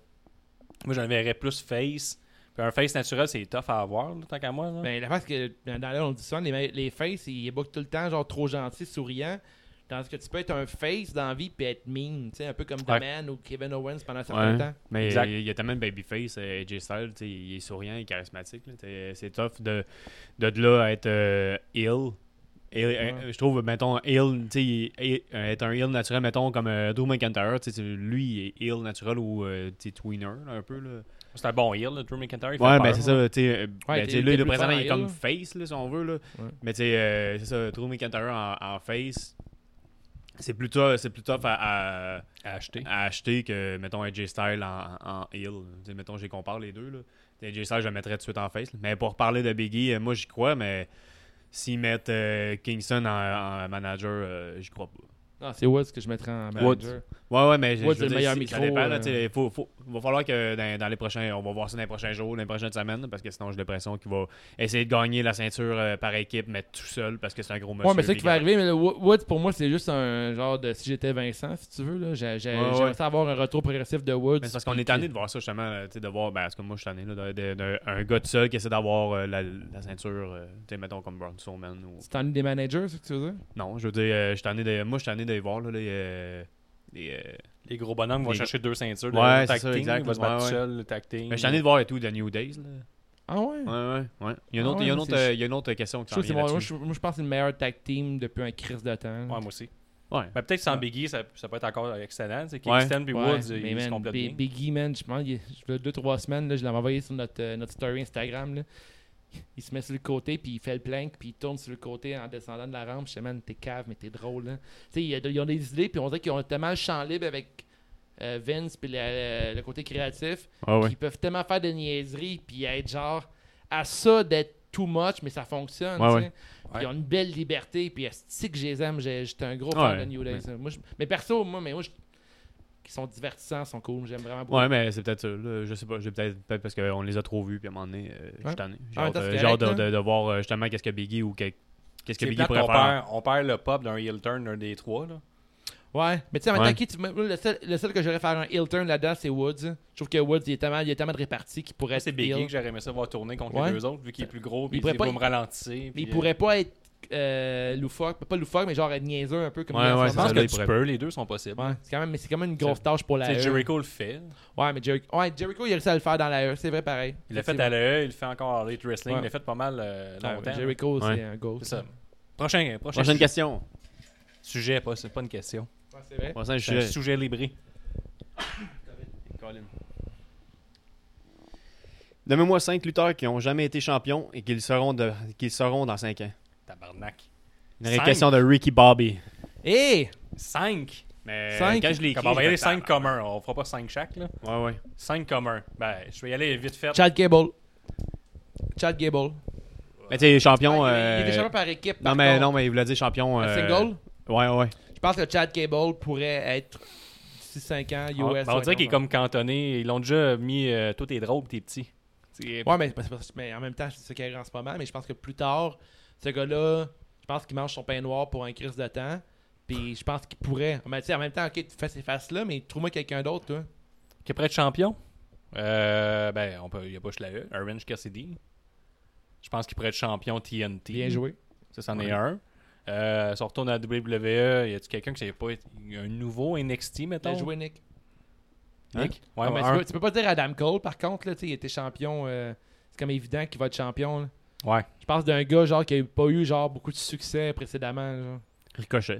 Speaker 6: Moi, j'en verrais plus face. Puis un face naturel, c'est tough à avoir, là, tant qu'à moi. là.
Speaker 5: Ben, la face que dans dans là, on dit souvent, les, me- les faces, ils bookent tout le temps, genre trop gentil, souriant. Tandis que tu peux être un face dans la vie puis être mean, tu sais, un peu comme The
Speaker 6: Ouais.
Speaker 5: Man ou Kevin Owens pendant un certain
Speaker 4: Ouais,
Speaker 5: temps.
Speaker 4: mais
Speaker 6: Exact.
Speaker 4: il y a tellement de babyface, euh, AJ Styles, tu sais, il est souriant, il est charismatique. là, tu sais, C'est tough de, de, de là à être euh, heel. Heel, euh, je trouve, mettons, heel, tu sais, il est- euh, être un heel naturel, mettons, comme euh, Drew McIntyre, tu sais, lui, il est heel naturel ou, euh, tu sais, tweener, là, un peu, là.
Speaker 6: C'est un bon heel, le Drew McIntyre. il fait
Speaker 4: Ouais,
Speaker 6: peur,
Speaker 4: ben c'est ça, tu sais, euh, ben,
Speaker 5: t'es-
Speaker 4: tu sais,
Speaker 5: t'es
Speaker 4: là, le
Speaker 5: plus
Speaker 4: présentement,
Speaker 5: fort en
Speaker 4: il est comme
Speaker 5: heel.
Speaker 4: face, là, si on veut, là.
Speaker 5: Ouais.
Speaker 4: Mais tu sais, euh, c'est ça, Drew McIntyre en, en face, c'est plus tough, c'est plus tough à- à
Speaker 6: à acheter.
Speaker 4: à acheter que, mettons, AJ Styles en, en heel. Tu sais, mettons, j'ai compare les deux. Là. Tu sais, AJ Styles, je le mettrais tout de suite en face. là. Mais pour parler de Biggie, euh, moi, j'y crois, mais s'ils mettent euh, Kingston en, en manager, euh, j'y crois pas.
Speaker 5: Non, c'est Woods que je mettrais en
Speaker 4: Woods.
Speaker 5: manager.
Speaker 4: Ouais, ouais, mais je-
Speaker 5: Ouais, c'est
Speaker 4: je veux
Speaker 5: le
Speaker 4: dire,
Speaker 5: meilleur
Speaker 4: si-
Speaker 5: micro,
Speaker 4: ça dépend. là,
Speaker 5: euh.
Speaker 4: tu sais, faut- faut- va falloir que dans, dans les prochains, on va voir ça dans les prochains jours, dans les prochaines semaines, parce que sinon, j'ai l'impression qu'il va essayer de gagner la ceinture euh, par équipe, mais tout seul, parce que c'est un gros monsieur.
Speaker 5: ouais, mais c'est ça qui
Speaker 4: Biggie.
Speaker 5: va arriver. Mais le Wo- Woods, pour moi, c'est juste un genre de si j'étais Vincent, si tu veux. là J'ai- j'ai-
Speaker 4: Ouais,
Speaker 5: J'aimerais
Speaker 4: ouais.
Speaker 5: ça avoir un retour progressif de Woods.
Speaker 4: Mais c'est parce qu'on est tanné de voir ça justement, euh, tu sais, de voir, ben, parce que moi je suis tanné, là, de- de- de- un gars de seul qui essaie d'avoir euh, la, la ceinture, euh, tu sais, mettons comme Braun Strowman ou...
Speaker 5: C'est tanné des managers, c'est ce que tu veux dire?
Speaker 4: Non, je veux dire, euh, je suis tanné de, moi je suis tanné de les voir, là, les... euh, les, euh,
Speaker 6: Les gros bonhommes vont
Speaker 4: Les-
Speaker 6: chercher deux ceintures. le
Speaker 4: Ouais, c'est
Speaker 6: tag
Speaker 4: ça,
Speaker 6: team,
Speaker 4: exact.
Speaker 6: Il va se battre
Speaker 4: Ouais,
Speaker 6: tout
Speaker 4: ouais.
Speaker 6: seul, le tag team.
Speaker 4: mais je suis tanné de voir et tout, The New Days, là.
Speaker 5: Ah ouais?
Speaker 4: Ouais, ouais, ouais. Il y a une
Speaker 5: Ah
Speaker 4: autre, il y
Speaker 5: ouais,
Speaker 4: a une autre,
Speaker 5: mais c'est-
Speaker 4: euh, il y a une autre question qui
Speaker 5: Je
Speaker 4: s'en
Speaker 5: trouve que c'est
Speaker 4: vient
Speaker 5: mon- moi,
Speaker 4: là-dessus.
Speaker 5: je, moi, je pense que c'est le meilleur tag team depuis un crise de temps.
Speaker 6: Ouais, moi aussi.
Speaker 4: Ouais.
Speaker 6: Ben, peut-être sans Biggie, ça, ça peut être encore excellent. C'est
Speaker 4: Ouais.
Speaker 6: Kingston puis
Speaker 5: Ouais,
Speaker 6: Woods,
Speaker 5: mais
Speaker 6: ils
Speaker 5: man,
Speaker 6: se complètent
Speaker 5: Bi-
Speaker 6: bien.
Speaker 5: Biggie, man, je pense, il est- je l'ai deux, trois semaines, là, je l'avais envoyé sur notre, euh, notre story Instagram. là. Il se met sur le côté, puis il fait le plank, puis il tourne sur le côté en descendant de la rampe. Je sais, man, t'es cave, mais t'es drôle. Là. Tu sais, il y a- ils ont des idées, puis on dirait qu'ils ont tellement le champ libre avec euh, Vince, puis la- le côté créatif,
Speaker 4: Ah ouais.
Speaker 5: qu'ils peuvent tellement faire de niaiseries, puis être genre à ça d'être too much, mais ça fonctionne.
Speaker 4: Ouais,
Speaker 5: tu
Speaker 4: ouais.
Speaker 5: sais. Puis Ils ont une belle liberté, puis esti que je les aime, j'ai- j'étais un gros
Speaker 4: Ouais,
Speaker 5: fan de New
Speaker 4: mais-
Speaker 5: Days. hein. Moi, je- mais perso, moi, mais moi, je- qui sont divertissants, sont cool, j'aime vraiment beaucoup.
Speaker 4: Ouais, mais c'est peut-être ça. là. je sais pas. J'ai peut-être peut-être parce qu'on les a trop vus, puis à un moment donné, euh, je
Speaker 5: Ouais.
Speaker 4: suis tanné. J'ai
Speaker 5: Ah,
Speaker 4: hâte,
Speaker 5: t'as-
Speaker 4: euh,
Speaker 5: c'est
Speaker 4: j'ai hâte de,
Speaker 5: correct,
Speaker 4: de- de voir euh, justement qu'est-ce que Biggie ou que- qu'est-ce que
Speaker 6: C'est
Speaker 4: Biggie
Speaker 6: plate
Speaker 4: pourrait
Speaker 6: qu'on
Speaker 4: faire.
Speaker 6: perd, on perd le pop d'un heel turn d'un des trois. Là.
Speaker 5: Ouais, mais tu sais, en même
Speaker 4: Ouais.
Speaker 5: temps, qui, tu- moi, le, seul, le seul que j'aurais faire un heel turn là-dedans, c'est Woods. Je trouve que Woods, il est tellement, il est tellement de répartis qu'il pourrait
Speaker 6: Moi,
Speaker 5: être
Speaker 6: C'est Biggie
Speaker 5: heel.
Speaker 6: que j'aurais aimé ça voir tourner contre
Speaker 5: Ouais.
Speaker 6: les deux autres, vu qu'il est plus gros, puis
Speaker 5: Il pourrait
Speaker 6: il
Speaker 5: pas-
Speaker 6: va me ralentir.
Speaker 5: Mais
Speaker 6: puis,
Speaker 5: il pourrait pas être euh, loufoque, pas loufoque, mais genre être niaiseux un peu comme
Speaker 4: Ouais,
Speaker 5: il est en
Speaker 4: ouais,
Speaker 5: ce
Speaker 6: Je
Speaker 4: c'est
Speaker 5: moment.
Speaker 6: pense
Speaker 4: ça,
Speaker 6: que
Speaker 4: là, il
Speaker 6: tu
Speaker 4: pourrait-
Speaker 6: peux, les deux sont possibles.
Speaker 5: Ouais, c'est quand même, mais c'est quand même une grosse tâche pour la
Speaker 6: Tu sais,
Speaker 5: E.
Speaker 6: Jericho le fait.
Speaker 5: Ouais, mais Jericho, ouais, Jericho, il a réussi à le faire dans la E, c'est vrai pareil.
Speaker 6: Il l'a fait à l'AE, il le fait encore à Elite Wrestling,
Speaker 5: Ouais.
Speaker 6: il l'a fait pas mal euh,
Speaker 5: Ouais,
Speaker 6: longtemps.
Speaker 5: Jericho,
Speaker 4: Ouais.
Speaker 5: c'est un ghost.
Speaker 6: C'est ça. Prochain, prochain
Speaker 4: Prochaine
Speaker 6: su-
Speaker 4: question.
Speaker 6: sujet, pas, c'est pas une question.
Speaker 5: Ouais, Ah, c'est vrai.
Speaker 4: Prochain
Speaker 6: C'est un
Speaker 4: sujet.
Speaker 6: sujet libre.
Speaker 4: Nommez-moi 5 lutteurs qui n'ont jamais été champions et qui le seront, de, qui le seront dans 5 ans.
Speaker 6: Tabarnak.
Speaker 4: Une
Speaker 6: Cinq?
Speaker 4: question de Ricky Bobby.
Speaker 5: Hey!
Speaker 6: 5.
Speaker 4: Mais
Speaker 5: Cinq?
Speaker 4: quand je l'ai écrit.
Speaker 6: Comme on va y aller
Speaker 4: je me
Speaker 6: 5
Speaker 4: tape.
Speaker 6: communs, on fera pas 5 chaque là.
Speaker 4: Ouais, ouais.
Speaker 6: 5 communs. Ben, je vais y aller vite fait.
Speaker 5: Chad Gable. Chad Gable. Ah,
Speaker 4: Mais tu sais, champion.
Speaker 5: Il
Speaker 4: euh,
Speaker 5: était champion par équipe.
Speaker 4: Non,
Speaker 5: par
Speaker 4: mais,
Speaker 5: contre.
Speaker 4: non, mais il voulait dire champion.
Speaker 5: Un
Speaker 4: euh,
Speaker 5: single?
Speaker 4: Ouais, ouais.
Speaker 5: Je pense que Chad Gable pourrait être d'ici 5 ans US.
Speaker 6: on, ben, on
Speaker 5: ouais,
Speaker 6: dirait qu'il est
Speaker 5: non,
Speaker 6: comme cantonné. Ils l'ont déjà mis euh, Tout est drôle, pis t'es petit. C'est-
Speaker 5: Ouais, mais, c'est parce- mais en même temps, c'est ce qu'il y a en ce moment. Mais je pense que plus tard, ce gars-là, je pense qu'il mange son pain noir pour un crise de temps. Puis je pense qu'il pourrait. Mais tu sais, en même temps, ok, tu fais ces faces-là, mais trouve-moi quelqu'un d'autre, toi.
Speaker 6: Qui est prêt de champion euh, Ben, on peut, il y a pas juste la E. Orange Cassidy. Je pense qu'il pourrait être champion TNT.
Speaker 5: Bien joué.
Speaker 6: Ça, c'en est un. Euh, si on retourne à la WWE, y a-tu quelqu'un qui savait pas être- un nouveau NXT, mettons
Speaker 5: Bien joué, Nick. Hein?
Speaker 6: Nick
Speaker 5: Non,
Speaker 6: Ouais,
Speaker 5: mais
Speaker 6: Ah, un-
Speaker 5: tu, peux, tu peux pas dire Adam Cole, par contre, là, tu sais, il était champion. euh, c'est comme évident qu'il va être champion. là.
Speaker 6: ouais.
Speaker 5: Je pense d'un gars genre qui a eu- pas eu genre beaucoup de succès précédemment. Genre.
Speaker 4: Ricochet.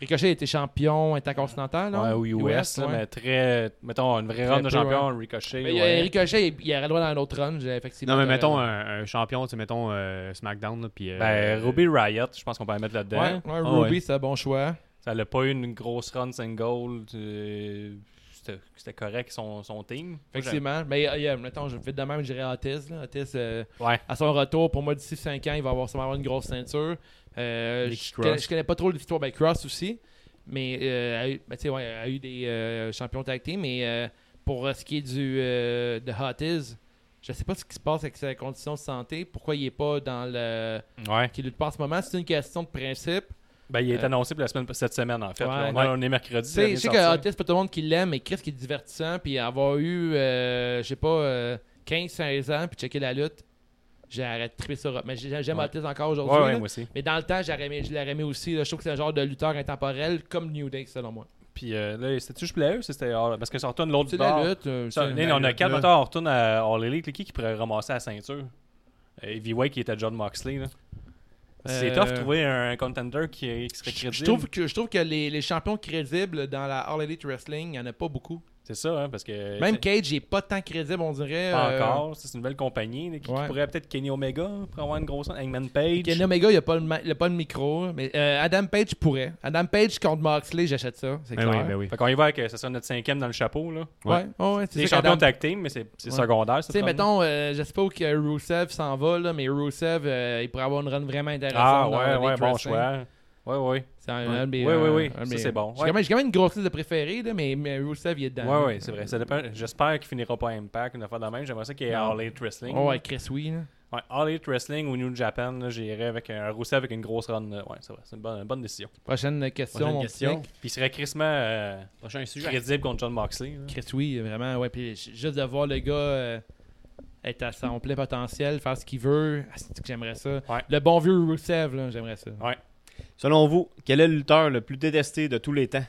Speaker 5: Ricochet était champion intercontinental, non?
Speaker 6: Ouais, ou US, là,
Speaker 5: ouais.
Speaker 6: mais très. Mettons, une vraie
Speaker 5: Très
Speaker 6: run de
Speaker 5: peu,
Speaker 6: champion, Ricochet.
Speaker 5: Mais,
Speaker 6: ouais.
Speaker 5: euh, Ricochet, il, il aurait le droit dans un autre run, j'ai- effectivement.
Speaker 4: Non, mais
Speaker 5: t'as
Speaker 4: mettons euh,
Speaker 5: raison.
Speaker 4: un, un champion, tu sais, mettons euh, SmackDown. Là, puis, euh,
Speaker 6: Ben, Ruby Riot, je pense qu'on peut la mettre là-dedans.
Speaker 5: Ouais, ouais,
Speaker 4: Ah,
Speaker 5: Ruby,
Speaker 4: ouais.
Speaker 5: c'est un bon choix.
Speaker 6: Ça n'a pas eu une grosse run single. euh, C'était c'était correct son, son team.
Speaker 5: Effectivement. Mais euh, yeah, mettons, je vite de même, je dirais Otis. là. Otis, euh,
Speaker 6: Ouais.
Speaker 5: à son retour, pour moi, d'ici 5 ans, il va avoir sûrement avoir une grosse ceinture. Euh,
Speaker 4: Nick
Speaker 5: je,
Speaker 4: Cross.
Speaker 5: connais, je connais pas trop l'histoire de Cross aussi, mais euh, a eu, ben, tu sais, ouais, a eu des euh, champions tag team. Mais euh, pour euh, ce qui est du, euh, de Hotties, je sais pas ce qui se passe avec sa condition de santé, pourquoi il est pas dans le.
Speaker 6: Ouais.
Speaker 5: qui lutte pas en ce moment. C'est une question de principe.
Speaker 6: Ben, il est
Speaker 5: Euh,
Speaker 6: annoncé pour la semaine, cette semaine, en fait.
Speaker 5: ouais.
Speaker 6: là. on,
Speaker 5: Ouais.
Speaker 6: on est mercredi.
Speaker 5: Tu
Speaker 6: ça
Speaker 5: sais,
Speaker 6: vient
Speaker 5: je
Speaker 6: de
Speaker 5: sais
Speaker 6: sortir.
Speaker 5: que Otis, c'est pas tout le monde qui l'aime, mais Chris qui est divertissant, puis avoir eu, euh, je sais pas, 15-16 ans, puis checker la lutte, j'arrête de triper sur Mais j'ai- j'aime
Speaker 6: Ouais.
Speaker 5: Otis encore euh, aujourd'hui.
Speaker 6: Ouais, ouais,
Speaker 5: là.
Speaker 6: moi aussi.
Speaker 5: Mais dans le temps, j'aurais aimé- je l'aurais aimé aussi. là. Je trouve que c'est un genre de lutteur intemporel comme New Day, selon moi.
Speaker 6: Puis euh, là, c'était juste pour la E, c'était hors- Parce que ça retourne l'autre
Speaker 5: C'est de la
Speaker 6: bord.
Speaker 5: lutte. euh,
Speaker 6: Ça,
Speaker 5: c'est
Speaker 6: là,
Speaker 5: de la
Speaker 6: on a
Speaker 5: lutte,
Speaker 6: quatre
Speaker 5: là.
Speaker 6: mettons, on retourne à All Elite. Qui qui pourrait ramasser la ceinture Euh, V-Way qui était John Moxley. là. C'est
Speaker 5: Euh,
Speaker 6: tough de trouver un contender qui, est- qui serait
Speaker 5: Je
Speaker 6: crédible.
Speaker 5: je trouve que, je trouve que les, les champions crédibles dans la All Elite Wrestling, il n'y en a pas beaucoup.
Speaker 6: C'est ça, hein, parce que.
Speaker 5: Même
Speaker 6: c'est-
Speaker 5: Cage, il n'est pas tant crédible, on dirait.
Speaker 6: Pas
Speaker 5: euh,
Speaker 6: encore. C'est une nouvelle compagnie. là, qui, qui
Speaker 5: ouais.
Speaker 6: pourrait peut-être Kenny Omega pour avoir une grosse. Hangman Page.
Speaker 5: Kenny Omega, il n'a pas, le ma- il a pas le micro. Mais euh, Adam Page pourrait. Adam Page contre Moxley, j'achète ça. C'est
Speaker 4: Ben
Speaker 5: clair.
Speaker 4: oui, ben oui.
Speaker 6: Fait qu'on y va que ça soit notre cinquième dans le chapeau. là.
Speaker 5: Ouais, ouais, ouais,
Speaker 6: C'est
Speaker 5: c'est
Speaker 6: des
Speaker 5: ça
Speaker 6: champions
Speaker 5: qu'Adam-
Speaker 6: de hein. tag team, mais c'est c'est
Speaker 5: Ouais.
Speaker 6: secondaire.
Speaker 5: Tu sais, mettons, euh, je sais pas où que Rusev s'en va, là, mais Rusev, euh, il pourrait avoir une run vraiment intéressante.
Speaker 6: Ah
Speaker 5: dans
Speaker 6: ouais,
Speaker 5: Elite
Speaker 6: ouais, bon
Speaker 5: Wrestling.
Speaker 6: choix. Ouais, ouais.
Speaker 5: C'est un, un de mes-
Speaker 6: Ouais, ouais,
Speaker 5: un-
Speaker 6: ouais.
Speaker 5: un de
Speaker 6: Ça,
Speaker 5: mes-
Speaker 6: c'est bon.
Speaker 5: J'ai
Speaker 6: Ouais.
Speaker 5: quand, même- j'ai quand même une grosse liste de préférés, là, mais, mais Rusev, il est dedans.
Speaker 6: Ouais, ouais, c'est vrai. Ça dépend. J'espère qu'il finira pas à Impact, une affaire de même. J'aimerais ça qu'il y ait
Speaker 5: Non.
Speaker 6: All Elite Wrestling.
Speaker 5: Oh, ouais, Chris, oui. là.
Speaker 6: Ouais, All Elite Wrestling ou New Japan, là, j'irais avec un Rousseau avec une grosse run. là. Ouais, c'est vrai. C'est une bonne, une bonne décision.
Speaker 5: Prochaine question.
Speaker 4: Prochaine
Speaker 5: mon
Speaker 4: question.
Speaker 5: petit Nick.
Speaker 6: Puis il serait crissement euh,
Speaker 4: Prochain sujet.
Speaker 6: crédible contre John Moxley. là.
Speaker 5: Chris, oui, vraiment. Ouais, puis j- juste de voir le gars euh, être à son plein potentiel, faire ce qu'il veut. Ah, c'est que j'aimerais ça.
Speaker 6: Ouais.
Speaker 5: Le bon vieux Rusev, là, j'aimerais ça.
Speaker 4: Selon vous, quel est le lutteur le plus détesté de tous les temps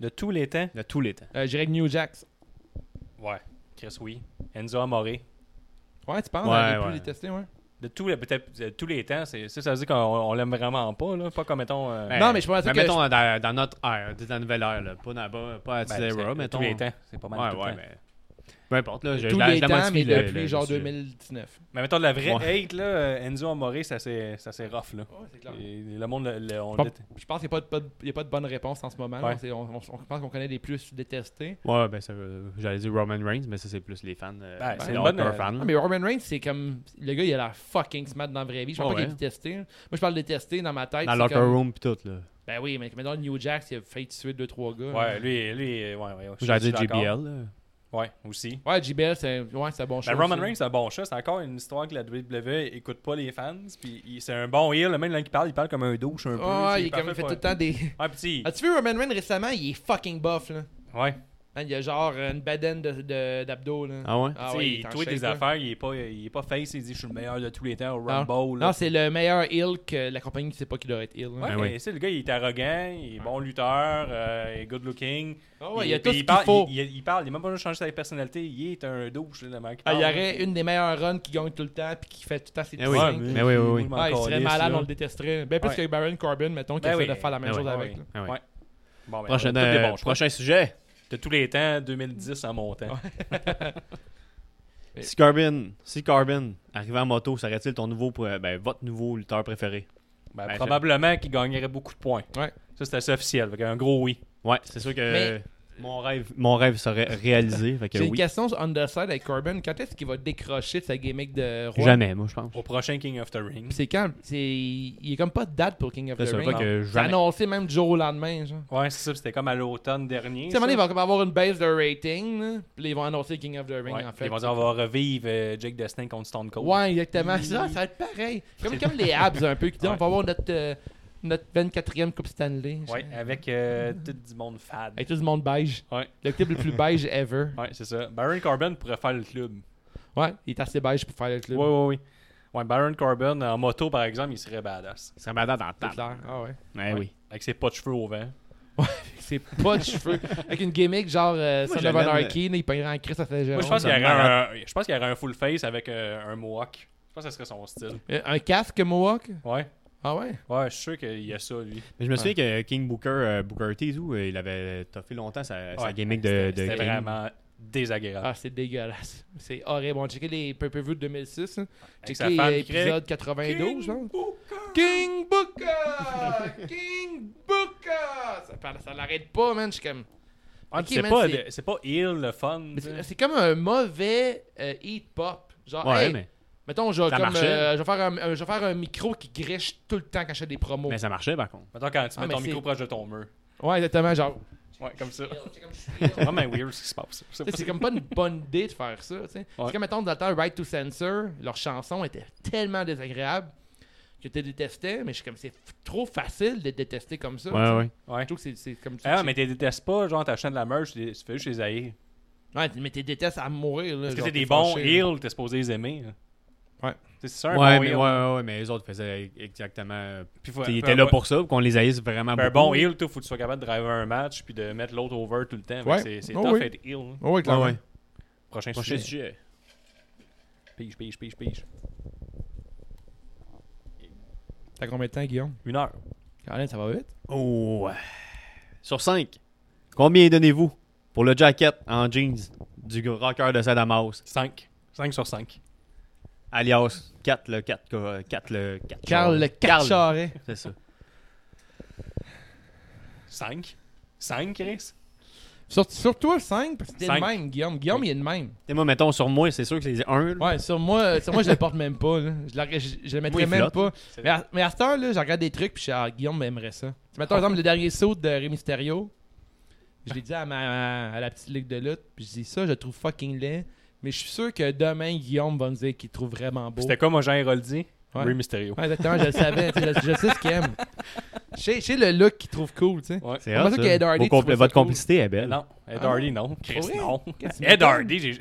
Speaker 6: De tous les temps.
Speaker 4: De tous les temps.
Speaker 5: Euh, J'irais avec New Jax.
Speaker 6: Ouais. Chris, oui. Enzo Amore.
Speaker 5: Ouais, tu penses?
Speaker 4: Ouais,
Speaker 5: on
Speaker 4: ouais.
Speaker 5: plus les tester, ouais.
Speaker 6: De tous les, peut-être, de tous les temps, c'est, ça, ça veut dire qu'on on l'aime vraiment pas, là. Pas comme, mettons. euh,
Speaker 4: Ben,
Speaker 5: Non, mais je pense
Speaker 4: ben,
Speaker 5: que-
Speaker 4: mettons dans, dans notre ère, dans la nouvelle ère, là, pas, dans, pas, pas à
Speaker 6: ben,
Speaker 4: Tizera,
Speaker 6: c'est-
Speaker 5: euh,
Speaker 6: de
Speaker 4: mettons.
Speaker 6: Tous les temps, c'est pas mal.
Speaker 4: Ouais,
Speaker 6: tout le
Speaker 4: ouais,
Speaker 6: temps.
Speaker 4: mais. Peu importe, là. Je,
Speaker 5: Tous
Speaker 4: je la-
Speaker 5: les
Speaker 4: je la
Speaker 5: temps, mais
Speaker 4: modifie, le-
Speaker 5: depuis
Speaker 4: le-
Speaker 5: genre
Speaker 4: le sujet.
Speaker 5: 2019.
Speaker 6: Mais mettons, de la vraie
Speaker 4: Ouais.
Speaker 6: hate, là, euh, Enzo Amore, ça c'est, ça c'est rough, là.
Speaker 5: Ouais, c'est clair.
Speaker 6: Et le monde, le, le- on
Speaker 5: Pas-
Speaker 6: déteste.
Speaker 5: Je pense qu'il n'y a, pas de- pas de- il y a pas de bonne réponse en ce moment. là.
Speaker 6: Ouais.
Speaker 5: C'est- On, on- on pense qu'on connaît les plus détestés.
Speaker 4: Ouais, ben ça veut- J'allais dire Roman Reigns, mais ça, c'est plus les fans. euh,
Speaker 6: Ben, c'est
Speaker 4: les
Speaker 6: une bonne,
Speaker 4: hardcore
Speaker 6: euh,
Speaker 4: fans.
Speaker 5: Ah, mais Roman Reigns, c'est comme. Le gars, il a l'air fucking smart dans la vraie vie. Je pense
Speaker 4: Ah Ouais,
Speaker 5: pas qu'il est
Speaker 4: ouais.
Speaker 5: détesté. Moi, je parle de détesté dans ma tête.
Speaker 4: Dans
Speaker 5: Ah, c'est
Speaker 4: le locker
Speaker 5: comme-
Speaker 4: room pis tout, là.
Speaker 5: Ben oui, mais maintenant, New Jack, il a failli tuer 2-3 gars.
Speaker 6: Ouais, lui, lui, euh, ouais, ouais. je suis-
Speaker 4: J'allais
Speaker 6: je
Speaker 4: dire
Speaker 6: suis d'accord.
Speaker 4: JBL, là.
Speaker 6: Ouais, aussi.
Speaker 5: Ouais, JBL, c'est ouais, c'est un bon
Speaker 6: Ben,
Speaker 5: choix
Speaker 6: Roman
Speaker 5: aussi.
Speaker 6: Reigns, c'est un bon chat. C'est encore une histoire que la WWE écoute pas les fans. Puis il- c'est un bon heel. Même là, qui parle, il parle comme un douche un peu.
Speaker 5: Ouais,
Speaker 6: tu sais,
Speaker 5: il, est comme-
Speaker 6: parfait
Speaker 5: il fait
Speaker 6: pour-
Speaker 5: tout le temps des.
Speaker 6: Ouais, petit.
Speaker 5: As-tu vu Roman Reigns récemment Il est fucking buff, là.
Speaker 6: Ouais.
Speaker 5: Man, il a genre une bedaine d'abdos, de, d'abdos là.
Speaker 4: Ah ouais?
Speaker 5: Ah
Speaker 6: Tu sais,
Speaker 5: ouais,
Speaker 6: il
Speaker 5: est en
Speaker 6: tweet
Speaker 5: shape,
Speaker 6: des
Speaker 5: là.
Speaker 6: affaires. Il est, pas, il est pas face. Il dit Je suis le meilleur de tous les temps au
Speaker 5: Ah.
Speaker 6: Rumble. là.
Speaker 5: Non, c'est le meilleur heel que la compagnie ne sait pas qu'il doit être heel. là.
Speaker 6: Ouais,
Speaker 4: Ben
Speaker 6: mais
Speaker 4: oui.
Speaker 6: tu sais, le gars, il est arrogant. Il est bon lutteur. euh, il est good looking.
Speaker 5: Ah ouais, il, y a
Speaker 6: puis
Speaker 5: tout ce qu'il
Speaker 6: parle-
Speaker 5: faut.
Speaker 6: Il, il- il parle. Il a même pas besoin de changer sa personnalité. Il est un douche, là, le mec.
Speaker 5: Ah, il y
Speaker 6: parle.
Speaker 5: aurait une des meilleures runs qui gagne tout le temps puis qui fait tout le temps ses
Speaker 4: Eh
Speaker 5: petits
Speaker 4: oui.
Speaker 5: signes.
Speaker 4: mais- mais oui, oui, oui.
Speaker 6: je m'en
Speaker 5: Ah, Ben il serait
Speaker 6: calisse,
Speaker 5: malade,
Speaker 6: là.
Speaker 5: on le détesterait. Ben plus
Speaker 6: Ouais.
Speaker 5: que Baron Corbin, mettons, qui
Speaker 6: Ben
Speaker 5: essaie
Speaker 6: oui.
Speaker 5: de faire la même
Speaker 4: Ben
Speaker 5: chose
Speaker 4: oui.
Speaker 5: avec. là.
Speaker 4: Ah ouais.
Speaker 6: Ouais. Bon, ben,
Speaker 4: Prochain,
Speaker 6: tous des
Speaker 4: euh,
Speaker 6: bons choix.
Speaker 4: prochain sujet.
Speaker 6: De tous les temps, 2010 en montant.
Speaker 4: Si Carbin, si Carbin arrivait en moto, serait-il ton nouveau, euh, ben, votre nouveau lutteur préféré?
Speaker 6: Ben,
Speaker 4: Ben,
Speaker 6: probablement qu'il gagnerait beaucoup de points.
Speaker 5: Ouais.
Speaker 6: Ça, c'était assez officiel. Fait un gros oui.
Speaker 4: Ouais, c'est sûr que
Speaker 5: Mais-
Speaker 4: mon, rêve, mon rêve serait réalisé. fait que
Speaker 5: J'ai une
Speaker 4: oui.
Speaker 5: question sur Underside avec Corbin. Quand est-ce qu'il va décrocher de sa gimmick de roi
Speaker 4: Jamais, moi, je pense.
Speaker 6: Au prochain King of the Ring.
Speaker 5: Puis c'est quand c'est Il n'y a comme pas de date pour King of
Speaker 4: Ça,
Speaker 5: the
Speaker 4: c'est
Speaker 5: Ring.
Speaker 4: pas que
Speaker 5: C'est
Speaker 4: jamais.
Speaker 5: annoncé même du jour au lendemain. Genre.
Speaker 6: Ouais, c'est ça. C'était comme à l'automne dernier.
Speaker 5: Tu sais, à un moment donné,
Speaker 6: ça.
Speaker 5: ils vont comme avoir une base de rating. là, Puis là, ils vont annoncer King of the Ring
Speaker 6: Ouais,
Speaker 5: en fait.
Speaker 6: Ils vont dire, on va revivre euh, Jake Destin contre Stone Cold.
Speaker 5: Ouais, exactement. Ça, ça va être pareil. Comme, comme les abs un peu qui disent on va avoir notre, euh, notre 24e Coupe Stanley.
Speaker 6: Ouais, avec euh, tout du monde fade.
Speaker 5: Avec tout le monde beige.
Speaker 6: Ouais.
Speaker 5: Le club le plus beige ever.
Speaker 6: Ouais, c'est ça. Baron Corbin pourrait faire le club.
Speaker 5: Ouais, il est assez beige pour faire le
Speaker 6: Oui,
Speaker 5: club.
Speaker 6: oui, oui. Ouais, Baron Corbin, euh, en moto, par exemple, il serait badass.
Speaker 4: Ça m'a dans le
Speaker 5: C'est
Speaker 4: temps.
Speaker 5: clair. Ah ouais.
Speaker 4: Ouais, oui.
Speaker 6: Avec ses pas de cheveux au vent.
Speaker 5: C'est pas de cheveux. Avec une gimmick genre euh,
Speaker 4: Moi,
Speaker 5: Son
Speaker 4: je
Speaker 5: of
Speaker 4: l'aime.
Speaker 5: Anarchy, là, il peindrait en Christ à Saint-Jérôme.
Speaker 6: Moi, je pense qu'il y
Speaker 5: ça.
Speaker 6: aurait un, je pense qu'il y aurait un full face avec euh, un mohawk. Je pense que ce serait son style.
Speaker 5: Euh, Un casque Mohawk
Speaker 6: Ouais.
Speaker 5: Ah ouais
Speaker 6: Ouais, je suis sûr qu'il y a ça, lui.
Speaker 4: Mais je me souviens que King Booker, euh, Booker T, tout, euh, il avait toffé longtemps sa, sa
Speaker 6: Ouais,
Speaker 4: gimmick de, de
Speaker 6: C'était
Speaker 4: King.
Speaker 6: vraiment désagréable.
Speaker 5: Ah, c'est dégueulasse. C'est horrible. On a checké les pay per view de 2006. hein.
Speaker 6: Avec sa
Speaker 5: Checké
Speaker 6: femme qui crée
Speaker 5: l'épisode 92, genre. King Booker King Booker Ça, parle- ça l'arrête pas, man. Je suis comme.
Speaker 6: Ah,
Speaker 5: Ok,
Speaker 6: c'est
Speaker 5: man,
Speaker 6: pas,
Speaker 5: c'est-
Speaker 6: c'est pas ill le fun.
Speaker 5: Mais
Speaker 6: tu sais.
Speaker 5: C'est c'est comme un mauvais euh, heat pop. Genre,
Speaker 4: Ouais,
Speaker 5: hey,
Speaker 4: mais,
Speaker 5: mettons, je vais,
Speaker 4: Ça
Speaker 5: comme,
Speaker 4: marchait.
Speaker 5: euh, je, vais faire un, euh, je vais faire un micro qui griche tout le temps quand je fais des promos.
Speaker 4: mais ça marchait, par contre.
Speaker 6: Mettons quand tu
Speaker 5: Ah,
Speaker 6: mets
Speaker 5: mais
Speaker 6: ton
Speaker 5: c'est-
Speaker 6: micro proche de ton mur.
Speaker 5: Ouais, exactement. Genre,
Speaker 6: Ouais, comme ça.
Speaker 5: c'est comme, je suis-
Speaker 6: C'est vraiment weird ce qui se passe. Je
Speaker 5: Tu
Speaker 6: sais pas
Speaker 5: sais, c'est comme pas une bonne idée de faire ça. tu sais.
Speaker 6: Ouais.
Speaker 5: C'est comme, mettons, dans le temps, Right to Censor, leur chanson était tellement désagréable que tu détestais, mais je suis comme, c'est f- trop facile de détester comme ça. tu sais.
Speaker 4: Ouais, ouais.
Speaker 5: Je trouve que c'est- c'est comme tu
Speaker 6: Ah,
Speaker 5: tu-
Speaker 6: mais tu détestes pas, genre, ta chaîne de la merge, tu tu fais juste les haïr.
Speaker 5: Ouais, mais tu détestes à mourir. là,
Speaker 6: Parce que
Speaker 5: genre,
Speaker 6: c'est des
Speaker 5: t'es
Speaker 6: bons
Speaker 5: fâché, là.
Speaker 6: heals, t'es supposé les aimer. hein.
Speaker 5: Ouais.
Speaker 6: C'est ça, un
Speaker 4: Ouais,
Speaker 6: bon
Speaker 4: mais, ouais,
Speaker 6: heel.
Speaker 4: ouais, ouais, mais les autres faisaient exactement. euh,
Speaker 6: Puis faut-
Speaker 4: Ils
Speaker 6: faut-
Speaker 4: étaient là
Speaker 6: faut-
Speaker 4: pour ça, pour qu'on les haïsse vraiment
Speaker 6: Ben, Un
Speaker 4: beaucoup.
Speaker 6: bon heal, toi, faut que tu sois capable de driver un match puis de mettre l'autre over tout le temps. Fait que
Speaker 5: Ouais.
Speaker 6: C'est c'est
Speaker 5: Oh
Speaker 6: tough
Speaker 5: oui.
Speaker 6: être heal. hein.
Speaker 5: Ouais, ouais,
Speaker 4: Ouais,
Speaker 5: clairement.
Speaker 4: ouais.
Speaker 6: Prochain,
Speaker 4: Prochain
Speaker 6: sujet.
Speaker 4: sujet.
Speaker 6: Pige, pige, pige, pige.
Speaker 5: T'as combien de temps, Guillaume
Speaker 6: Une heure.
Speaker 5: Caroline, ça va vite.
Speaker 4: Oh. ouais. Sur 5, combien donnez-vous pour le jacket en jeans du rocker de Sadamas,
Speaker 6: 5. 5 sur 5.
Speaker 4: alias 4 le 4 4 le 4
Speaker 5: Carl le
Speaker 4: Carl.
Speaker 5: Cacharé.
Speaker 4: C'est ça.
Speaker 6: 5. 5, Chris?
Speaker 5: Oh. Sur, sur toi, 5, parce que t'es le
Speaker 6: Cinq.
Speaker 5: même, Guillaume. Guillaume, il est le même.
Speaker 4: Et moi, mettons, sur moi, c'est sûr que c'est 1.
Speaker 5: Ouais, sur moi, sur moi je le porte même pas. Là. Je, la, je, je le mettrais
Speaker 4: il
Speaker 5: même
Speaker 4: flotte.
Speaker 5: pas. Mais à, mais à cette heure, là, je regarde des trucs, puis je suis ah, Guillaume aimerait ça. Tu mettons, par exemple, le dernier saut de Ré Mysterio. Je l'ai dit à, ma, à la petite ligue de lutte, puis je dis ça, je le trouve fucking laid. Mais je suis sûr que demain, Guillaume va nous dire qu'il le trouve vraiment beau.
Speaker 6: C'était comme Jean Héroldi.
Speaker 5: Ouais.
Speaker 6: Ray Mysterio.
Speaker 5: Ouais, exactement, je le savais. tu sais, je, je sais ce qu'il aime. Je sais- je sais le look qu'il trouve cool, tu sais.
Speaker 6: Ouais.
Speaker 4: C'est
Speaker 5: On
Speaker 4: hot,
Speaker 5: pensait
Speaker 4: ça.
Speaker 5: que Ed Hardy,
Speaker 4: Vos
Speaker 5: tu
Speaker 4: compl-
Speaker 5: trouvais ça
Speaker 4: Votre
Speaker 5: cool.
Speaker 4: complicité est belle.
Speaker 6: Non, Ed
Speaker 5: Ah
Speaker 6: Hardy, non. Chris,
Speaker 5: oui?
Speaker 6: non.
Speaker 5: Qu'est-ce que tu
Speaker 6: Ed
Speaker 5: m'étonnes?
Speaker 6: Hardy, j'ai-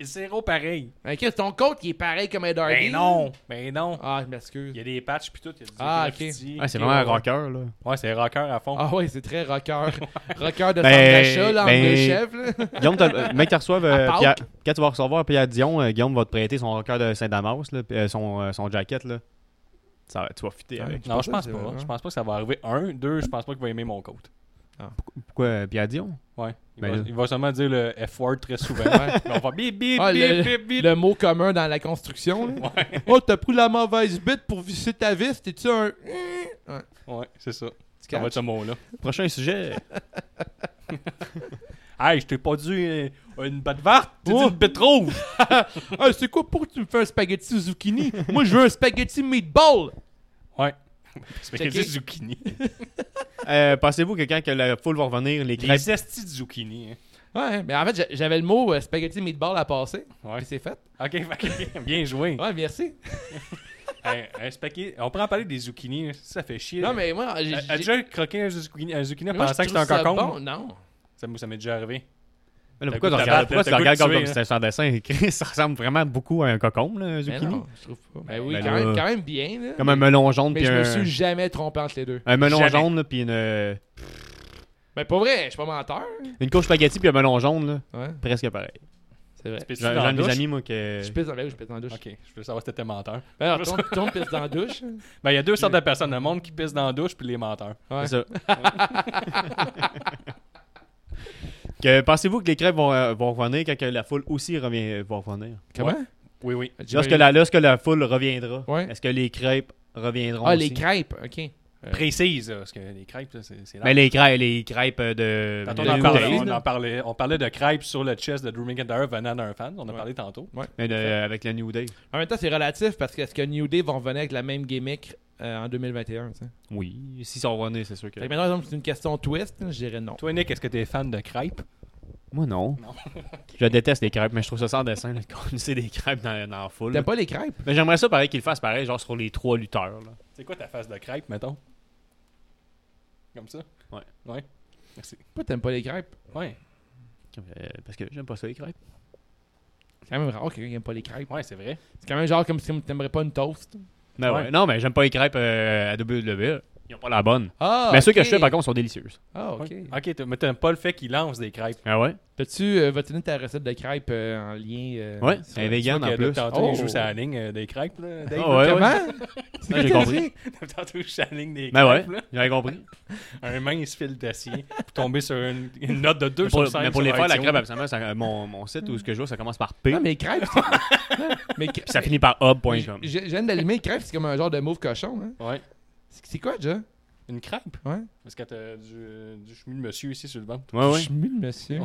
Speaker 6: c'est zéro pareil.
Speaker 5: Mais Chris, ton coach, il est pareil comme Ed Hardy.
Speaker 6: Mais Ben
Speaker 4: Ben
Speaker 6: non, mais non.
Speaker 5: Ah, je m'excuse.
Speaker 6: Il y a des patchs puis tout, il y a du
Speaker 5: Ah, ok.
Speaker 6: graffiti.
Speaker 4: Ouais, c'est
Speaker 6: Ok,
Speaker 4: vraiment un
Speaker 6: ouais.
Speaker 4: rocker, là.
Speaker 6: Ouais, c'est rocker à fond.
Speaker 5: Ah ouais, c'est très rocker. rocker de
Speaker 4: Ben,
Speaker 5: Sandgacha, là, en
Speaker 4: ben-
Speaker 5: deux chefs, là.
Speaker 4: Guillaume, t'as- euh, mec, tu reçois.
Speaker 5: À Pâques.
Speaker 4: quand tu vas recevoir Pierre Dion, euh, Guillaume va te prêter son rocker de Saint-Damas, là, puis, euh, son, euh, son jacket. Là. Ça, va- tu vas fitter
Speaker 5: Ouais.
Speaker 4: avec.
Speaker 6: Non, je pense
Speaker 5: c'est
Speaker 6: pas.
Speaker 5: vrai. hein.
Speaker 6: Je pense pas que ça va arriver. Un, deux, je pense pas qu'il va aimer mon coat.
Speaker 4: Pourquoi euh, Pierre Dion
Speaker 6: Ouais. Il,
Speaker 4: Ben
Speaker 6: va,
Speaker 4: là.
Speaker 6: il va seulement dire le F-word très souvent.
Speaker 5: Ouais.
Speaker 6: Mais on va bip, bip,
Speaker 5: Ah,
Speaker 6: bip,
Speaker 5: le,
Speaker 6: bip, bip.
Speaker 5: le mot commun dans la construction. là. Oh, t'as pris la mauvaise bite pour visser ta vis. T'es-tu un. euh,
Speaker 6: Ouais, c'est ça. Ça va
Speaker 5: catch.
Speaker 6: être ce mot-là.
Speaker 4: Prochain sujet.
Speaker 6: Hey, je t'ai pas dit euh, une batte verte, t'as dit
Speaker 5: Oh.
Speaker 6: une bite rouge.
Speaker 5: Ah, c'est quoi pour que tu me fais un spaghetti zucchini Moi, je veux un spaghetti meatball.
Speaker 6: Ouais. C'est
Speaker 5: Checké.
Speaker 6: qu'il dit zucchini.
Speaker 4: Euh, Pensez-vous que quand que la foule va revenir, les crêpes.
Speaker 6: Les estis de zucchini. hein.
Speaker 5: Ouais, mais en fait, j'a- j'avais le mot euh, spaghetti meatball à passer.
Speaker 6: Ouais.
Speaker 5: Puis c'est fait.
Speaker 6: Ok, ok, bien joué.
Speaker 5: Ouais, merci.
Speaker 6: Hey, un spaghetti- On prend à parler des zucchini, hein. ça fait chier.
Speaker 5: Non, mais moi, j'ai.
Speaker 6: Euh, As-tu déjà croqué un zucchini, un zucchini en
Speaker 5: mais moi, je
Speaker 6: pensant que c'était un
Speaker 5: trouve ça
Speaker 6: cocon?
Speaker 5: Bon, Euh, non.
Speaker 6: Ça, me- ça m'est déjà arrivé.
Speaker 4: Mais là, pourquoi tu
Speaker 6: T'as goût de
Speaker 4: regardes, pourquoi
Speaker 6: la battre,
Speaker 4: tu
Speaker 6: là,
Speaker 4: le regardes
Speaker 6: t'as goût
Speaker 4: comme
Speaker 6: de
Speaker 4: si c'était un dessin Chris, Ça ressemble vraiment beaucoup à un cocon, là, un
Speaker 5: Mais
Speaker 4: zucchini.
Speaker 5: non, je trouve pas. Ben oui,
Speaker 4: Ben
Speaker 5: quand,
Speaker 4: là.
Speaker 5: même, quand même bien. Là.
Speaker 4: Comme un melon jaune,
Speaker 5: mais
Speaker 4: puis
Speaker 5: je me
Speaker 4: un.
Speaker 5: suis jamais trompé entre les deux.
Speaker 4: Un melon
Speaker 6: Jamais.
Speaker 4: jaune, là, puis une, euh,
Speaker 5: Mais pas vrai, je suis pas menteur.
Speaker 4: une couche spaghetti, puis un melon jaune, là.
Speaker 5: Ouais,
Speaker 4: Presque pareil.
Speaker 5: c'est vrai.
Speaker 6: Puis tu
Speaker 4: J'ai j'ai
Speaker 6: dans la
Speaker 4: un de mes
Speaker 6: douche?
Speaker 4: amis, moi, que.
Speaker 5: Je pisse dans la douche, je pisse dans la douche.
Speaker 6: Ok, je veux savoir si t'étais menteur.
Speaker 5: Ben alors, tourne, tourne pisse dans la douche.
Speaker 6: Ben, il y a deux sortes de personnes. Le monde qui pisse dans la douche, puis les menteurs.
Speaker 5: Ouais.
Speaker 4: C'est ça. que pensez-vous que les crêpes vont, euh, vont revenir quand que la foule aussi revient, euh, va revenir?
Speaker 5: Comment
Speaker 6: Oui, oui.
Speaker 5: J'ai-
Speaker 4: Lorsque la, lorsque la foule reviendra,
Speaker 5: Ouais.
Speaker 4: est-ce que les crêpes reviendront
Speaker 5: Ah,
Speaker 4: aussi?
Speaker 5: les crêpes, ok.
Speaker 6: Euh. Précise, là, parce que les crêpes, là, c'est c'est
Speaker 4: Mais
Speaker 6: large.
Speaker 4: les crêpes, les crêpes de.
Speaker 6: Tantôt,
Speaker 4: de
Speaker 6: on, en
Speaker 4: Lou
Speaker 6: parlait,
Speaker 4: Reed,
Speaker 6: on,
Speaker 4: là.
Speaker 6: en parlait, on parlait de crêpes sur le chest de Drew McIntyre venant d'un fan. On en a parlé tantôt.
Speaker 4: Mais de- avec la New Day.
Speaker 5: En même temps, c'est relatif parce que est-ce que New Day vont revenir avec la même gimmick euh, en 2021? tu sais?
Speaker 4: Oui. S'ils sont revenus, c'est sûr que.
Speaker 5: Fait que maintenant, exemple, c'est une question twist, je dirais non.
Speaker 6: Toi, Nick, est-ce que tu es fan de crêpes
Speaker 4: Moi, non. je déteste les crêpes, mais je trouve ça sans dessin, là, de condenser des crêpes dans, dans la foule.
Speaker 5: T'aimes pas les crêpes?
Speaker 4: Mais j'aimerais ça, pareil, qu'ils le fassent pareil, genre sur les trois lutteurs. Là.
Speaker 6: C'est quoi ta face de crêpe, mettons Comme ça
Speaker 4: Ouais.
Speaker 6: Ouais. Merci.
Speaker 5: Pourquoi t'aimes pas les crêpes?
Speaker 6: Ouais.
Speaker 4: Euh, parce que j'aime pas ça, les crêpes.
Speaker 5: C'est quand même rare que quelqu'un qui aime pas les crêpes.
Speaker 6: Ouais, c'est vrai.
Speaker 5: C'est quand même genre comme si t'aimerais pas une toast.
Speaker 4: Mais ouais,
Speaker 6: Ouais.
Speaker 4: Non, mais j'aime pas les crêpes euh, à WWE. Ils ont pas la bonne.
Speaker 5: Ah!
Speaker 4: mais ceux que je fais,
Speaker 5: ok.
Speaker 4: par contre, sont délicieuses.
Speaker 5: Ah, ok.
Speaker 6: Ouais. Ok, t'as- mais t'aimes pas le fait qu'il lance des crêpes.
Speaker 4: Ah ouais?
Speaker 5: Peux-tu euh, vas-tu donner ta recette de crêpes euh, en lien? euh,
Speaker 4: Ouais,
Speaker 5: sur-
Speaker 4: elle est vegan en
Speaker 6: Que
Speaker 4: plus.
Speaker 6: Tantôt,
Speaker 5: Oh.
Speaker 6: il joue sa ligne euh, des crêpes, là. Dave.
Speaker 4: Ah ouais, ouais.
Speaker 5: Comment? C'est
Speaker 4: Ouais,
Speaker 5: quoi
Speaker 4: j'ai
Speaker 5: t'as
Speaker 4: compris.
Speaker 5: dit?
Speaker 6: Tantôt, il joue sa ligne des
Speaker 4: Mais ouais,
Speaker 6: crêpes, là.
Speaker 4: j'avais compris.
Speaker 6: Un mince fil d'acier pour tomber sur une, une note de 2
Speaker 4: Mais pour,
Speaker 6: sur 5.
Speaker 4: mais pour les faire, la crêpe, absolument, ça- mon, mon site où ce que je vois, ça commence par P,
Speaker 5: Non, mais les crêpes, c'est- mais cr-
Speaker 4: puis ça finit par hub.com.
Speaker 5: J'ai- j'ai- J'aime d'allumer les crêpes, c'est comme un genre de mauve cochon. Hein?
Speaker 6: Ouais.
Speaker 5: C'est c'est quoi, déjà?
Speaker 6: Une crêpe
Speaker 5: Ouais.
Speaker 6: Parce que t'as du, euh, du chemin de monsieur ici sur le ventre.
Speaker 4: Ouais, ouais.
Speaker 5: Je suis le monsieur.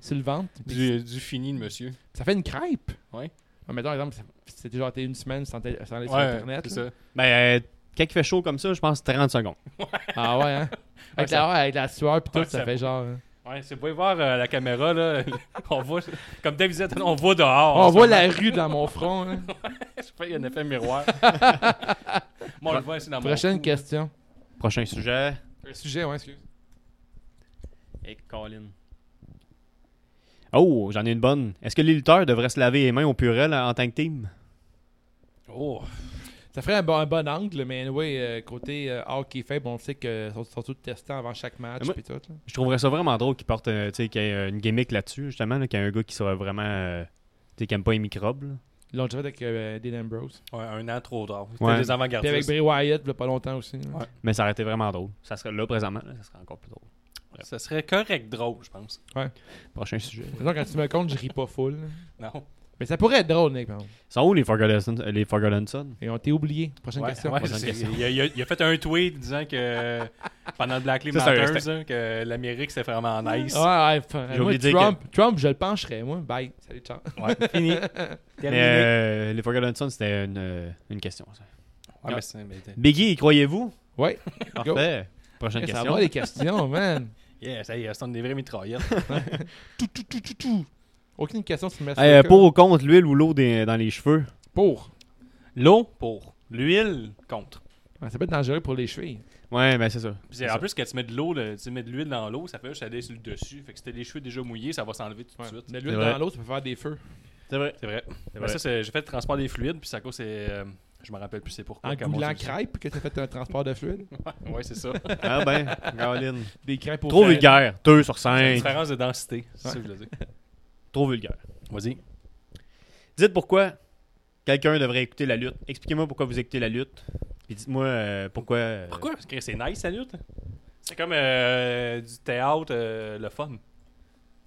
Speaker 5: C'est le ventre.
Speaker 6: Du, du fini de monsieur.
Speaker 5: Ça fait une crêpe.
Speaker 6: Ouais.
Speaker 5: Mais mettons, exemple, c'était genre t'es une semaine sans, tel- sans aller sur
Speaker 6: Ouais,
Speaker 5: Internet.
Speaker 6: c'est
Speaker 5: là.
Speaker 6: ça.
Speaker 4: Ben, euh, quand il fait chaud comme ça, je pense 30 secondes.
Speaker 5: Ah ouais, hein? Avec,
Speaker 6: ça-
Speaker 5: la, ouais, avec la sueur pis tout,
Speaker 6: Ouais,
Speaker 5: ça
Speaker 6: ça-
Speaker 5: fait genre... hein.
Speaker 6: Ouais, c'est vous pouvez voir euh, la caméra, là. on voit, comme Dave disait, on voit dehors.
Speaker 5: On
Speaker 6: en ce
Speaker 5: voit
Speaker 6: moment.
Speaker 5: la rue dans mon front. hein.
Speaker 6: Je sais pas, il y a un effet miroir. Moi, on le voit ici dans mon
Speaker 5: Prochaine
Speaker 6: cou.
Speaker 5: question.
Speaker 4: Prochain sujet.
Speaker 5: Le sujet, ouais, excuse.
Speaker 4: Et Colin. Oh, j'en ai une bonne. Est-ce que les lutteurs devraient se laver les mains au purel en tant que team?
Speaker 6: Oh,
Speaker 5: Ça ferait un bon, un bon angle, mais anyway, euh, côté euh, hockey faible, on sait que sont, sont tous testés avant chaque match
Speaker 4: Mais moi-
Speaker 5: pis tout. là.
Speaker 4: Je trouverais ça vraiment drôle qu'ils portent euh, tu sais, qu'il y ait euh, une gimmick là-dessus, justement, là, qu'il y ait un gars qui soit vraiment. euh, tu sais, qui aime pas les microbes. là.
Speaker 5: Ils l'ont déjà fait avec euh, Dean Ambrose.
Speaker 6: ouais, un an trop tard. C'était
Speaker 4: Ouais.
Speaker 6: des
Speaker 5: Puis avec
Speaker 6: avant-gardistes.
Speaker 5: Bray Wyatt, il y a pas longtemps aussi. là.
Speaker 6: Ah, Ouais.
Speaker 4: Mais ça aurait été vraiment drôle. Ça serait là présentement, là, ça serait encore plus drôle.
Speaker 6: Ça serait correct drôle, je pense.
Speaker 4: Prochain sujet.
Speaker 5: Sinon, quand tu me comptes, je ris pas full. là.
Speaker 6: Non.
Speaker 5: Mais ça pourrait être drôle, Nick, par exemple.
Speaker 4: Ils sont où les Forgotten, les Forgotten Sons?
Speaker 5: Et on t'a oublié. Prochaine
Speaker 6: Ouais,
Speaker 5: question.
Speaker 6: ouais,
Speaker 4: prochaine
Speaker 6: c'est-
Speaker 4: question.
Speaker 6: il, a, il a- il a fait un tweet disant que euh, pendant le Black Lives
Speaker 4: Ça, c'est un
Speaker 6: Matter, hein, que l'Amérique, c'est vraiment nice.
Speaker 5: Ouais, ouais, fin-
Speaker 4: J'ai
Speaker 5: moi,
Speaker 4: oublié de dire
Speaker 5: Trump, Trump, je le pencherais, moi. Bye. Salut, ciao.
Speaker 6: Ouais, fini.
Speaker 4: Mais, euh, les Forgotten Sons, c'était une, euh, une question. ça.
Speaker 6: Ouais, mais c'est- mais t'es-
Speaker 4: Biggie, y croyez-vous?
Speaker 5: Ouais. Go.
Speaker 4: Parfait. Prochaine
Speaker 5: Ça
Speaker 4: question.
Speaker 5: va, les questions, man.
Speaker 6: yeah, ça y euh, est, c'est des vraies mitraillettes.
Speaker 5: Tout, tout, tout, tout, tout. Aucune question sur me
Speaker 4: Hey, euh, pour ou contre l'huile ou l'eau des- dans les cheveux?
Speaker 5: Pour.
Speaker 6: L'eau pour. L'huile contre.
Speaker 5: Ouais, Ah, ça peut être dangereux pour les chevilles.
Speaker 4: Ouais, ben c'est ça.
Speaker 6: Puis c'est- en plus, quand tu mets de l'eau, le- tu mets de l'huile dans l'eau, ça fait juste aller sur le dessus. Fait que si t'as les cheveux déjà mouillés, ça va s'enlever tout de suite.
Speaker 5: De
Speaker 4: C'est
Speaker 5: l'huile
Speaker 4: vrai.
Speaker 5: dans l'eau, ça peut faire des feux.
Speaker 4: C'est vrai.
Speaker 6: C'est vrai.
Speaker 4: C'est
Speaker 6: Ben,
Speaker 4: vrai.
Speaker 6: ça, c'est- j'ai fait le transport des fluides, puis ça cause c'est. euh, je me rappelle plus c'est
Speaker 4: Ah,
Speaker 6: pourquoi.
Speaker 5: En
Speaker 6: quand mon
Speaker 5: goulant
Speaker 6: Dieu,
Speaker 5: crêpes, que t'as fait un transport de fluide.
Speaker 6: c'est- Ouais, c'est ça.
Speaker 4: Ah ben, Caroline.
Speaker 5: Des crêpes au
Speaker 4: Trop
Speaker 5: fer.
Speaker 4: vulgaire. 2 sur
Speaker 6: C'est une
Speaker 4: 5.
Speaker 6: différence de densité, c'est ça que je voulais dire.
Speaker 4: Trop vulgaire.
Speaker 6: Vas-y.
Speaker 4: Dites pourquoi quelqu'un devrait écouter la lutte. Expliquez-moi pourquoi vous écoutez la lutte. Puis dites-moi euh, pourquoi. euh,
Speaker 6: Pourquoi Parce que c'est nice, la lutte. C'est comme euh, du théâtre, euh, le fun.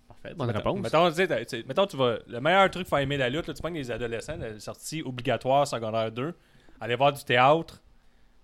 Speaker 4: Parfait, bonne
Speaker 6: Mettons-
Speaker 4: réponse.
Speaker 6: Mettons, tu sais, t'as- tu sais, mettons, tu vas. Le meilleur truc pour aimer la lutte, là, tu prends les adolescents, la sortie obligatoire secondaire 2, aller voir du théâtre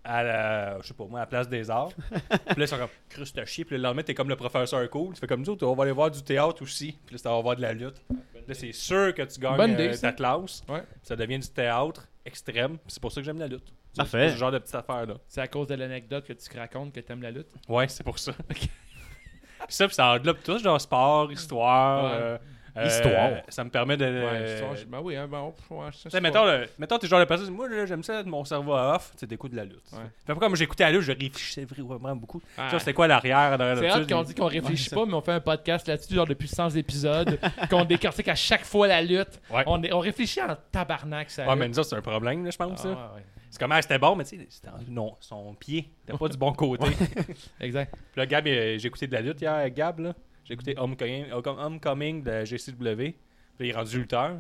Speaker 6: à la, je sais pas moi, à la place des arts. puis là, ils sont comme, Christ, t'as chier. Puis le lendemain, t'es comme le professeur cool. Tu fais comme nous autres, on va aller voir du théâtre aussi. Puis là, on va voir de la lutte. Là, c'est sûr que tu gagnes
Speaker 5: Bonne
Speaker 6: euh,
Speaker 5: idée, ça.
Speaker 6: ta classe.
Speaker 5: Ouais.
Speaker 6: Ça devient du théâtre extrême. puis C'est pour ça que j'aime la lutte. C'est-
Speaker 4: Parfait.
Speaker 6: C'est ce genre de petite affaire, là.
Speaker 5: C'est à cause de l'anecdote que tu te racontes que t'aimes la lutte.
Speaker 6: Ouais, c'est pour ça. Puis ça, puis ça englobe tout, genre sport, histoire.
Speaker 5: Ouais.
Speaker 6: euh, euh,
Speaker 4: Histoire.
Speaker 6: ça me permet de.
Speaker 5: Ouais, histoire, je- ben oui, hein, ben on ouais, ça,
Speaker 6: Tu sais,
Speaker 5: c'est
Speaker 6: mettons, le, mettons, t'es le genre de personne, moi, là, j'aime ça, mon cerveau à off, c'est des coups de la lutte.
Speaker 5: Ouais.
Speaker 6: Fait que comme j'écoutais la lutte, je réfléchissais vraiment beaucoup.
Speaker 5: Ah.
Speaker 6: Tu sais, c'était quoi l'arrière dans la
Speaker 5: C'est hâte qu'on dit qu'on réfléchit pas, mais on fait un podcast là-dessus, genre depuis 100 épisodes, qu'on décortique à chaque fois la lutte.
Speaker 6: Ouais.
Speaker 5: On, est- on réfléchit en tabarnak, ça.
Speaker 6: Ouais, mais nous autres, c'est un problème, là, je pense. là.
Speaker 5: ah, ouais, ouais.
Speaker 6: C'est comme, ah, c'était bon, mais tu sais, c'était en- non, son pied, c'était pas du bon côté. Puis
Speaker 5: Exact.
Speaker 6: là, Gab, euh, j'ai écouté de la lutte hier, avec Gab, là. J'ai écouté Homecoming, Home- Homecoming de GCW. Puis là, il est rendu lutteur.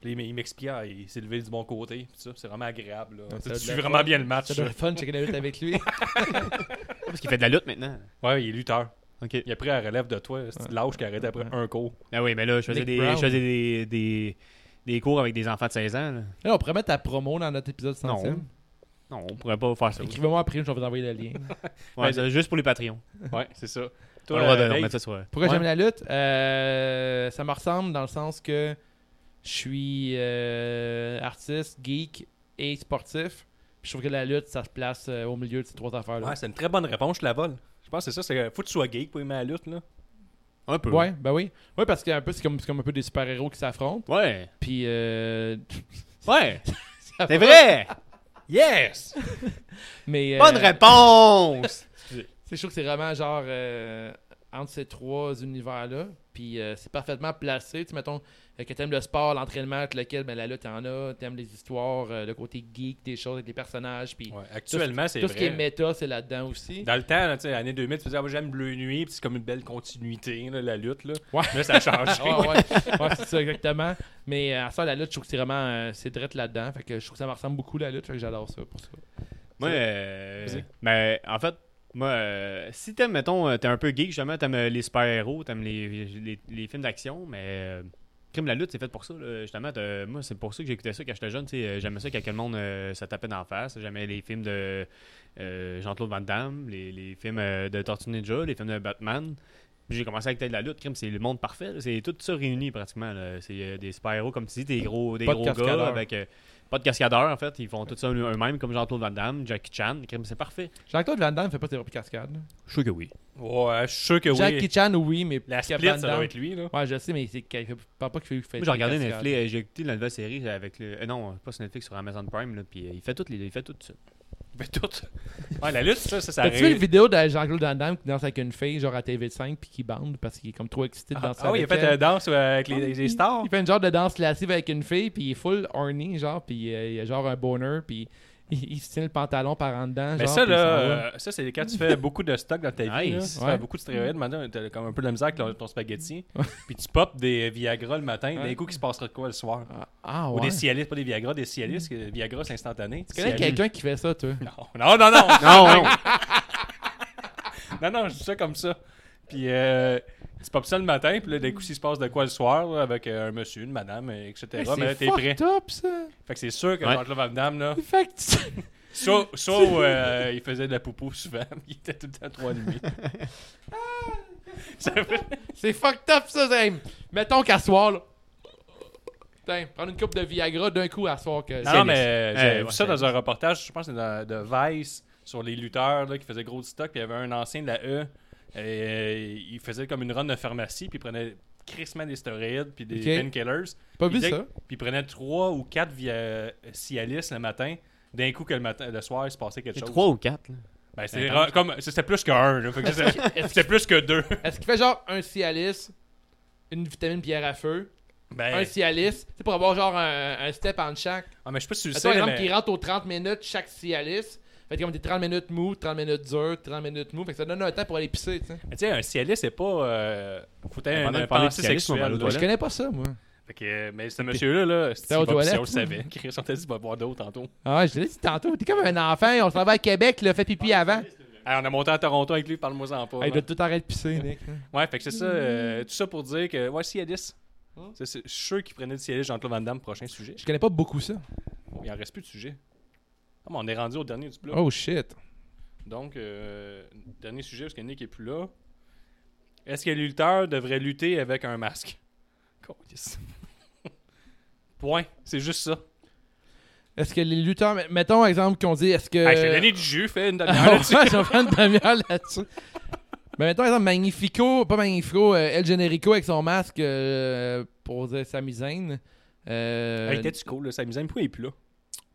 Speaker 6: Puis là, il m'expliquait, ah, il s'est levé du bon côté. Puis ça, c'est vraiment agréable, là.
Speaker 5: Ouais,
Speaker 6: Tu
Speaker 5: ça a de
Speaker 6: sais, tu
Speaker 5: la
Speaker 6: suis vraiment
Speaker 5: foi.
Speaker 6: bien le match.
Speaker 5: Ça doit
Speaker 6: là.
Speaker 5: être fun de checker la lutte avec lui.
Speaker 4: Parce qu'il fait de la lutte maintenant.
Speaker 6: Ouais, il est lutteur.
Speaker 4: Ok.
Speaker 6: Il a pris la relève de toi, c'est de lâche qui arrête après un cours.
Speaker 4: Ah oui, mais là, je faisais,
Speaker 5: Nick
Speaker 4: des,
Speaker 5: Brown.
Speaker 4: je faisais des, des, des cours avec des enfants de 16 ans. là.
Speaker 5: Là, on pourrait mettre ta promo dans notre épisode
Speaker 4: Non.
Speaker 5: centième.
Speaker 4: Non, on pourrait pas faire ça.
Speaker 5: Écrivez-moi après, je vais vous envoyer le lien.
Speaker 4: Ouais, c'est juste pour les Patreons.
Speaker 6: Ouais, c'est ça.
Speaker 4: On
Speaker 6: Toi,
Speaker 4: a le droit de
Speaker 6: euh, Dave,
Speaker 4: remettre ça sur.
Speaker 5: Pourquoi
Speaker 4: Ouais.
Speaker 5: j'aime la lutte Euh, Ça me ressemble dans le sens que je suis euh, artiste, geek et sportif. Je trouve que la lutte, ça se place euh, au milieu de ces trois affaires-là.
Speaker 6: Ouais, c'est une très bonne réponse, je la vole. Je pense que c'est ça, c'est faut que tu sois geek pour aimer la lutte là.
Speaker 4: Un peu.
Speaker 5: Ouais, ben oui. Ouais, parce qu'un peu, c'est comme, c'est comme un peu des super-héros qui s'affrontent.
Speaker 4: Ouais.
Speaker 5: Puis, euh,
Speaker 4: Ouais.
Speaker 5: Ça
Speaker 4: C'est vrai. Yes.
Speaker 5: mais, euh,
Speaker 4: Bonne réponse.
Speaker 5: C'est sûr que c'est vraiment genre euh, entre ces trois univers-là. Puis euh, c'est parfaitement placé. Tu sais, mettons euh, que t'aimes le sport, l'entraînement, tout lequel, ben là, là, t'en as. T'aimes les histoires, euh, le côté geek des choses avec les personnages. Puis
Speaker 6: Ouais, actuellement, c'est
Speaker 5: tout ce qui est
Speaker 6: vrai.
Speaker 5: méta, c'est là-dedans aussi.
Speaker 6: Dans le temps, là, tu sais, année 2000, tu faisais ah, moi, j'aime Bleu Nuit, puis c'est comme une belle continuité là, la lutte là.
Speaker 5: Ouais.
Speaker 6: Là, ça a changé.
Speaker 5: Ouais, Ah, ouais. Ouais, c'est ça, exactement. Mais euh, à ça, la lutte, je trouve que c'est vraiment. euh, c'est direct là-dedans. Fait que je trouve que ça me ressemble beaucoup, la lutte. Fait que j'adore ça pour ça.
Speaker 4: Moi, euh, ben, en fait, moi, euh, si t'aimes, mettons, euh, t'es un peu geek, justement, t'aimes euh, les super-héros, t'aimes les, les, les films d'action, mais euh, Crime la lutte, c'est fait pour ça, là, justement. t'as- Moi, c'est pour ça que j'écoutais ça quand j'étais jeune, tu sais, euh, j'aimais ça quand que le monde euh, se tapait d'en face, j'aimais les films de euh, Jean-Claude Van Damme, les, les films euh, de Tortue Ninja, les films de Batman. Puis J'ai commencé à écouter de la lutte, crime, c'est le monde parfait. là. C'est tout ça réuni pratiquement. là. C'est euh, des super-héros, comme tu dis, des gros, des
Speaker 5: Pas de
Speaker 4: gros gars
Speaker 5: cascadeurs.
Speaker 4: avec euh, pas de cascadeurs en fait. Ils font tout ça eux-mêmes, comme Jean-Claude Van Damme, Jackie Chan. Crime, c'est parfait.
Speaker 5: Jean-Claude Van Damme fait pas ses reprises cascades. là.
Speaker 4: Je suis que oui.
Speaker 6: Ouais, je suis sûr que
Speaker 5: Jackie
Speaker 6: oui.
Speaker 5: Chan, oui, mais
Speaker 6: La
Speaker 5: Van
Speaker 6: split, ça
Speaker 5: Damme-
Speaker 6: doit être lui là.
Speaker 5: Ouais, je sais, mais c'est qu'il fait- je pense pas qu'il fait.
Speaker 4: Moi, j'ai regardé
Speaker 5: des cascades.
Speaker 4: Netflix, euh, j'ai écouté la nouvelle série avec le. euh, non, pas sur Netflix, sur Amazon Prime, là, puis euh, il fait tout, les, il fait tout ça.
Speaker 6: Ben, tout. Ouais, la lutte, ça, ça, ça
Speaker 5: T'as-tu vu
Speaker 6: arrive.
Speaker 5: le vidéo de Jean-Claude Van Damme qui danse avec une fille, genre à TV5, puis qui bande parce qu'il est comme trop excité de
Speaker 6: Ah,
Speaker 5: danser
Speaker 6: ah oui, il a
Speaker 5: avec
Speaker 6: fait
Speaker 5: elle.
Speaker 6: la danse euh, avec les, les stars.
Speaker 5: Il fait une genre de danse lascive avec une fille, puis il est full horny, genre, puis euh, il a genre un bonheur, puis il, il se tient le pantalon par en dedans.
Speaker 6: Mais
Speaker 5: genre,
Speaker 6: ça,
Speaker 5: puis il
Speaker 6: là,
Speaker 5: s'en va.
Speaker 6: euh, ça, c'est quand tu fais beaucoup de stock dans ta vie. là,
Speaker 4: Nice.
Speaker 6: tu
Speaker 5: Ouais.
Speaker 6: fais beaucoup de stéroïdes. Maintenant, t'as comme un peu de la misère avec ton, ton spaghetti. puis tu popes des Viagra le matin. D'un coup, qui se passera de quoi le soir?
Speaker 5: Ah, ah,
Speaker 6: Ou
Speaker 5: ouais.
Speaker 6: des Cialis, pas des Viagra, des Cialis. parce que Viagra, c'est instantané.
Speaker 5: Tu connais quelqu'un qui fait ça, toi Ah,
Speaker 6: Non, non, non, non.
Speaker 4: Non, non.
Speaker 6: non, non, je dis ça comme ça. Puis euh, tu popes ça le matin. Puis là, d'un coup, s'il se passe de quoi le soir là, avec euh, un monsieur, une madame, euh, etc.
Speaker 5: Hey,
Speaker 6: mais là,
Speaker 5: C'est
Speaker 6: t'es prêt.
Speaker 5: fucked up, ça.
Speaker 6: Fait que c'est sûr que
Speaker 4: Ouais.
Speaker 6: Jean-Claude Van Damme, là,
Speaker 5: Fait que tu-
Speaker 6: soit, soit euh, il faisait de la poupou souvent, mais il était tout le temps à 3,5.
Speaker 5: C'est fucked up, ça, c'est- Mettons qu'à soir, là. Putain, prendre une coupe de Viagra d'un coup à soir que.
Speaker 6: Non, non, mais euh, j'ai
Speaker 4: Eh,
Speaker 6: vu
Speaker 4: ouais,
Speaker 6: ça
Speaker 4: c'est-
Speaker 6: dans un reportage, je pense que c'est dans- de Vice, sur les lutteurs là, qui faisaient gros du stock. Puis il y avait un ancien de la E, et, euh, il faisait comme une run de pharmacie, puis il prenait crissement des stéroïdes, puis des
Speaker 5: Ok.
Speaker 6: painkillers.
Speaker 5: Pas
Speaker 6: Puis
Speaker 5: vu
Speaker 6: dès-
Speaker 5: ça.
Speaker 6: Puis il prenait 3 ou 4 via euh, Cialis le matin. D'un coup, que le, matin, le soir, il se passait quelque
Speaker 4: C'est
Speaker 6: chose.
Speaker 4: trois ou quatre. là.
Speaker 6: Ben, c'est ra- comme, c'était plus qu'un. là. Fait que C'était c'était plus que deux.
Speaker 5: Est-ce qu'il fait genre un Cialis, une vitamine pierre à feu, un
Speaker 6: Ben,
Speaker 5: Cialis, c'est pour avoir genre un, un step en chaque.
Speaker 6: ah, mais je sais pas si tu le
Speaker 5: Mettons,
Speaker 6: sais, là,
Speaker 5: exemple,
Speaker 6: mais-
Speaker 5: qui rentre aux 30 minutes chaque Cialis. Fait comme des 30 minutes mou, 30 minutes dur, 30 minutes mou. Fait que ça donne un temps pour aller pisser, tu sais.
Speaker 6: Mais tu sais, un Cialis, c'est pas. Euh, faut
Speaker 4: Mais
Speaker 6: t'aimer
Speaker 4: pendant
Speaker 6: un
Speaker 4: que parler de
Speaker 6: pensée
Speaker 4: Cialis, on va aller aux
Speaker 6: sexuelle. là.
Speaker 5: Je
Speaker 4: toilettes.
Speaker 5: connais pas ça, moi.
Speaker 6: Fait que, euh, mais ce monsieur-là, là, c'est
Speaker 5: aux
Speaker 6: il va-
Speaker 5: toilettes,
Speaker 6: si on le
Speaker 5: là.
Speaker 6: savait. Chris, on t'a dit, il va boire d'eau tantôt.
Speaker 5: Ah, je l'ai dit tantôt. T'es comme un enfant, on s'en va à Québec, il a fait pipi avant.
Speaker 6: Ah, on a monté à Toronto avec lui, parle-moi-en pas.
Speaker 5: Ah, il
Speaker 6: là.
Speaker 5: doit tout arrêter de pisser, Nick.
Speaker 6: Ouais, fait que c'est ça. euh, tout ça pour dire que, ouais, Cialis. C'est- c'est- Je suis sûr qu'il prenait du Cialis, Jean-Claude Van Damme, prochain sujet.
Speaker 5: Je connais pas beaucoup ça.
Speaker 6: Bon, il en reste plus de sujet. Ah, mais on est rendu au dernier du plat.
Speaker 5: Oh shit.
Speaker 6: Donc, euh, dernier sujet, parce que Nick est plus là. Est-ce que les lutteurs devraient lutter avec un masque? Câlisse. Point. C'est juste ça.
Speaker 5: Est-ce que les lutteurs. Mettons, exemple, qu'on dit, est-ce que.
Speaker 6: Hey, je t'ai donné du jus, fais une demi-heure
Speaker 5: Ah,
Speaker 6: là-dessus.
Speaker 5: ouais, j'en prends une demi-heure là-dessus. Mais mettons, exemple, Magnifico, pas Magnifico, euh, El Generico avec son masque euh, pour dire sa misaine. Euh,
Speaker 6: Hey, t'es-tu cool, là? Ça m'amusait. Pourquoi il est plus là?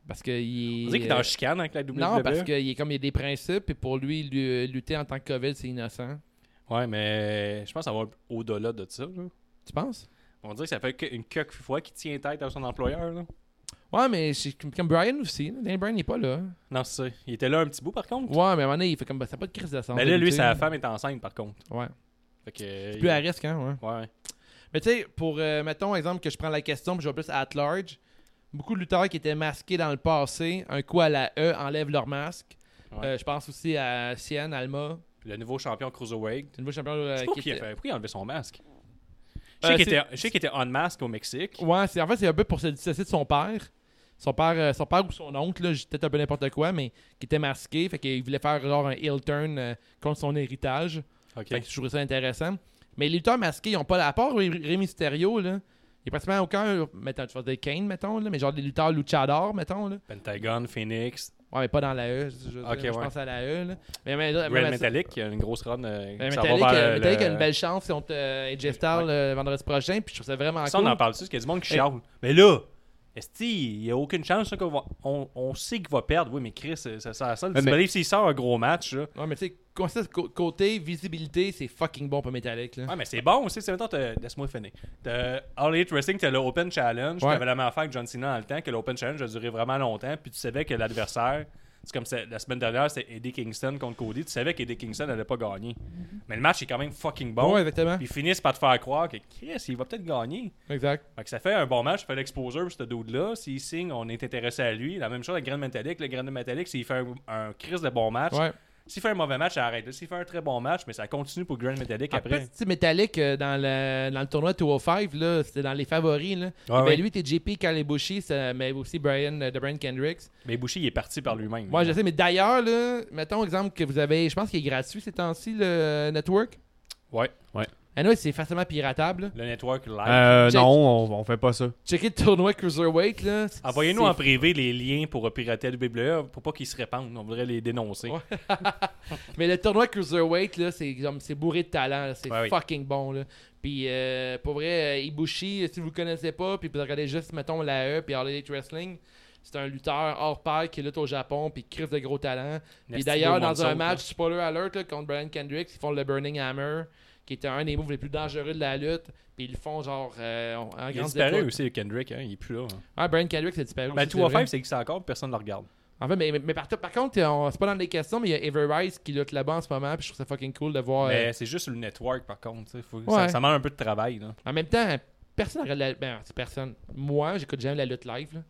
Speaker 5: parce qu'il est.
Speaker 6: On dirait qu'il est en chicane avec la E. WWE.
Speaker 5: euh, non, parce qu'il est comme il y a des principes, et pour lui, lu- lutter en tant que COVID, c'est innocent.
Speaker 6: Ouais, mais je pense que ça va au-delà de ça. là.
Speaker 5: Tu penses?
Speaker 6: On dirait que ça fait que- une coque fois qu'il tient tête à son employeur. là.
Speaker 5: Ouais, mais c'est comme- comme Brian aussi. là. Daniel Bryan n'est pas là.
Speaker 6: Non, c'est ça. Il était là un petit bout, par contre.
Speaker 5: Ouais, mais à un moment donné, il fait comme. bah, Ça n'a pas de crise de sens.
Speaker 6: Mais là, lui,
Speaker 5: lutter.
Speaker 6: sa femme est enceinte, par contre.
Speaker 5: Ouais.
Speaker 6: Fait que...
Speaker 5: C'est plus à risque, hein, ouais.
Speaker 6: Ouais.
Speaker 5: Mais tu sais, pour, euh, mettons, exemple, que je prends la question, puis je vois plus at large, beaucoup de lutteurs qui étaient masqués dans le passé, un coup à la E, enlèvent leur masque.
Speaker 6: Ouais.
Speaker 5: Euh, je pense aussi à Sienne, Alma,
Speaker 6: Puis le nouveau champion Cruiserweight.
Speaker 5: le nouveau champion euh,
Speaker 6: C'est
Speaker 5: qui
Speaker 6: pourquoi, il a
Speaker 5: était-
Speaker 6: fait- pourquoi il a enlevé son masque?
Speaker 5: Euh,
Speaker 6: je sais qu'il
Speaker 5: c'est-
Speaker 6: était, je sais qu'il était on masque au Mexique.
Speaker 5: Ouais, c'est- en fait, c'est un peu pour se dissocier de son père. son père, euh, son père ou son oncle, là, j'ai peut-être un peu n'importe quoi, mais qui était masqué, fait qu'il voulait faire genre un heel turn euh, contre son héritage.
Speaker 6: Ok.
Speaker 5: Fait que je trouvais ça intéressant. Mais les lutteurs masqués, ils ont pas la part Ré Ré Mysterio, là. Il n'y a pratiquement aucun, mettons, tu vas dire Kane, mettons, là, mais genre des lutteurs luchadors, mettons, là.
Speaker 6: Pentagon, Phoenix,
Speaker 5: Ouais, mais pas dans la E. Je, je-
Speaker 6: Ok,
Speaker 5: je
Speaker 6: ouais.
Speaker 5: pense à la E, là. Mais, mais, mais- mais-
Speaker 6: Red Metallic, qui a une grosse run. euh,
Speaker 5: mais
Speaker 6: qui s'en va
Speaker 5: Metallic,
Speaker 6: vers
Speaker 5: euh,
Speaker 6: le-
Speaker 5: Metallic a une belle chance contre euh, AJ Styles euh, vendredi prochain, puis je trouve ça vraiment
Speaker 6: Ça, on
Speaker 5: cool.
Speaker 6: en parle dessus, parce qu'il y a du monde qui chiale. Mais là, est-ce il n'y a aucune chance là, qu'on va- on, on sait qu'il va perdre. Oui, mais Chris, ça sert à ça. Le
Speaker 5: Mais-
Speaker 6: Disbelief, s'il sort un gros match. Là.
Speaker 5: Ouais, mais tu sais, co- ça, co- côté visibilité, c'est fucking bon pour Metallic, là.
Speaker 6: Ouais, mais c'est bon aussi. C'est maintenant, t'as- laisse-moi finir. T'as All Elite Wrestling, t'as le Open Challenge.
Speaker 5: Ouais.
Speaker 6: T'avais la même affaire avec John Cena dans le temps, que l'Open Challenge a duré vraiment longtemps. Puis tu savais que l'adversaire, c'est comme c'est- la semaine dernière, c'était Eddie Kingston contre Cody. Tu savais qu'Eddie Kingston n'allait pas gagner. Mais le match est quand même fucking bon.
Speaker 5: Ouais, exactement.
Speaker 6: Puis ils finissent par te faire croire que Chris, il va peut-être gagner.
Speaker 5: Exact.
Speaker 6: Fait que ça fait un bon match, ça fait l'exposure pour ce dude-là. S'il signe, on est intéressé à lui. La même chose avec Grand Metallic. Le Grand Metallic, s'il fait un, un crise de bon match,
Speaker 5: Ouais.
Speaker 6: s'il fait un mauvais match, ça arrête. S'il fait un très bon match, mais ça continue pour Grand Metallic
Speaker 5: Après,
Speaker 6: après.
Speaker 5: tu sais, Metallic, euh, dans le, dans le tournoi 205, là, c'était dans les favoris, là.
Speaker 6: Ouais,
Speaker 5: ben,
Speaker 6: ouais.
Speaker 5: lui, t'es JP Kalibushi, ça- mais aussi Brian, euh, de Brian Kendricks.
Speaker 6: Mais Boucher, il est parti par lui-même.
Speaker 5: Moi, je sais, mais d'ailleurs, là, mettons exemple que vous avez, je pense qu'il est gratuit ces temps-ci, le network.
Speaker 6: Ouais.
Speaker 5: Ah non, c'est facilement piratable, là.
Speaker 6: Le network live.
Speaker 4: Euh,
Speaker 5: Check.
Speaker 4: non, on, on fait pas ça.
Speaker 5: Checker le tournoi Cruiserweight, là. c'est-
Speaker 6: Envoyez-nous en
Speaker 5: c'est-
Speaker 6: privé les liens pour euh, pirater le WWE pour pas qu'ils se répandent. On voudrait les dénoncer.
Speaker 5: Ouais. Mais le tournoi Cruiserweight, là, c'est comme- c'est bourré de talent. là. C'est
Speaker 6: Ouais, oui.
Speaker 5: fucking bon, là. Puis, euh, pour vrai, euh, Ibushi, euh, si vous le connaissez pas, puis vous regardez juste, mettons, la E, puis All Elite Wrestling, c'est un lutteur hors pair qui lutte au Japon, puis crisse de gros talent. Puis
Speaker 6: Nasty
Speaker 5: d'ailleurs,
Speaker 6: beau
Speaker 5: dans
Speaker 6: moonsault,
Speaker 5: un match, spoiler alert, là, contre Brian Kendricks, ils font le Burning Hammer, qui était un des moves les plus dangereux de la lutte, puis ils le font, genre, euh, en en
Speaker 6: Il a
Speaker 5: grande
Speaker 6: disparu
Speaker 5: étoile.
Speaker 6: aussi, Kendrick. hein, Il est plus là. hein.
Speaker 5: Ah, Brian Kendricks a disparu.
Speaker 6: Ben,
Speaker 5: aussi, c'est vrai.
Speaker 6: 205, c'est que c'est encore, personne ne le regarde.
Speaker 5: En fait, mais, mais- mais par, par contre, on- c'est pas dans les questions, mais il y a Ever Rise qui lutte là-bas en ce moment, puis je trouve ça fucking cool de voir. euh,
Speaker 6: Mais c'est juste le network, par contre. tu sais, faut-
Speaker 5: Ouais.
Speaker 6: ça, ça manque un peu de travail. Là.
Speaker 5: En même temps, personne regarde la. Ben, c'est personne. Moi, j'écoute jamais la lutte live. Là.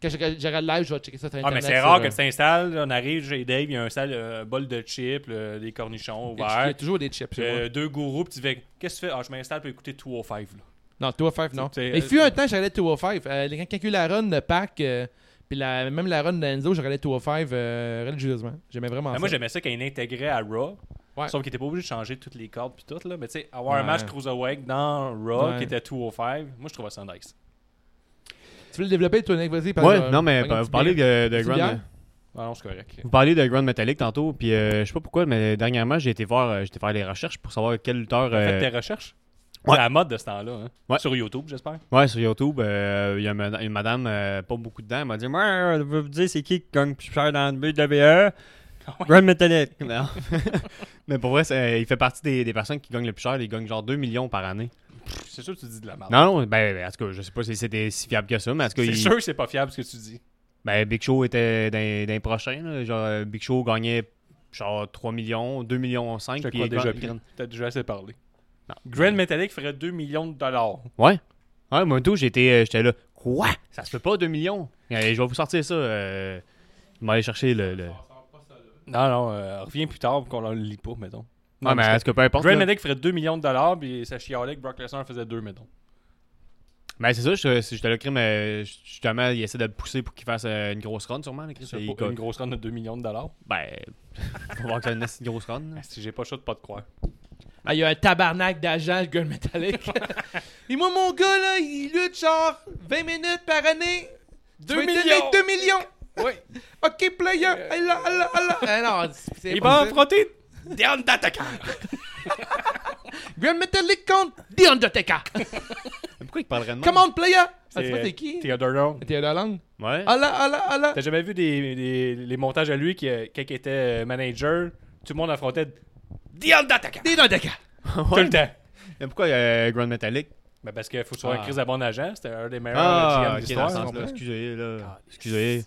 Speaker 5: Quand je regarde je regarde live, je vais checker ça sur
Speaker 6: Ah, mais
Speaker 5: Internet.
Speaker 6: c'est
Speaker 5: sur,
Speaker 6: rare
Speaker 5: euh,
Speaker 6: que tu t'installes. là, On arrive, j'ai Dave, il y a un sale euh, bol de chips, le- des cornichons
Speaker 5: Il y a
Speaker 6: ouverts.
Speaker 5: toujours des chips. chez
Speaker 6: euh,
Speaker 5: moi.
Speaker 6: deux gourous, puis tu fais Qu'est-ce que tu fais Ah, je m'installe pour écouter 205. Là.
Speaker 5: Non, 205, non.
Speaker 6: c'est-
Speaker 5: Mais il fut un temps, j'allais 205. Euh, les- quand il y a eu la run de Pac, euh, puis la, même la run d'Enzo, je regardais 205 euh, religieusement. J'aimais vraiment
Speaker 6: Ben,
Speaker 5: ça.
Speaker 6: moi, j'aimais ça quand il intégrait à Raw.
Speaker 5: Ouais.
Speaker 6: Sauf qu'il était pas obligé de changer toutes les cordes, puis tout. Là. Mais tu sais, avoir un
Speaker 5: Ouais.
Speaker 6: match Cruiserweight dans Raw
Speaker 5: Ouais.
Speaker 6: qui était 205, moi, je trouvais ça nice.
Speaker 5: Tu veux le développer, toi, Nick Vas-y. parce que,
Speaker 4: Ouais,
Speaker 5: euh,
Speaker 4: non, mais
Speaker 5: prends une
Speaker 4: vous
Speaker 5: petite
Speaker 4: parlez
Speaker 5: bière.
Speaker 4: de, de
Speaker 5: Petite
Speaker 4: Grand.
Speaker 5: bière?
Speaker 6: Ah non, c'est correct.
Speaker 4: Vous parliez de Grand Metallic tantôt, puis euh, je sais pas pourquoi, mais dernièrement, j'ai été voir, euh, j'ai été faire des recherches pour savoir quel lutteur. euh,
Speaker 6: Faites tes recherches.
Speaker 4: ouais.
Speaker 6: C'est la mode de ce temps-là. hein.
Speaker 4: Ouais.
Speaker 6: Sur YouTube, j'espère.
Speaker 4: Ouais, sur YouTube, euh, il y a ma- une madame, euh, pas beaucoup de dents, elle m'a dit Moi, je veux vous dire, c'est qui qui gagne plus cher dans le BWE Grand Metallic. Non. Mais pour vrai, c'est- euh, il fait partie des, des personnes qui gagnent le plus cher. Il gagne genre 2 millions par année.
Speaker 6: Pff, C'est sûr que tu dis de la merde.
Speaker 4: Non, non, ben, ben, en tout cas, je sais pas si c'était si fiable que ça, mais en tout cas,
Speaker 6: Ah C'est
Speaker 4: il-
Speaker 6: sûr que c'est pas fiable ce que tu dis.
Speaker 4: ben, Big Show était d'un d'un prochain. là. Genre, euh, Big Show gagnait genre 3 millions, 2 millions 5.
Speaker 6: Je te crois déjà plus. T'as déjà assez parlé. Grand Metallic ferait 2 millions de dollars.
Speaker 4: Ouais. Ouais, moi, tout, j'étais euh, j'étais là. Quoi Ça se peut pas, 2 millions Allez, Je vais vous sortir ça. euh, Je vais aller chercher le. le-
Speaker 6: Non, non, euh, reviens plus tard pour qu'on le lit pas, mettons.
Speaker 4: Non, mais est-ce que peu importe.
Speaker 6: Grand
Speaker 4: là.
Speaker 6: Medic ferait 2 millions de dollars, puis ça chialait que Brock Lesnar faisait 2, mettons.
Speaker 4: Ben, c'est ça, je, je te le crée, mais euh, justement, il essaie de le pousser pour qu'il fasse euh, une grosse run, sûrement. le Chris.
Speaker 6: C'est
Speaker 4: Il
Speaker 6: pas
Speaker 4: co-
Speaker 6: une grosse run de 2 millions de dollars.
Speaker 4: Ben, faut voir que c'est une assez grosse run. là.
Speaker 6: Si j'ai pas chaud de pas te croire.
Speaker 5: Ah, il y a un tabarnak d'agents, le gars de Metallic. Et moi, mon gars, là, il lutte genre 20 minutes par année. 2
Speaker 6: millions.
Speaker 5: 2 millions. Oui. OK, player. Allah, Allah, Allah. Ah non, c'est- c'est
Speaker 6: Il
Speaker 5: pas
Speaker 6: va
Speaker 5: ça.
Speaker 6: affronter Deon Dataka.
Speaker 5: Grand Metallic contre The Undertaker.
Speaker 4: Pourquoi il parlerait de
Speaker 5: Come on, player. Ah, c'est pas
Speaker 6: euh,
Speaker 5: c'est qui? Ah,
Speaker 6: Theodore Long.
Speaker 5: Théodore Hollande.
Speaker 4: Ouais.
Speaker 6: Ah,
Speaker 5: Allah, Allah, Allah.
Speaker 6: T'as jamais vu des, des- les montages à lui qui, euh, quand il était euh, manager, tout le monde affrontait Deon Dataka.
Speaker 5: The Undertaker.
Speaker 6: Tout le temps.
Speaker 4: Mais pourquoi euh, Grand Metallic
Speaker 6: Ben parce qu'il faut trouver
Speaker 4: Ah.
Speaker 6: une crise à bon agent, c'était un des meilleurs euh, GM
Speaker 4: Ah,
Speaker 6: de
Speaker 4: ok, dans
Speaker 6: l'histoire.
Speaker 4: ce sens-là. Excusez, là. Excusez.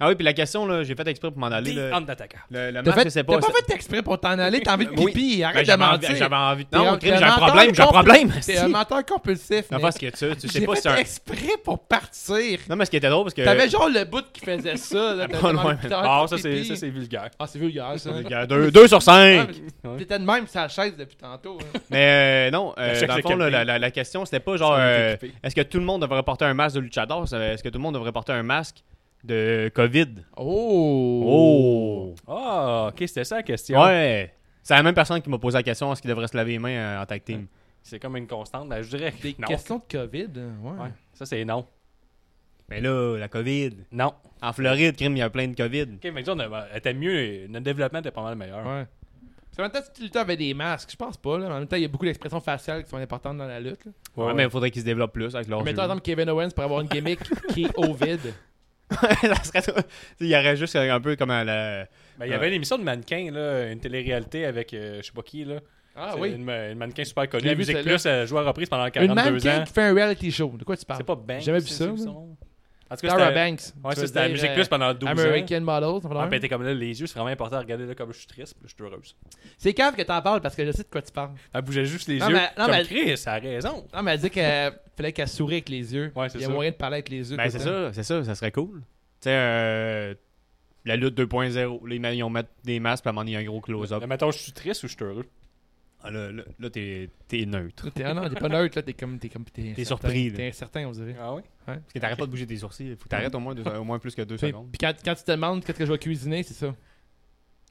Speaker 4: Ah oui, puis la question, là, j'ai fait exprès pour m'en aller.
Speaker 6: The
Speaker 4: Le,
Speaker 6: Undertaker.
Speaker 4: le,
Speaker 5: T'as
Speaker 4: le masque,
Speaker 5: fait,
Speaker 4: c'est
Speaker 5: t'as
Speaker 4: pas.
Speaker 5: pas fait exprès pour t'en aller, t'as envie de
Speaker 4: Oui.
Speaker 5: pipi,
Speaker 4: Ben,
Speaker 5: arrête de
Speaker 4: j'avais envie-
Speaker 5: mentir.
Speaker 4: J'avais envie.
Speaker 5: T'es un-
Speaker 4: Non, crime,
Speaker 5: t'es
Speaker 4: j'ai
Speaker 5: un
Speaker 4: un problème, j'ai un
Speaker 5: menteur
Speaker 4: problème.
Speaker 5: T'es un menteur compulsif.
Speaker 4: Non,
Speaker 5: mec.
Speaker 4: pas ce que tu tu sais
Speaker 5: J'ai
Speaker 4: pas si
Speaker 5: fait
Speaker 4: c'est un.
Speaker 5: exprès pour partir.
Speaker 4: Non, mais ce qui était drôle, parce que.
Speaker 5: T'avais genre le bout qui faisait ça. là,
Speaker 4: Pas
Speaker 5: t'avais
Speaker 4: loin,
Speaker 5: envie de faire
Speaker 6: Ah,
Speaker 5: ton
Speaker 6: ça, c'est-
Speaker 5: pipi.
Speaker 6: ça, c'est vulgaire.
Speaker 5: Ah, c'est vulgaire ça.
Speaker 4: Il y a deux, deux sur
Speaker 5: Ouais,
Speaker 4: cinq.
Speaker 5: Ah, mais T'étais de même sur la chaise depuis tantôt. hein.
Speaker 4: Mais euh, non, euh,
Speaker 6: chaque
Speaker 4: dans le fond,
Speaker 6: second
Speaker 4: là, la,
Speaker 6: pays.
Speaker 4: la- la question, c'était pas genre
Speaker 6: Ça, on est
Speaker 4: euh,
Speaker 6: équipé.
Speaker 4: est-ce que tout le monde devrait porter un masque de luchador Euh, Est-ce que tout le monde devrait porter un masque de COVID
Speaker 5: Oh!
Speaker 6: Ah, ok, c'était ça la question.
Speaker 4: Ouais C'est la même personne qui m'a posé la question est-ce qu'il devrait se laver les mains euh, en tag team
Speaker 6: C'est comme une constante. Ben, je dirais que
Speaker 5: Des
Speaker 6: non.
Speaker 5: questions de COVID, hein, ouais.
Speaker 6: Ouais, Ça, c'est non.
Speaker 4: Mais là, la COVID.
Speaker 6: Non.
Speaker 4: En Floride, crime, il y a plein de COVID.
Speaker 6: Ok, mais disons, on a- était mieux. Notre développement était pas mal meilleur.
Speaker 5: Ouais. Parce qu'en même temps, si tu luttais avec des masques, je pense pas. Là. En même temps, il y a beaucoup d'expressions faciales qui sont importantes dans la lutte. là.
Speaker 4: Ouais, Ah, mais il faudrait qu'ils se développent plus avec leur.
Speaker 5: Mettons,
Speaker 4: jeu.
Speaker 5: exemple, Kevin Owens pour avoir une gimmick qui est au vide.
Speaker 4: Ça serait trop- Il y aurait juste un peu comme à la.
Speaker 6: Ben, il y avait une émission de mannequin, là, une télé-réalité avec euh, je sais pas qui. Là.
Speaker 5: Ah
Speaker 6: C'est
Speaker 5: oui.
Speaker 6: Une, ma- une mannequin super
Speaker 5: Je
Speaker 6: connue.
Speaker 5: l'ai
Speaker 6: La
Speaker 5: vu,
Speaker 6: musique
Speaker 5: celle-là.
Speaker 6: plus, elle joue à reprise pendant
Speaker 5: Une
Speaker 6: 42
Speaker 5: mannequin
Speaker 6: ans.
Speaker 5: qui fait un reality show. De quoi tu parles?
Speaker 6: C'est pas Banks.
Speaker 5: Jamais vu
Speaker 6: c'est-
Speaker 5: ça,
Speaker 6: c'est
Speaker 5: moi.
Speaker 6: son nom? En tout cas,
Speaker 5: Tara
Speaker 6: c'était-
Speaker 5: Banks.
Speaker 6: Ouais,
Speaker 5: Tu
Speaker 6: ça,
Speaker 5: veux
Speaker 6: c'était la
Speaker 5: dire,
Speaker 6: musique
Speaker 5: euh,
Speaker 6: plus pendant 12 ans.
Speaker 5: American Models. ça va
Speaker 6: Ah, ben,
Speaker 5: l'air.
Speaker 6: t'es comme là, les yeux, c'est vraiment important. Regardez là comme je suis triste, puis je suis heureuse.
Speaker 5: C'est cave que t'en parles parce que je sais de quoi tu parles.
Speaker 6: Elle bougeait juste les
Speaker 5: Non,
Speaker 6: yeux.
Speaker 5: mais- non,
Speaker 6: comme
Speaker 5: mais-
Speaker 6: Chris, elle a raison.
Speaker 5: Non, mais elle dit qu'elle fallait qu'elle sourie avec les yeux.
Speaker 6: Ouais, c'est
Speaker 5: Il y a
Speaker 6: ça.
Speaker 5: moyen de parler avec les yeux.
Speaker 4: Ben,
Speaker 5: tout
Speaker 4: c'est
Speaker 5: le temps.
Speaker 4: ça, c'est ça, ça serait cool. Tu sais, euh, la lutte 2.0, les ils ont mis des masques, puis à un moment, donné, il y a un gros close-up.
Speaker 6: Mais mettons, je suis triste ou je suis heureux?
Speaker 4: Ah, là, là, là, t'es t'es neutre.
Speaker 5: T'es- ah non, t'es pas neutre, là. T'es comme. T'es comme, incertain.
Speaker 4: surpris, là.
Speaker 5: T'es incertain, on dirait.
Speaker 6: Ah oui?
Speaker 4: Parce que t'arrêtes pas de bouger tes sourcils. Faut que t'arrêtes au moins, deux- au moins plus que deux
Speaker 5: Puis,
Speaker 4: secondes.
Speaker 5: puis quand, quand tu te demandes qu'est-ce que je vais cuisiner, c'est ça.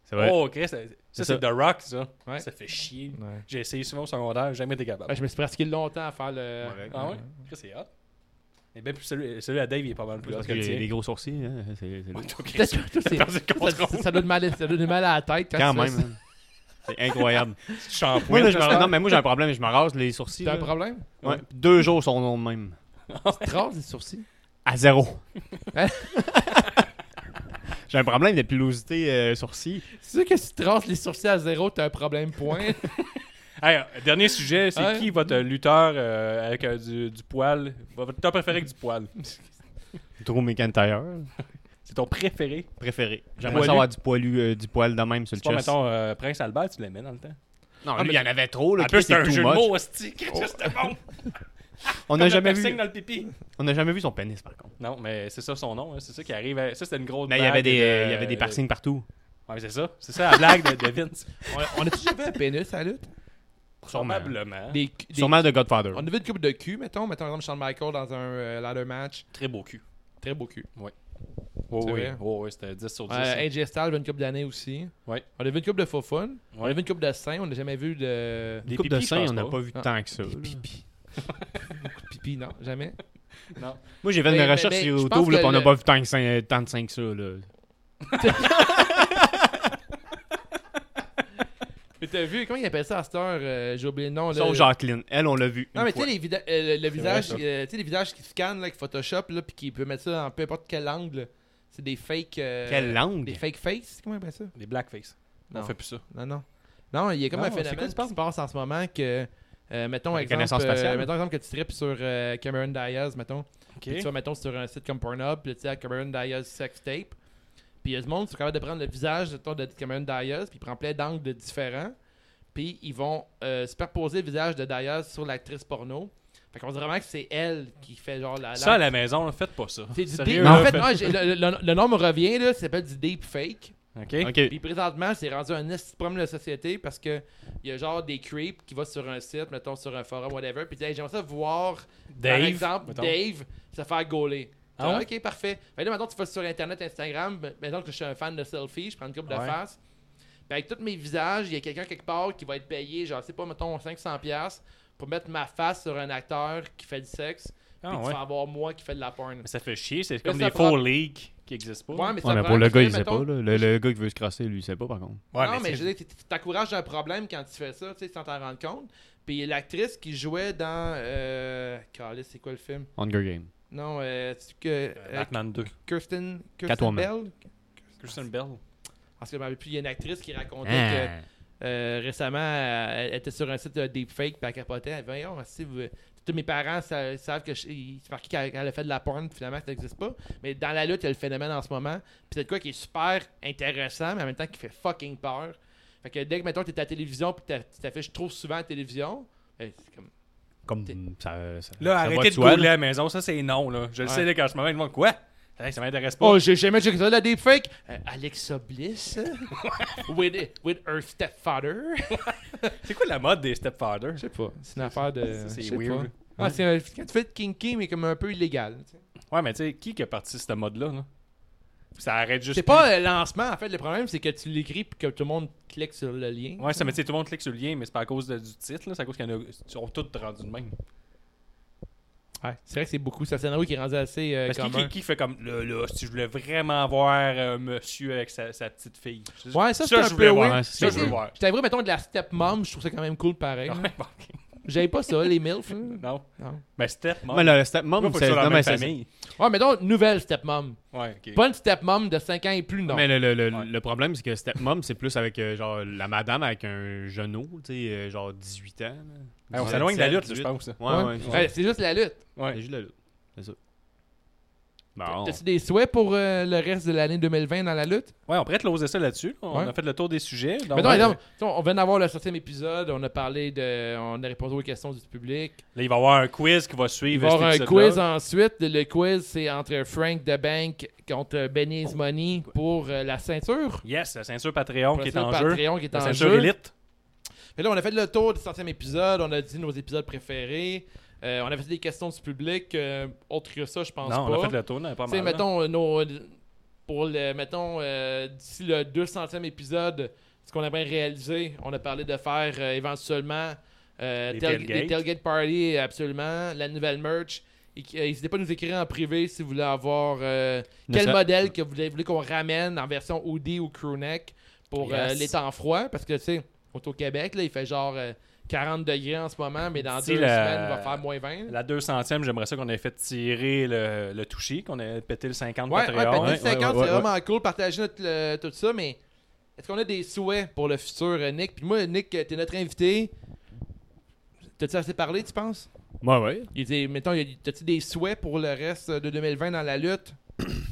Speaker 4: C'est vrai.
Speaker 6: Oh, Chris, ça, ça,
Speaker 4: C'est ça.
Speaker 6: c'est The Rock, ça.
Speaker 5: Ouais.
Speaker 6: Ça fait chier.
Speaker 5: Ouais.
Speaker 6: J'ai essayé souvent au secondaire, jamais été capable.
Speaker 5: Ouais, je me suis pratiqué longtemps à faire le.
Speaker 4: Ah, Ouais,
Speaker 6: Ah ouais? Chris, c'est hot. Et bien, celui, celui à Dave, il est pas mal plus.
Speaker 4: Parce
Speaker 6: Parce
Speaker 4: que
Speaker 6: que le
Speaker 4: les,
Speaker 6: tien.
Speaker 4: les gros sourcils, hein, c'est c'est lourd.
Speaker 6: Ouais, toi, Chris,
Speaker 5: Peut-être que c'est-
Speaker 6: perdu le
Speaker 5: ça, ça,
Speaker 6: contrôle.
Speaker 5: ça donne mal, ça donne du mal à la tête quand,
Speaker 4: Quand
Speaker 5: tu fais
Speaker 4: même.
Speaker 5: ça.
Speaker 4: hein. C'est incroyable.
Speaker 6: tu shampouines,
Speaker 4: moi, là, je me-
Speaker 6: j'espère.
Speaker 4: non, mais moi, j'ai un problème. Je me rase les sourcils.
Speaker 5: T'as un
Speaker 4: là.
Speaker 5: problème?
Speaker 4: Ouais. Deux jours sont non de même.
Speaker 5: Tu te rases les sourcils?
Speaker 4: À zéro.
Speaker 5: Hein?
Speaker 4: j'ai un problème de pilosité euh, sourcils.
Speaker 5: C'est sûr que si tu te rases les sourcils à zéro, t'as un problème, point.
Speaker 6: Hey, euh, dernier sujet, c'est
Speaker 5: Ouais.
Speaker 6: qui votre lutteur euh, avec euh, du, du poil Votre lutteur préféré avec du poil
Speaker 4: Drew McIntyre
Speaker 6: C'est ton préféré
Speaker 4: préféré. J'aimerais
Speaker 6: Poilu.
Speaker 4: savoir du poilu, euh, du poil de même sur le
Speaker 6: C'est pas,
Speaker 4: chest.
Speaker 6: mettons, euh, Prince Albert, tu l'aimais dans le temps
Speaker 4: Non, lui, il y ah, en avait trop. Là,
Speaker 6: En
Speaker 4: Chris,
Speaker 6: plus, c'est
Speaker 4: c'est
Speaker 6: un
Speaker 4: too
Speaker 6: jeu de
Speaker 4: much.
Speaker 6: mots, hostie. Chris, C'était bon.
Speaker 4: On n'a
Speaker 6: Le
Speaker 4: jamais
Speaker 6: piercing
Speaker 4: vu.
Speaker 6: dans le pipi.
Speaker 4: On n'a jamais vu son pénis par contre.
Speaker 6: Non, mais c'est ça son nom. hein. C'est ça qui arrive. à- Ça, c'était une grosse
Speaker 4: Mais Ben, il y avait
Speaker 6: blague
Speaker 4: des, euh,
Speaker 6: de-
Speaker 4: il y avait des piercings partout.
Speaker 6: Ouais, mais c'est ça. C'est ça la blague de, de Vince.
Speaker 5: On a-tu déjà vu un pénis à la lutte?
Speaker 4: Sûrement.
Speaker 6: Probablement.
Speaker 5: Des, cu- des-
Speaker 4: Sûrement de Godfather.
Speaker 5: On a vu une coupe de cul, mettons. Mettons, par exemple, Shawn Michael dans un euh, ladder match.
Speaker 6: Très beau cul.
Speaker 5: Très beau cul.
Speaker 6: Oh,
Speaker 5: C'est
Speaker 6: oui,
Speaker 5: vrai?
Speaker 6: Oh, oui, c'était 10 sur 10.
Speaker 5: Euh,
Speaker 6: hein.
Speaker 5: AJ Styles, vu une coupe d'années aussi.
Speaker 6: Ouais.
Speaker 5: On a vu une coupe de faux fun. On a
Speaker 6: Ouais.
Speaker 5: vu une coupe de seins. On n'a jamais vu de.
Speaker 6: Des
Speaker 4: coupe de
Speaker 6: pipis, je
Speaker 4: sein,
Speaker 6: pense
Speaker 4: on n'a
Speaker 6: pas.
Speaker 4: pas vu
Speaker 5: Ah.
Speaker 4: tant que ça. là.
Speaker 5: Pipi. Pipi, non, jamais.
Speaker 4: Moi, j'ai fait une
Speaker 5: Mais- mais-
Speaker 4: recherche
Speaker 5: mais
Speaker 4: sur
Speaker 5: je
Speaker 4: YouTube,
Speaker 5: pense
Speaker 4: là,
Speaker 5: que
Speaker 4: pis on n'a
Speaker 5: le-
Speaker 4: pas vu tant, que ça- euh, tant de 5 que ça. Là.
Speaker 5: Mais t'as vu, comment il appelle ça à cette heure euh, J'ai oublié le nom. là.
Speaker 4: Sauf Jacqueline. Elle, on l'a vu.
Speaker 5: Non,
Speaker 4: une
Speaker 5: mais tu sais,
Speaker 4: fois.
Speaker 5: les vida- euh, le- le visage,
Speaker 6: ça.
Speaker 5: euh, tu sais, les visages qui scannent là, avec Photoshop, là, puis qui peut mettre ça dans peu importe quel angle. là. C'est des fake. euh,
Speaker 4: Quelle langue
Speaker 5: Des fake face, comment on appelle ça
Speaker 6: Des blackface.
Speaker 5: Non.
Speaker 6: On fait plus ça.
Speaker 5: Non, non. Non, il y a comme
Speaker 6: Non,
Speaker 5: un
Speaker 6: c'est quoi
Speaker 5: phénomène
Speaker 6: tu
Speaker 5: qui se passe en ce moment que. euh, mettons,
Speaker 4: La
Speaker 5: exemple,
Speaker 4: reconnaissance
Speaker 5: euh,
Speaker 4: faciale?
Speaker 5: mettons exemple que tu tripes sur euh, Cameron Diaz, mettons. Puis tu vas, mettons, sur un site comme Pornhub, puis tu sais, Cameron Diaz sex tape. Puis il y a du monde qui sont capables de prendre le visage mettons, de Cameron Diaz, puis il prend plein d'angles différents. Puis ils vont euh, superposer le visage de Diaz sur l'actrice porno. Fait qu'on dirait vraiment que c'est elle qui fait genre la.
Speaker 6: Ça, à
Speaker 5: la-
Speaker 6: la maison, là, faites pas ça.
Speaker 5: C'est du
Speaker 6: Sérieux,
Speaker 5: deep-
Speaker 6: là,
Speaker 5: En fait,
Speaker 6: faites-
Speaker 5: non, j'ai- le, le- le nom me revient, là, ça s'appelle du deep fake.
Speaker 6: OK?
Speaker 4: Ok.
Speaker 5: Puis présentement, c'est rendu un esti de problème de la société parce que il y a genre des creeps qui vont sur un site, mettons sur un forum, whatever, puis disent Hey, j'aimerais ça voir,
Speaker 6: Dave.
Speaker 5: par exemple,
Speaker 6: mettons.
Speaker 5: Dave se faire gauler.
Speaker 6: Ah
Speaker 5: Ah,
Speaker 6: ouais?
Speaker 5: ok, parfait. Fait que là, maintenant, tu vas sur Internet, Instagram. ben, Mettons que je suis un fan de selfie, je prends une coupe de
Speaker 6: Ouais.
Speaker 5: face. Ben, avec tous mes visages, il y a quelqu'un quelque part qui va être payé, genre, c'est pas, mettons, 500$ pour mettre ma face sur un acteur qui fait du sexe.
Speaker 6: Ah,
Speaker 5: puis tu
Speaker 6: ouais.
Speaker 5: vas avoir moi qui fait de la porn.
Speaker 6: Mais ça fait chier. C'est comme
Speaker 5: ça
Speaker 6: des
Speaker 5: prend-
Speaker 6: faux leaks qui existent pas.
Speaker 5: Ouais, mais, ça
Speaker 4: Ouais, mais
Speaker 5: prend-
Speaker 4: pour le gars, il
Speaker 5: mettons-
Speaker 4: sait pas. Là. Le, le gars qui veut se crasser, lui, il sait pas par contre.
Speaker 6: Ouais,
Speaker 5: non, mais,
Speaker 6: c'est-
Speaker 5: je veux dire, tu t'encourages un problème quand tu fais ça, tu sais, sans t'en rendre compte. Puis l'actrice qui jouait dans. Euh... Calais, c'est quoi le film
Speaker 4: Hunger Game.
Speaker 5: Non, euh, tu que. euh,
Speaker 6: Batman 2.
Speaker 5: Kirsten. Kirsten
Speaker 4: Catwoman.
Speaker 5: Bell ben,
Speaker 6: Christian Bell.
Speaker 5: Parce que je m'en rappelle plus, il y a une actrice qui racontait
Speaker 4: Ah.
Speaker 5: euh, récemment, elle, elle était sur un site de deepfake, puis elle capotait. Elle dit Voyons, si vous- tous mes parents sa- savent que je- ils- c'est marqué qu'elle qu'elle a fait de la porn, puis finalement, ça n'existe pas. Mais dans la lutte, il y a le phénomène en ce moment. Puis c'est de quoi qui est super intéressant, mais en même temps qui fait fucking peur. Fait que dès que, mettons, t'es à la télévision, puis t'a- tu t'affiches trop souvent à la télévision, ben, c'est comme.
Speaker 4: Comme
Speaker 5: T'es-
Speaker 4: ça, ça-
Speaker 6: Là,
Speaker 4: ça va
Speaker 6: arrêtez de
Speaker 4: tout seul.
Speaker 6: googler à la maison, ça c'est non, là. Je le sais,
Speaker 5: Ouais.
Speaker 6: là, quand je me mets devant, quoi? Hey, ça m'intéresse pas.
Speaker 5: Oh, j'ai jamais checké ça, de la deepfake. Euh, Alexa Bliss. with, with her stepfather.
Speaker 6: C'est quoi la mode des stepfathers?
Speaker 5: Je sais pas. C'est une affaire de.
Speaker 6: Ça, c'est
Speaker 5: je sais
Speaker 6: weird.
Speaker 5: pas. Ah, c'est un- quand tu fais de kinky, mais comme un peu illégal. tu sais.
Speaker 6: Ouais, mais tu sais, qui qui a parti de cette mode-là, là? Ça arrête juste.
Speaker 5: C'est pas le lancement, en fait. Le problème, c'est que tu l'écris puis que tout le monde clique sur le lien.
Speaker 6: Ouais, ça, mais tu sais, tout le monde clique sur le lien, mais c'est pas à cause de- du titre, là. C'est à cause qu'ils sont tous rendus de même.
Speaker 5: Ouais, C'est vrai que c'est beaucoup. C'est un scénario qui est rendu assez euh,
Speaker 6: Parce que qui,
Speaker 5: commun.
Speaker 6: qui- qui fait comme là, là, si je voulais vraiment voir un monsieur avec sa, sa petite fille.
Speaker 5: Ouais, ça, c'est un
Speaker 6: je voulais
Speaker 5: peu
Speaker 6: voir.
Speaker 5: weird.
Speaker 6: Ça,
Speaker 5: Mais
Speaker 6: je veux
Speaker 5: c'est-
Speaker 6: voir.
Speaker 5: Je t'avouerais, mettons, de la stepmom, je trouve ça quand même cool pareil.
Speaker 6: Ouais, bon, ok.
Speaker 5: J'avais pas ça, les MILF. hein.
Speaker 6: Non.
Speaker 5: Non.
Speaker 6: Mais step, mom.
Speaker 4: Mais le step
Speaker 6: Pourquoi
Speaker 4: mom,
Speaker 6: faut que
Speaker 4: c'est
Speaker 6: ce soit
Speaker 4: non,
Speaker 6: dans la même
Speaker 4: mais c'est-
Speaker 6: famille.
Speaker 5: Ouais, mettons, nouvelle stepmom.
Speaker 6: Ouais, ok.
Speaker 5: Pas une stepmom de 5 ans et plus, non.
Speaker 4: Mais le, le- le-
Speaker 6: Ouais.
Speaker 4: le problème, c'est que stepmom, c'est plus avec euh, genre la madame avec un genou, tu sais, euh, genre 18 ans.
Speaker 6: Ouais, on s'éloigne de la lutte, là, je pense. ça.
Speaker 4: Ouais, ouais. ouais.
Speaker 5: Ouais, c'est juste la lutte.
Speaker 4: C'est
Speaker 6: Ouais.
Speaker 4: juste la lutte. C'est ça. Bon.
Speaker 5: T'as-tu des souhaits pour euh, le reste de l'année 2020 dans la lutte?
Speaker 6: Ouais, on pourrait closer ça là-dessus. On
Speaker 5: Ouais.
Speaker 6: a fait le tour des sujets. Donc,
Speaker 5: Mettons,
Speaker 6: ouais,
Speaker 5: exemple, tu sais, on vient d'avoir le septième épisode, on a parlé de. On a répondu aux questions du public.
Speaker 6: Là, il va y avoir un quiz qui va
Speaker 5: Il va
Speaker 6: suivre.
Speaker 5: y avoir un
Speaker 6: cet
Speaker 5: quiz
Speaker 6: épisode-là.
Speaker 5: ensuite. Le quiz, c'est entre Frank de Bank contre Benny
Speaker 6: Oh.
Speaker 5: Is Money pour euh, la ceinture.
Speaker 6: Yes, la ceinture Patreon
Speaker 5: Pour
Speaker 6: qui
Speaker 5: la
Speaker 6: est
Speaker 5: ceinture
Speaker 6: en jeu.
Speaker 5: Patreon qui est
Speaker 6: La
Speaker 5: en
Speaker 6: ceinture
Speaker 5: jeu.
Speaker 6: élite.
Speaker 5: Fait là, on a fait le tour du centième épisode, on a dit nos épisodes préférés. Euh, on a fait des questions du public. euh, autre que ça, je pense
Speaker 6: Non,
Speaker 5: pas.
Speaker 6: on a fait le tour, non, pas
Speaker 5: Tu sais,
Speaker 6: mal. là.
Speaker 5: mettons, euh, nos, pour le, mettons, euh, d'ici le 200e épisode, ce qu'on aimerait réaliser, on a parlé de faire euh, éventuellement euh,
Speaker 6: Des
Speaker 5: tailg-
Speaker 6: tailgates.
Speaker 5: des tailgate party, absolument, la nouvelle merch. Et qui- euh, N'hésitez pas à nous écrire en privé si vous voulez avoir euh,
Speaker 4: Ne
Speaker 5: quel
Speaker 4: serait-
Speaker 5: modèle que vous voulez, voulez qu'on ramène en version hoodie ou crewneck pour euh,
Speaker 6: Yes.
Speaker 5: les temps froids. Parce que, tu sais, on est au Québec, là, il fait genre euh, 40 degrés en ce moment, mais dans
Speaker 6: Si
Speaker 5: deux
Speaker 6: la-
Speaker 5: semaines, il va faire moins 20.
Speaker 6: La 200e, j'aimerais ça qu'on ait fait tirer le, le touchy, qu'on ait pété le 50
Speaker 5: Ouais, ouais,
Speaker 6: Patreon.
Speaker 5: péter le
Speaker 6: Ouais,
Speaker 5: 50,
Speaker 6: ouais, ouais,
Speaker 5: c'est vraiment cool, partager notre, le- tout ça, mais est-ce qu'on a des souhaits pour le futur, euh, Nick? Puis moi, Nick, euh, t'es notre invité. T'as-tu assez parlé, tu penses?
Speaker 4: Ouais, ouais.
Speaker 5: Il dit, mettons, il y a- t'as-tu des souhaits pour le reste de 2020 dans la lutte?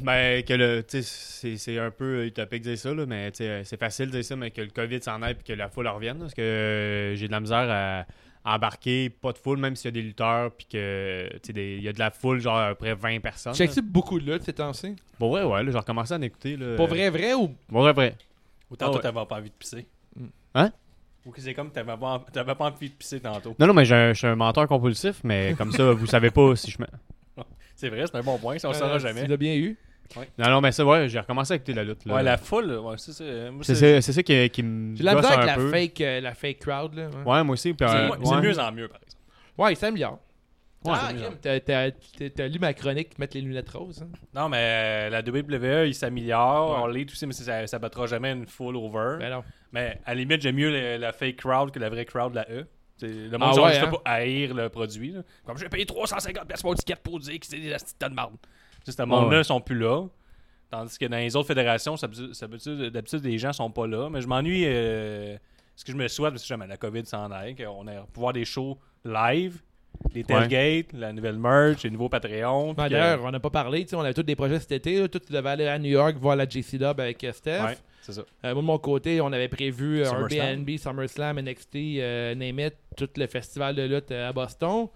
Speaker 4: Ben, que le. Tu sais, c'est- c'est un peu utopique de dire ça, là, mais tu sais, euh, c'est facile de dire ça, mais que le COVID s'en aille et que la foule revienne. là, Parce que euh, j'ai de la misère à à embarquer, pas de foule, même s'il y a des lutteurs, puis que. Tu sais, des- il y a de la foule, genre à peu près 20 personnes. là.
Speaker 5: Check-tu beaucoup de lutte ces temps-ci?
Speaker 4: Bon, ouais, ouais, là, j'ai recommencé à en écouter. Là.
Speaker 5: Pour vrai, vrai ou.
Speaker 4: Pour vrai, vrai.
Speaker 6: Autant
Speaker 4: Ah
Speaker 6: toi,
Speaker 4: ouais.
Speaker 6: t'avais pas envie de pisser.
Speaker 4: Hein?
Speaker 6: Ou que c'est comme t'avais pas, t'avais pas envie de pisser tantôt.
Speaker 4: Non, non, mais j'ai un- je suis un menteur compulsif, mais comme ça, vous savez pas si je me.
Speaker 6: C'est vrai, c'est un bon point, ça on le
Speaker 5: euh,
Speaker 6: saura
Speaker 5: Tu
Speaker 6: jamais.
Speaker 5: l'as bien eu.
Speaker 4: Non, non, mais ça, ouais, j'ai recommencé à écouter la lutte. Là.
Speaker 6: Ouais, la foule, ouais, c'est ça. euh, Moi,
Speaker 4: C'est
Speaker 6: c'est-
Speaker 4: ça- c'est ça qui, qui me.
Speaker 5: J'ai de la
Speaker 4: gosse
Speaker 5: misère
Speaker 4: un
Speaker 5: avec la
Speaker 4: peu.
Speaker 5: fake, euh, la fake crowd, là. Ouais,
Speaker 4: Ouais, moi aussi. Puis,
Speaker 6: c'est
Speaker 4: euh,
Speaker 6: mo- c'est
Speaker 4: ouais.
Speaker 6: de mieux en mieux, par exemple.
Speaker 5: ouais il s'améliore.
Speaker 6: Ouais,
Speaker 5: ah,
Speaker 6: c'est mieux.
Speaker 5: crime, t'as- t'as t'as- t'as lu ma chronique, mettre les lunettes roses. hein.
Speaker 6: Non, mais euh, la WWE, il s'améliore, on l'est, tout ça, mais c'est- ça, ça battra jamais une full over.
Speaker 5: Ben non.
Speaker 6: Mais à la limite, j'aime mieux le- la fake crowd que la vraie crowd, la E. C'est- Le
Speaker 5: Ah
Speaker 6: monde genre
Speaker 5: ouais,
Speaker 6: juste
Speaker 5: hein?
Speaker 6: pas haïr le produit. là. Comme j'ai payé 350 pièces pour une ticket pour dire que c'est des astuces de merde. Tu sais, Ce monde-là,
Speaker 4: ouais.
Speaker 6: ils sont plus là. Tandis que dans les autres fédérations, ça peut- ça peut- d'habitude, les gens sont pas là. Mais je m'ennuie. euh, ce que je me souhaite, parce que jamais la COVID s'en aille, qu'on ait pouvoir des shows live, les tailgates, la nouvelle merch, les nouveaux Patreons.
Speaker 5: Ouais,
Speaker 4: Ben,
Speaker 6: puis que-
Speaker 5: Ben, D'ailleurs, on n'a pas parlé, tu sais, on avait tous des projets cet été. là. Toi, tu devais aller à New York voir la JC Dub avec euh, Steph.
Speaker 6: Ouais, c'est ça.
Speaker 5: Euh, moi, de mon côté, on avait prévu euh,
Speaker 6: SummerSlam.
Speaker 5: Airbnb, SummerSlam, NXT, euh, name it, tout le festival de lutte euh, à Boston.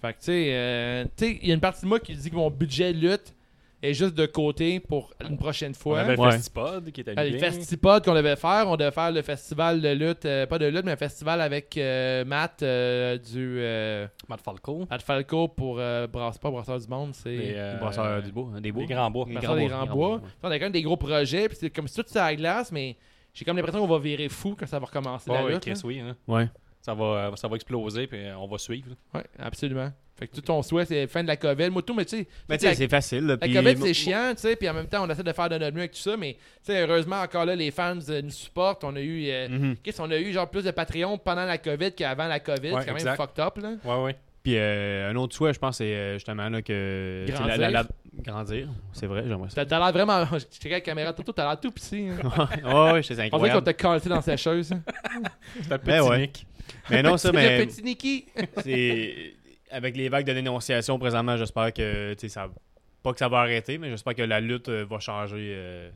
Speaker 5: Fait que, tu sais, euh, tu sais, il y a une partie de moi qui dit que mon budget lutte est juste de côté pour une prochaine
Speaker 6: On
Speaker 5: fois.
Speaker 6: avait le
Speaker 4: Ouais.
Speaker 6: Festipod qui est
Speaker 5: Euh, Le
Speaker 6: annulé.
Speaker 5: festipod qu'on devait faire, on devait faire le festival de lutte, euh, pas de lutte, mais un festival avec euh, Matt euh, du euh,
Speaker 6: Matt Falco.
Speaker 5: Matt Falco pour euh, Brasse- pas Brasseur du Monde, c'est.
Speaker 6: Les,
Speaker 4: Les
Speaker 6: euh,
Speaker 4: brasseurs du bois, hein, des bois.
Speaker 6: les grands bois.
Speaker 4: Les
Speaker 5: Marcel
Speaker 4: grands
Speaker 5: des
Speaker 4: bois,
Speaker 5: grands
Speaker 4: grands
Speaker 5: bois.
Speaker 4: bois, ouais.
Speaker 5: On a quand même des gros projets, puis c'est comme si tout ça à la glace, mais j'ai comme l'impression qu'on va virer fou quand ça va recommencer
Speaker 6: Ouais,
Speaker 5: la
Speaker 6: ouais,
Speaker 5: lutte,
Speaker 6: Chris,
Speaker 5: là.
Speaker 6: oui, hein.
Speaker 4: Ouais.
Speaker 6: ça va, euh, ça va exploser, puis on va suivre.
Speaker 5: Ouais, absolument. Fait que tout ton souhait, c'est fin de la COVID. Moi, tout, mais tu sais,
Speaker 4: Mais tu sais,
Speaker 5: la-
Speaker 4: c'est facile. là,
Speaker 5: la
Speaker 4: puis-
Speaker 5: COVID, c'est chiant, tu sais, puis en même temps, on essaie de faire de notre mieux avec tout ça, mais tu sais, heureusement, encore là, les fans euh, nous supportent. On a eu, euh,
Speaker 4: Mhm.
Speaker 5: Chris, on a eu genre plus de Patreon pendant la COVID qu'avant la COVID.
Speaker 6: Ouais,
Speaker 5: c'est quand
Speaker 6: exact.
Speaker 5: même fucked up, là.
Speaker 6: Ouais, ouais.
Speaker 4: Puis euh, un autre souhait, je pense, c'est euh, justement là, que. tu sais, La, la, la- grandir. C'est vrai, j'aimerais ça.
Speaker 5: T'as t'as l'air vraiment. Je checkais la caméra tout, tout, t'as l'air tout petit. hein.
Speaker 4: ouais, ouais, c'est
Speaker 5: On dirait qu'on
Speaker 4: incroyable.
Speaker 5: t'a calé dans la sécheuse. hein.
Speaker 6: C'est un peu
Speaker 4: Ben ouais.
Speaker 6: cynique.
Speaker 4: Mais non, ça,
Speaker 5: Le
Speaker 4: mais
Speaker 5: petit Nicky.
Speaker 4: c'est avec les vagues de dénonciation présentement, j'espère que tu sais, ça pas que ça va arrêter, mais j'espère que la lutte euh, va changer euh,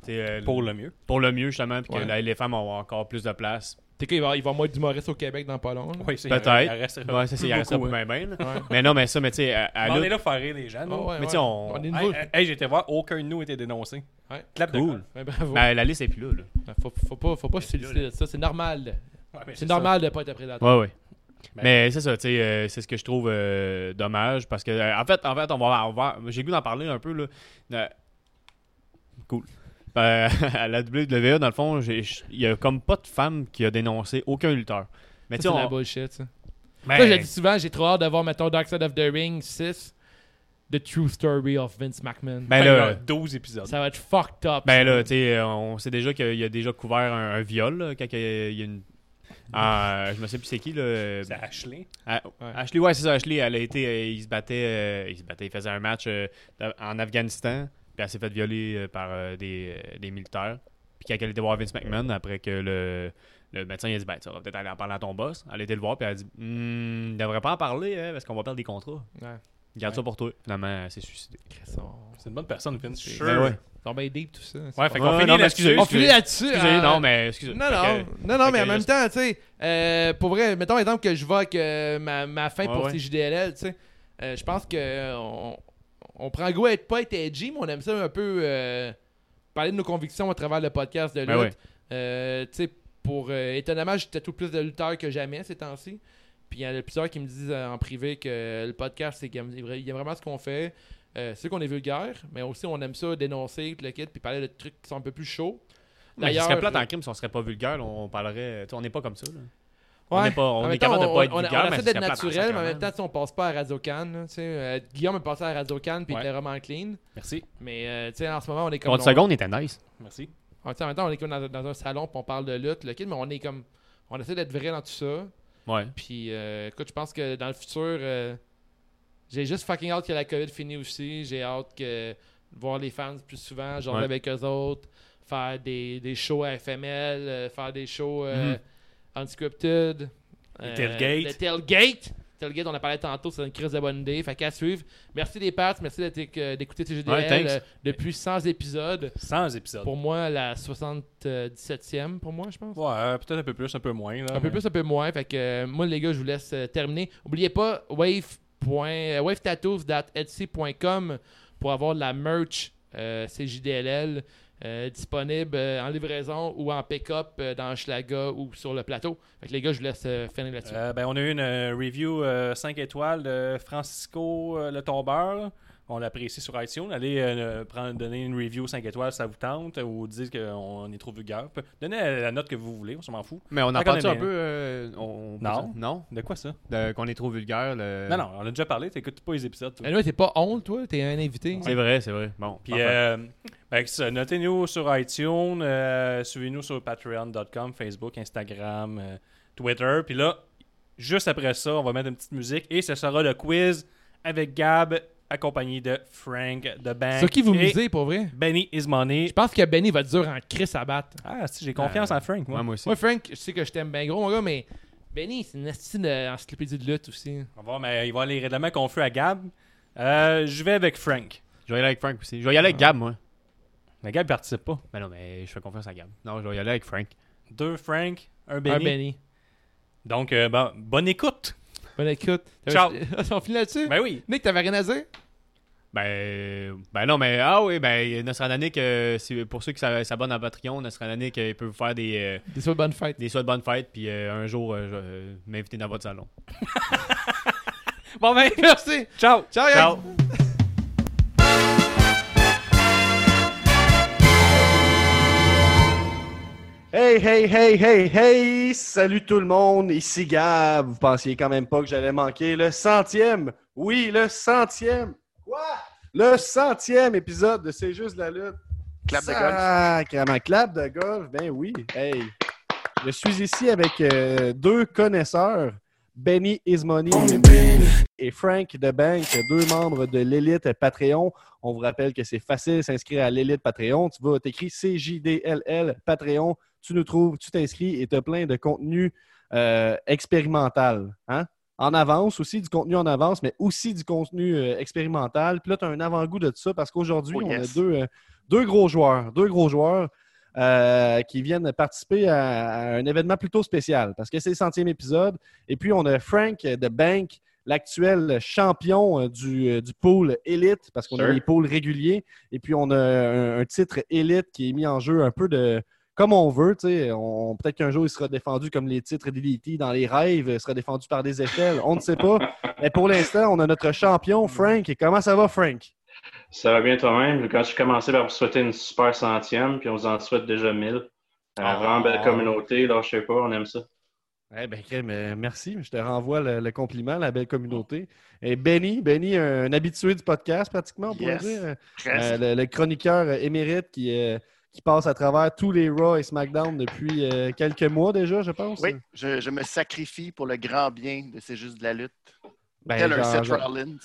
Speaker 4: tu sais, euh,
Speaker 6: Pour le mieux.
Speaker 4: pour le mieux justement, puis que
Speaker 5: Ouais.
Speaker 4: la- les femmes ont encore plus de place.
Speaker 5: T'es qu'il va y avoir moins d'humoristes au Québec dans pas long. là.
Speaker 6: Oui, c'est-
Speaker 4: Peut-être.
Speaker 6: il en restera
Speaker 4: Ouais, ça c'est il
Speaker 6: plus
Speaker 4: reste ça
Speaker 6: beaucoup, hein.
Speaker 4: bien bien. là. Mais non, mais ça, mais tu sais, à, à
Speaker 6: Mais On est
Speaker 4: lutte,
Speaker 6: là pour faire rire les gens. nous.
Speaker 5: Ah ouais,
Speaker 4: mais tu
Speaker 5: ouais.
Speaker 4: sais, on-
Speaker 5: est nouveau.
Speaker 6: Hey, hey, hey, j'ai été voir, aucun de nous était dénoncé.
Speaker 5: Ouais.
Speaker 6: Clap de
Speaker 4: cool.
Speaker 5: Ouais, bravo.
Speaker 4: Ben, la liste est plus là. là.
Speaker 5: Faut, faut pas, faut pas se féliciter de ça. C'est normal.
Speaker 6: Ouais, mais
Speaker 5: C'est normal de pas être un prédateur.
Speaker 4: Ouais, ouais.
Speaker 5: Ben,
Speaker 4: Mais c'est ça, tu sais, euh, c'est ce que je trouve euh, dommage parce que, euh, en fait, en fait, on va, on va- j'ai le goût d'en parler un peu, là. Euh, cool. Euh, à la WWE, dans le fond, j'ai- j- il y a comme pas de femme qui a dénoncé aucun lutteur. Mais
Speaker 5: Ça,
Speaker 4: tu
Speaker 5: C'est
Speaker 4: sais,
Speaker 5: de la
Speaker 4: on...
Speaker 5: bullshit, ça.
Speaker 4: Ben,
Speaker 5: Ça, je le dis souvent, j'ai trop hâte d'avoir, mettons, Dark Side of the Ring 6, The True Story of Vince McMahon.
Speaker 4: ben
Speaker 6: Hey,
Speaker 4: là,
Speaker 6: genre 12 épisodes.
Speaker 5: ça va être fucked up.
Speaker 4: ben là, tu sais, euh, on sait déjà qu'il y a déjà couvert un, un viol là, quand il y a- il y a une. Ah, je me sais plus c'est qui là.
Speaker 6: C'est Ashley.
Speaker 4: Ah,
Speaker 5: Ouais.
Speaker 4: Ashley, ouais, c'est ça. Ashley, elle a été, euh, il se battait, euh, il se battait, il faisait un match euh, d'a- en Afghanistan, puis elle s'est fait violer euh, par euh, des, euh, des militaires. Puis quand elle était voir Vince McMahon, après que le, le médecin il a dit, ben, tu vas peut-être aller en parler à ton boss. Elle a été le voir, puis elle a dit, Hmm, ne devrait pas en parler, hein, parce qu'on va perdre des contrats.
Speaker 5: Ouais.
Speaker 4: Garde ça pour toi. Finalement, elle s'est suicidée.
Speaker 5: Ils sont-
Speaker 6: C'est une bonne personne, Vince.
Speaker 5: C'est-
Speaker 6: Sure.
Speaker 4: Ben ouais.
Speaker 5: ils sont bien deep, tout ça.
Speaker 6: Ouais, fait
Speaker 4: Ouais,
Speaker 6: qu'on finit
Speaker 4: non, mais
Speaker 6: là-dessus.
Speaker 4: excusez,
Speaker 5: On finit là-dessus.
Speaker 4: Excusez,
Speaker 5: hein.
Speaker 4: non, mais excusez.
Speaker 5: Non,
Speaker 4: Fait
Speaker 5: non,
Speaker 4: que-
Speaker 5: non, non,
Speaker 4: fait
Speaker 5: mais en
Speaker 4: que
Speaker 5: même
Speaker 4: juste-
Speaker 5: temps, tu sais, euh, pour vrai, mettons exemple que je vois que ma, ma fin
Speaker 4: Ouais,
Speaker 5: pour
Speaker 4: ouais.
Speaker 5: CJDLL, tu sais, euh, je pense que euh, on, on prend goût à être pas être edgy, mais on aime ça un peu euh, parler de nos convictions à travers le podcast de lutte.
Speaker 4: Ben ouais.
Speaker 5: Euh, tu sais, pour euh, étonnamment, j'étais tout plus de lutteurs que jamais ces temps-ci. Puis il y en a plusieurs qui me disent euh, en privé que euh, le podcast, c'est qu'il aime- il y a vraiment ce qu'on fait. Euh, c'est qu'on est vulgaire, mais aussi on aime ça dénoncer tout le kit puis parler de trucs qui sont un peu plus chauds.
Speaker 4: Mais ce serait
Speaker 5: D'ailleurs, euh,
Speaker 4: plate en crime si on serait pas vulgaire, là, on parlerait. tu sais, on n'est pas comme ça. là.
Speaker 5: Ouais.
Speaker 4: On n'est pas,
Speaker 5: En
Speaker 4: on
Speaker 5: même
Speaker 4: est
Speaker 5: temps,
Speaker 4: capable de
Speaker 5: on-
Speaker 4: pas être
Speaker 5: on-
Speaker 4: vulgaire,
Speaker 5: On
Speaker 4: mais
Speaker 5: essaie
Speaker 4: ce
Speaker 5: d'être
Speaker 4: serait plate en hein.
Speaker 5: naturel, mais en même
Speaker 4: sacrement.
Speaker 5: temps, tu sais, on passe pas à Radio Can. là, tu sais. Euh, Guillaume est passé à Radio Can, puis il
Speaker 6: Ouais.
Speaker 5: était vraiment clean.
Speaker 6: Merci.
Speaker 5: Mais euh, tu sais, en ce moment, on est comme.
Speaker 4: 30
Speaker 5: on-
Speaker 4: secondes était nice.
Speaker 6: Merci.
Speaker 5: on- Ah, tu sais, en même temps, on est comme dans, dans un salon, puis on parle de lutte, le kid, mais on est comme. On essaie d'être vrai dans tout ça.
Speaker 4: Ouais.
Speaker 5: Puis euh, écoute, je pense que dans le futur, euh, j'ai juste fucking hâte que la COVID finisse aussi. J'ai hâte que voir les fans plus souvent, genre
Speaker 4: Ouais.
Speaker 5: avec eux autres, faire des, des shows à FML, euh, faire des shows euh,
Speaker 4: Mhm.
Speaker 5: unscripted.
Speaker 6: Les
Speaker 5: Euh,
Speaker 6: tailgates.
Speaker 5: Le tailgate. Tailgate, on en parlait tantôt, c'est une crise de bonne idée. Fait qu'à suivre. Merci les Pats, merci d'être- euh, d'écouter TGDL
Speaker 4: Ouais, thanks.
Speaker 5: euh, depuis 100 épisodes.
Speaker 6: 100 épisodes.
Speaker 5: Pour moi, la 77e, pour moi, je pense.
Speaker 6: Ouais, euh, peut-être un peu plus, un peu moins. Là,
Speaker 5: Un peu
Speaker 6: mais-
Speaker 5: plus, un peu moins. Fait que euh, moi, les gars, je vous laisse euh, terminer. Oubliez pas wave. euh, wavetattoos.etsy.com pour avoir de la merch euh, CJDLL euh, disponible euh, en livraison ou en pick-up euh, dans Schlaga ou sur le plateau. Fait que les gars, je vous laisse euh, finir là-dessus.
Speaker 6: Euh, ben, on a eu une euh, review 5 étoiles de Francisco euh, le tombeur. On l'apprécie sur iTunes. Allez euh, prendre, donner une review 5 étoiles si ça vous tente ou dire qu'on est trop vulgaire. Pe- Donnez la la note que vous voulez, on s'en fout.
Speaker 4: Mais on en
Speaker 6: Fait qu'on
Speaker 4: parle
Speaker 6: est
Speaker 4: un
Speaker 6: bien.
Speaker 4: peu. euh, on- on peut
Speaker 6: Non.
Speaker 4: dire- Non.
Speaker 6: De quoi ça
Speaker 4: De- Qu'on est trop vulgaire. le-
Speaker 6: Non, non, on a déjà parlé, t'écoutes pas les épisodes. toi.
Speaker 5: Mais là, t'es pas honte, toi, t'es un invité.
Speaker 4: C'est vrai, c'est vrai. Bon.
Speaker 6: Puis,
Speaker 4: parfait.
Speaker 6: euh, ben, c'est ça, notez-nous sur iTunes, euh, suivez-nous sur patreon.com, Facebook, Instagram, euh, Twitter. Puis là, juste après ça, on va mettre une petite musique et ce sera le quiz avec Gab, accompagné de Frank de Bank.
Speaker 5: Sur qui vous
Speaker 6: et
Speaker 5: misez, pour vrai?
Speaker 6: Benny is
Speaker 5: Je
Speaker 6: money.
Speaker 5: pense que Benny va être dur en Chris à battre.
Speaker 6: Ah, si, j'ai confiance en Frank, moi.
Speaker 4: Ouais, moi aussi.
Speaker 5: Moi, Frank, je sais que je t'aime bien gros, mon gars, mais Benny, c'est une astuce d'encyclopédie de lutte aussi.
Speaker 6: On va voir, mais il va les règlements qu'on fait à Gab. Euh, je vais avec Frank.
Speaker 4: Je vais y aller avec Frank aussi. Je vais y aller
Speaker 6: Ah.
Speaker 4: avec Gab, moi.
Speaker 6: Mais Gab participe pas.
Speaker 4: Mais non, mais je fais confiance à Gab. Non, je vais y aller avec Frank.
Speaker 6: Deux Frank, un
Speaker 5: Un
Speaker 6: Benny.
Speaker 5: Benny.
Speaker 6: Donc, euh, ben, bonne écoute.
Speaker 5: Bonne écoute.
Speaker 6: Ciao.
Speaker 5: On finit là-dessus?
Speaker 6: Ben oui.
Speaker 5: Nick, t'avais rien à dire?
Speaker 4: Ben, ben non, mais ah oui, ben Nostradanic, euh, c'est- pour ceux qui s'a- s'abonnent à Patreon, Nostradanic, euh, il peut vous faire des, euh,
Speaker 5: Des soins de bonne fête.
Speaker 4: des souhaits de bonne fête, puis euh, un jour, euh, je vais euh, m'inviter dans votre salon.
Speaker 5: Bon ben, merci.
Speaker 6: Ciao.
Speaker 5: Ciao, Yann.
Speaker 1: Hey, hey, hey, hey, hey! Salut tout le monde, ici Gab. Vous pensiez quand même pas que j'allais manquer le centième? Oui, le centième! Quoi? Le centième épisode de C'est juste la lutte.
Speaker 7: Clap de golf.
Speaker 1: Sacrément. Clap de golf, ben oui. Hey, je suis ici avec euh, deux connaisseurs.
Speaker 10: Benny Is Money et Frank de Bank, deux membres de l'élite Patreon. On vous rappelle que c'est facile s'inscrire à l'élite Patreon. Tu vas, t'écris CJDLL Patreon, tu nous trouves, tu t'inscris et tu as plein de contenu euh, expérimental. Hein? En avance aussi, du contenu en avance, mais aussi du contenu euh, expérimental. Puis là, tu as un avant-goût de ça parce qu'aujourd'hui,
Speaker 11: Oh, yes.
Speaker 10: on a deux, euh, deux gros joueurs, deux gros joueurs euh, qui viennent participer à, à un événement plutôt spécial parce que c'est le centième épisode. Et puis, on a Frank de Bank, l'actuel champion euh, du, euh, du pool élite parce qu'on a
Speaker 11: Sure.
Speaker 10: les pools réguliers. Et puis, on a un, un titre élite qui est mis en jeu un peu de comme on veut. tu sais. On, peut-être qu'un jour, il sera défendu comme les titres d'élite dans les rêves, il sera défendu par des échelles. On ne sait pas. Mais pour l'instant, on a notre champion, Frank. Et comment ça va, Frank?
Speaker 12: Ça va bien toi-même. Quand je commençais par vous souhaiter une super centième, puis on vous en souhaite déjà mille. Une vraiment belle communauté, là, je sais pas, on aime ça.
Speaker 10: Eh ben, crème, euh, merci. Je te renvoie le, le compliment, la belle communauté. Et Benny, Benny, un, un habitué du podcast pratiquement, on pourrait
Speaker 11: Yes.
Speaker 10: dire.
Speaker 11: Presque.
Speaker 10: Euh, le, le chroniqueur euh, émérite qui, euh, qui passe à travers tous les Raw et SmackDown depuis euh, quelques mois déjà, je pense.
Speaker 11: Oui, je, je me sacrifie pour le grand bien de C'est juste de la lutte.
Speaker 10: Ben,
Speaker 11: Tel un
Speaker 10: genre-
Speaker 11: Seth
Speaker 10: genre-
Speaker 11: Rollins.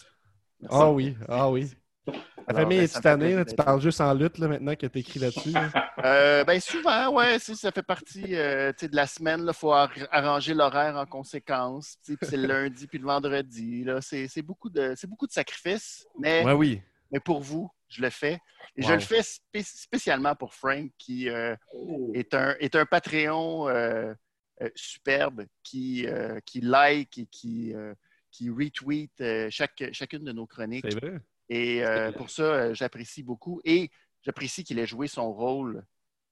Speaker 10: Ah oui, ah oui. La
Speaker 11: Alors,
Speaker 10: famille
Speaker 11: ben, ça me fait
Speaker 10: est titanée,
Speaker 11: plaisir
Speaker 10: là, tu
Speaker 11: d'être
Speaker 10: parles juste en lutte là, maintenant que tu écrit là-dessus. là.
Speaker 11: Euh, ben souvent, ouais, si ça fait partie euh, tu sais, de la semaine. Il faut ar- arranger l'horaire en conséquence. tu sais, puis C'est le lundi puis le vendredi. là. C'est c'est beaucoup de c'est beaucoup de sacrifices, mais,
Speaker 13: Ouais, oui.
Speaker 11: mais pour vous, je le fais. Et je
Speaker 10: Wow.
Speaker 11: le fais spé- spécialement pour Frank, qui euh, est, un, est un Patreon euh, euh, superbe qui, euh, qui like et qui, euh, qui retweet euh, chaque, chacune de nos chroniques.
Speaker 10: C'est vrai.
Speaker 11: Et euh, pour ça, euh, j'apprécie beaucoup. Et j'apprécie qu'il ait joué son rôle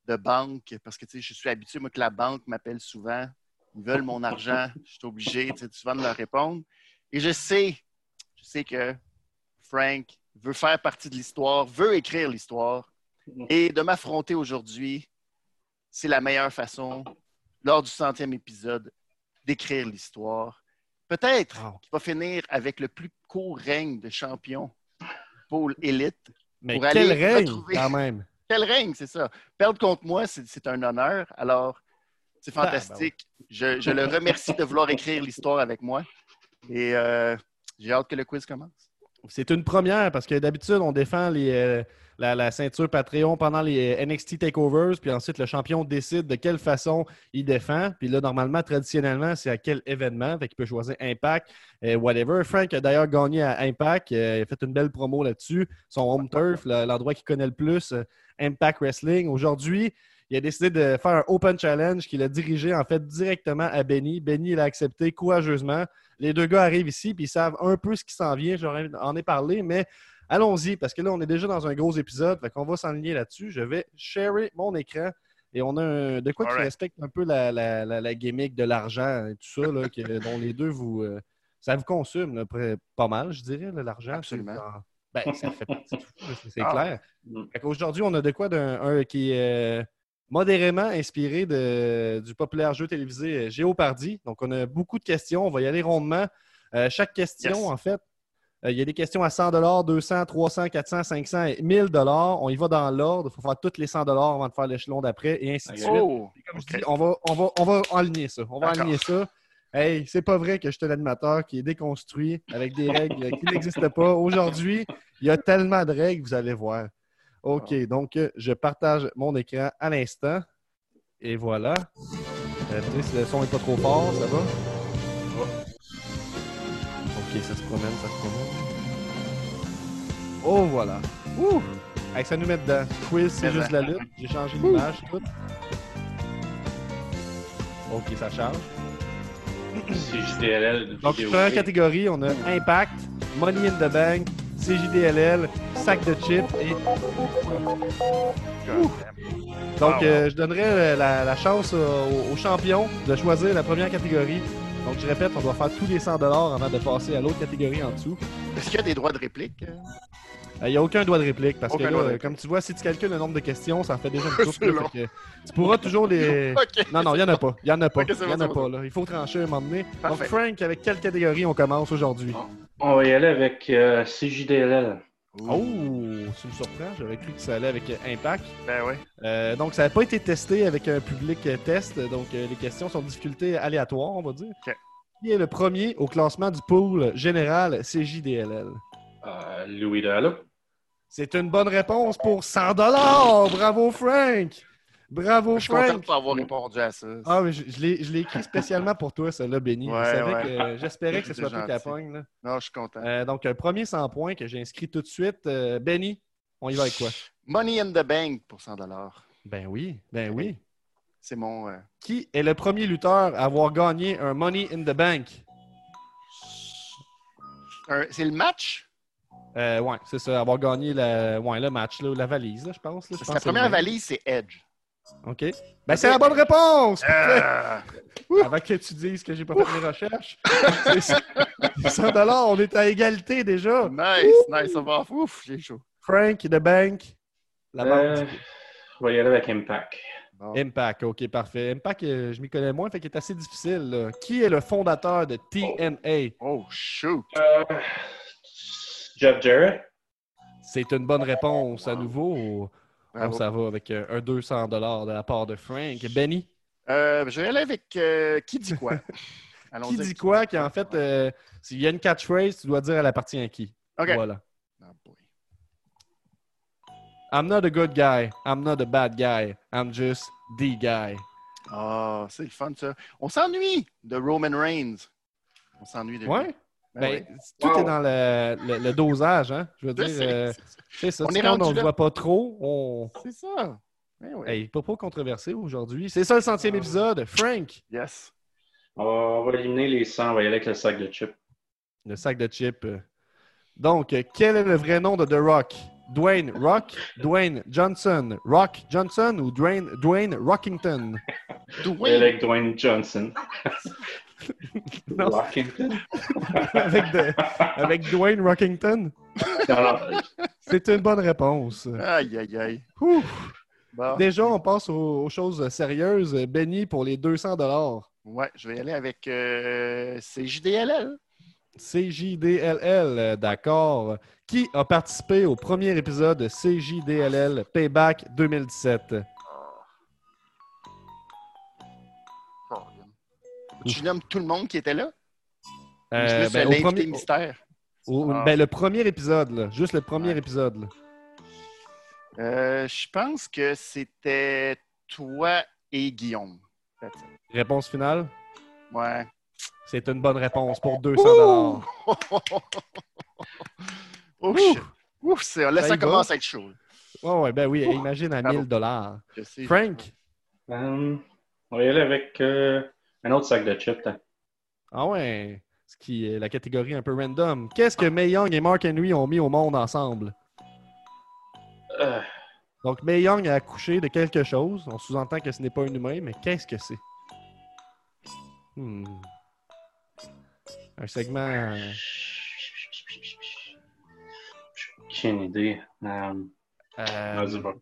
Speaker 11: de banque parce que tu sais, je suis habitué, moi, que la banque m'appelle souvent. Ils veulent mon argent. Je suis obligé tu sais, souvent de leur répondre. Et je sais, je sais que Frank veut faire partie de l'histoire, veut écrire l'histoire. Et de m'affronter aujourd'hui, c'est la meilleure façon, lors du centième épisode, d'écrire l'histoire. Peut-être
Speaker 10: Wow.
Speaker 11: qu'il va finir avec le plus court règne de champion pôle élite.
Speaker 10: Mais
Speaker 11: Pour
Speaker 10: quel
Speaker 11: aller
Speaker 10: règne
Speaker 11: retrouver-
Speaker 10: quand même.
Speaker 11: Quel règne, c'est ça. Perdre contre moi, c'est c'est un honneur. Alors, c'est
Speaker 10: Ah, ben oui.
Speaker 11: fantastique. je, je le remercie de vouloir écrire l'histoire avec moi. Et euh, j'ai hâte que le quiz commence.
Speaker 10: C'est une première parce que d'habitude, on défend les, euh, la, la ceinture Patreon pendant les euh, NXT Takeovers, puis ensuite le champion décide de quelle façon il défend. Puis là, normalement, traditionnellement, c'est à quel événement. Fait qu'il peut choisir Impact, euh, whatever. Frank a d'ailleurs gagné à Impact. euh, il a fait une belle promo là-dessus. Son home turf, le- l'endroit qu'il connaît le plus, euh, Impact Wrestling. Aujourd'hui, il a décidé de faire un open challenge qu'il a dirigé en fait directement à Benny. Benny l'a accepté courageusement les deux gars arrivent ici puis ils savent un peu ce qui s'en vient. J'en ai parlé, mais allons-y parce que là, on est déjà dans un gros épisode. Fait qu'on va s'enligner là-dessus. Je vais sharer mon écran et on a un- de quoi qui
Speaker 11: Alright.
Speaker 10: respecte un peu la, la- la- la gimmick de l'argent et tout ça, là, que- dont les deux vous. euh, ça vous consomme là, près- pas mal, je dirais, là, l'argent.
Speaker 11: Absolument.
Speaker 10: C'est- ah, Ben, ça fait partie de tout, là, c'est- c'est
Speaker 11: Ah.
Speaker 10: clair.
Speaker 12: Mm.
Speaker 10: Aujourd'hui, on a de quoi d'un un qui est euh, modérément inspiré de, du populaire jeu télévisé euh, Géopardy. Donc, on a beaucoup de questions. On va y aller rondement. Euh, chaque question,
Speaker 11: Yes.
Speaker 10: en fait, euh, il y a des questions à 100 200, 300, 400, 500 et 1000 On y va dans l'ordre. Il faut faire toutes les 100 avant de faire l'échelon d'après et ainsi de suite.
Speaker 11: Oh!
Speaker 10: Et comme je
Speaker 11: Ok.
Speaker 10: dis, on va, on va, on va enligner ça. On va
Speaker 11: D'accord.
Speaker 10: aligner ça. Hey, c'est pas vrai que je suis un animateur qui est déconstruit avec des règles qui n'existent pas. Aujourd'hui, il y a tellement de règles, vous allez voir. OK,
Speaker 11: Ah.
Speaker 10: donc euh, je partage mon écran à l'instant. Et voilà. Euh, tu sais, si le son n'est pas trop fort, ça va? OK, ça se promène, ça se promène. Oh, voilà. Ouh! Hey, ça nous met dedans. Quiz, c'est
Speaker 11: Mais
Speaker 10: juste la lutte. J'ai changé l'image, tout. OK, ça charge.
Speaker 12: Si JDLL,
Speaker 10: Donc,
Speaker 12: vidéo.
Speaker 10: première catégorie, on a Impact, Money in the Bank, CJDLL, Sac de Chips et... Ouh. Donc, euh, je donnerai la, la chance aux, aux champions de choisir la première catégorie. Donc, je répète, on doit faire tous les 100 avant de passer à l'autre catégorie en dessous.
Speaker 11: Est-ce qu'il y a des droits de réplique? euh?
Speaker 10: Il n'y a aucun doigt de réplique parce
Speaker 11: Aucun
Speaker 10: que là,
Speaker 11: doigt de
Speaker 10: euh,
Speaker 11: réplique.
Speaker 10: comme tu vois, si tu calcules le nombre de questions, ça en fait déjà une couple.
Speaker 11: C'est
Speaker 10: là,
Speaker 11: long.
Speaker 10: fait que tu pourras toujours les.
Speaker 11: OK.
Speaker 10: Non, non, il n'y en a pas. Il n'y en a pas.
Speaker 11: Ok, c'est
Speaker 10: Il
Speaker 11: bon,
Speaker 10: y en a
Speaker 11: c'est bon,
Speaker 10: pas. Là. Il faut trancher à un moment donné.
Speaker 11: Parfait.
Speaker 10: Donc, Frank, avec quelle catégorie on commence aujourd'hui
Speaker 12: On va y aller avec euh, CJDLL.
Speaker 10: Oh, tu me surprends. J'aurais cru que ça allait avec euh, Impact.
Speaker 11: Ben ouais.
Speaker 10: Euh, donc, ça n'a pas été testé avec un public euh, test. Donc, euh, les questions sont de difficulté aléatoire, on va dire.
Speaker 11: Ok.
Speaker 10: Qui est le premier au classement du pool général CJDLL?
Speaker 12: Euh, Louis de Halo.
Speaker 10: C'est une bonne réponse pour 100 Bravo, Frank! Bravo,
Speaker 11: Je suis content
Speaker 10: Frank!
Speaker 11: de t'avoir répondu à ça.
Speaker 10: Ah, mais je, je l'ai je l'ai écrit spécialement pour toi, celle-là, Benny. Je
Speaker 11: Ouais,
Speaker 10: savais
Speaker 11: ouais.
Speaker 10: que- euh, J'espérais que ce
Speaker 11: C'est
Speaker 10: soit toi qui la
Speaker 11: gentil.
Speaker 10: pogne, là.
Speaker 11: Non, je suis content.
Speaker 10: Euh, donc, un premier 100 points que j'ai inscrit tout de suite. Euh, Benny, on y va avec quoi?
Speaker 11: Money in the Bank pour 100
Speaker 10: Ben oui, ben oui.
Speaker 11: C'est mon. euh,
Speaker 10: Qui est le premier lutteur à avoir gagné un Money in the Bank?
Speaker 11: un- C'est le match?
Speaker 10: Euh, ouais, c'est ça, avoir gagné la- ouais, le match, là, la valise, là, je pense. là, je
Speaker 11: Parce
Speaker 10: pense
Speaker 11: que
Speaker 10: que
Speaker 11: la
Speaker 10: c'est le
Speaker 11: première
Speaker 10: même.
Speaker 11: valise, c'est Edge.
Speaker 10: OK. Ben, c'est la bonne réponse! Ah.
Speaker 11: Euh,
Speaker 10: Avant que tu dises que j'ai pas fait mes recherches. C'est ça. 100 on est à égalité déjà.
Speaker 11: nice, nice, on va. Ouf, j'ai chaud.
Speaker 10: Frank, The Bank, la
Speaker 12: Euh,
Speaker 10: banque.
Speaker 12: on va y aller avec Impact.
Speaker 11: Bon.
Speaker 10: Impact, ok, parfait. Impact, euh, je m'y connais moins, fait qu'il est assez difficile. là. Qui est le fondateur de TNA?
Speaker 11: Oh, shoot.
Speaker 12: Euh, Jeff Jarrett.
Speaker 10: C'est une bonne réponse à nouveau. On
Speaker 11: Bravo.
Speaker 10: s'en va avec euh, un 200 de la part de Frank. Benny,
Speaker 11: Euh, je vais aller avec euh, qui dit quoi? Allons-y.
Speaker 10: qui dit quoi? Qui en fait, euh, s'il y a une catchphrase, tu dois dire elle appartient à qui.
Speaker 11: OK.
Speaker 10: Voilà.
Speaker 11: Ah, boy.
Speaker 10: I'm not a good guy. I'm not a bad guy. I'm just the guy.
Speaker 11: Ah, c'est le fun, ça. On s'ennuie de Roman Reigns. On s'ennuie de lui.
Speaker 10: Ouais?
Speaker 11: Ben
Speaker 10: Ben,
Speaker 11: ouais.
Speaker 10: tout
Speaker 12: Wow.
Speaker 10: est dans le, le- le dosage, hein? Je veux dire,
Speaker 11: C'est-
Speaker 10: euh, c'est ça.
Speaker 11: On
Speaker 10: tu
Speaker 11: est
Speaker 10: sais,
Speaker 11: rendu
Speaker 10: on ne
Speaker 11: là.
Speaker 10: voit pas trop. On...
Speaker 11: C'est ça. Ben ouais.
Speaker 10: Hey, pas trop controversé aujourd'hui. C'est ça le
Speaker 11: Ah.
Speaker 10: centième épisode. Frank,
Speaker 11: Yes.
Speaker 12: On va, on va éliminer les 100. On va y aller avec le sac de chips.
Speaker 10: le sac de chips. euh. Donc, euh, quel est le vrai nom de The Rock? Dwayne Rock, Dwayne Johnson, Rock Johnson ou Dwayne, Dwayne Rockington?
Speaker 12: On va y aller
Speaker 11: Dwayne.
Speaker 12: avec Dwayne Johnson.
Speaker 10: Non.
Speaker 12: Lockington.
Speaker 10: avec, de- avec Dwayne Rockington?
Speaker 12: Non, non,
Speaker 10: C'est une bonne réponse.
Speaker 11: Aïe, aïe, aïe.
Speaker 10: Ouh.
Speaker 11: Bon.
Speaker 10: Déjà, on passe aux, aux choses sérieuses. Benny pour les 200
Speaker 11: Ouais, je vais y aller avec euh, CJDLL.
Speaker 10: CJDLL, euh, d'accord. Qui a participé au premier épisode de CJDLL Payback 2017?
Speaker 11: Colin. Tu nommes tout le monde qui était là? Ou
Speaker 10: Euh,
Speaker 11: juste
Speaker 10: ben, au
Speaker 11: l'invité
Speaker 10: premier-
Speaker 11: mystère.
Speaker 10: au-
Speaker 11: Ah.
Speaker 10: ben, le premier épisode, là. juste le premier
Speaker 11: Ouais.
Speaker 10: épisode. là.
Speaker 11: Euh, je pense que c'était toi et Guillaume. That's it.
Speaker 10: Réponse finale?
Speaker 11: Ouais.
Speaker 10: C'est une bonne réponse pour 200
Speaker 11: Ouh! oh, shit. Ouf, c'est- là,
Speaker 10: Ça
Speaker 11: ça,
Speaker 10: y va.
Speaker 11: commence à être chaud.
Speaker 10: Oh, ouais, ben oui,
Speaker 11: Ouh!
Speaker 10: imagine à
Speaker 11: Bravo.
Speaker 10: 1000 dollars.
Speaker 11: Je sais.
Speaker 10: Frank?
Speaker 12: Euh, on va y aller avec euh, un autre sac de chips. hein.
Speaker 10: Ah ouais, ce qui est la catégorie un peu random. Qu'est-ce
Speaker 11: Ah.
Speaker 10: que May Young et Mark Henry ont mis au monde ensemble?
Speaker 12: Euh,
Speaker 10: Donc, May Young a accouché de quelque chose. On sous-entend que ce n'est pas un humain, mais qu'est-ce que c'est? Hmm. Un segment. euh,
Speaker 12: Aucune idée. Euh, vas-y, va.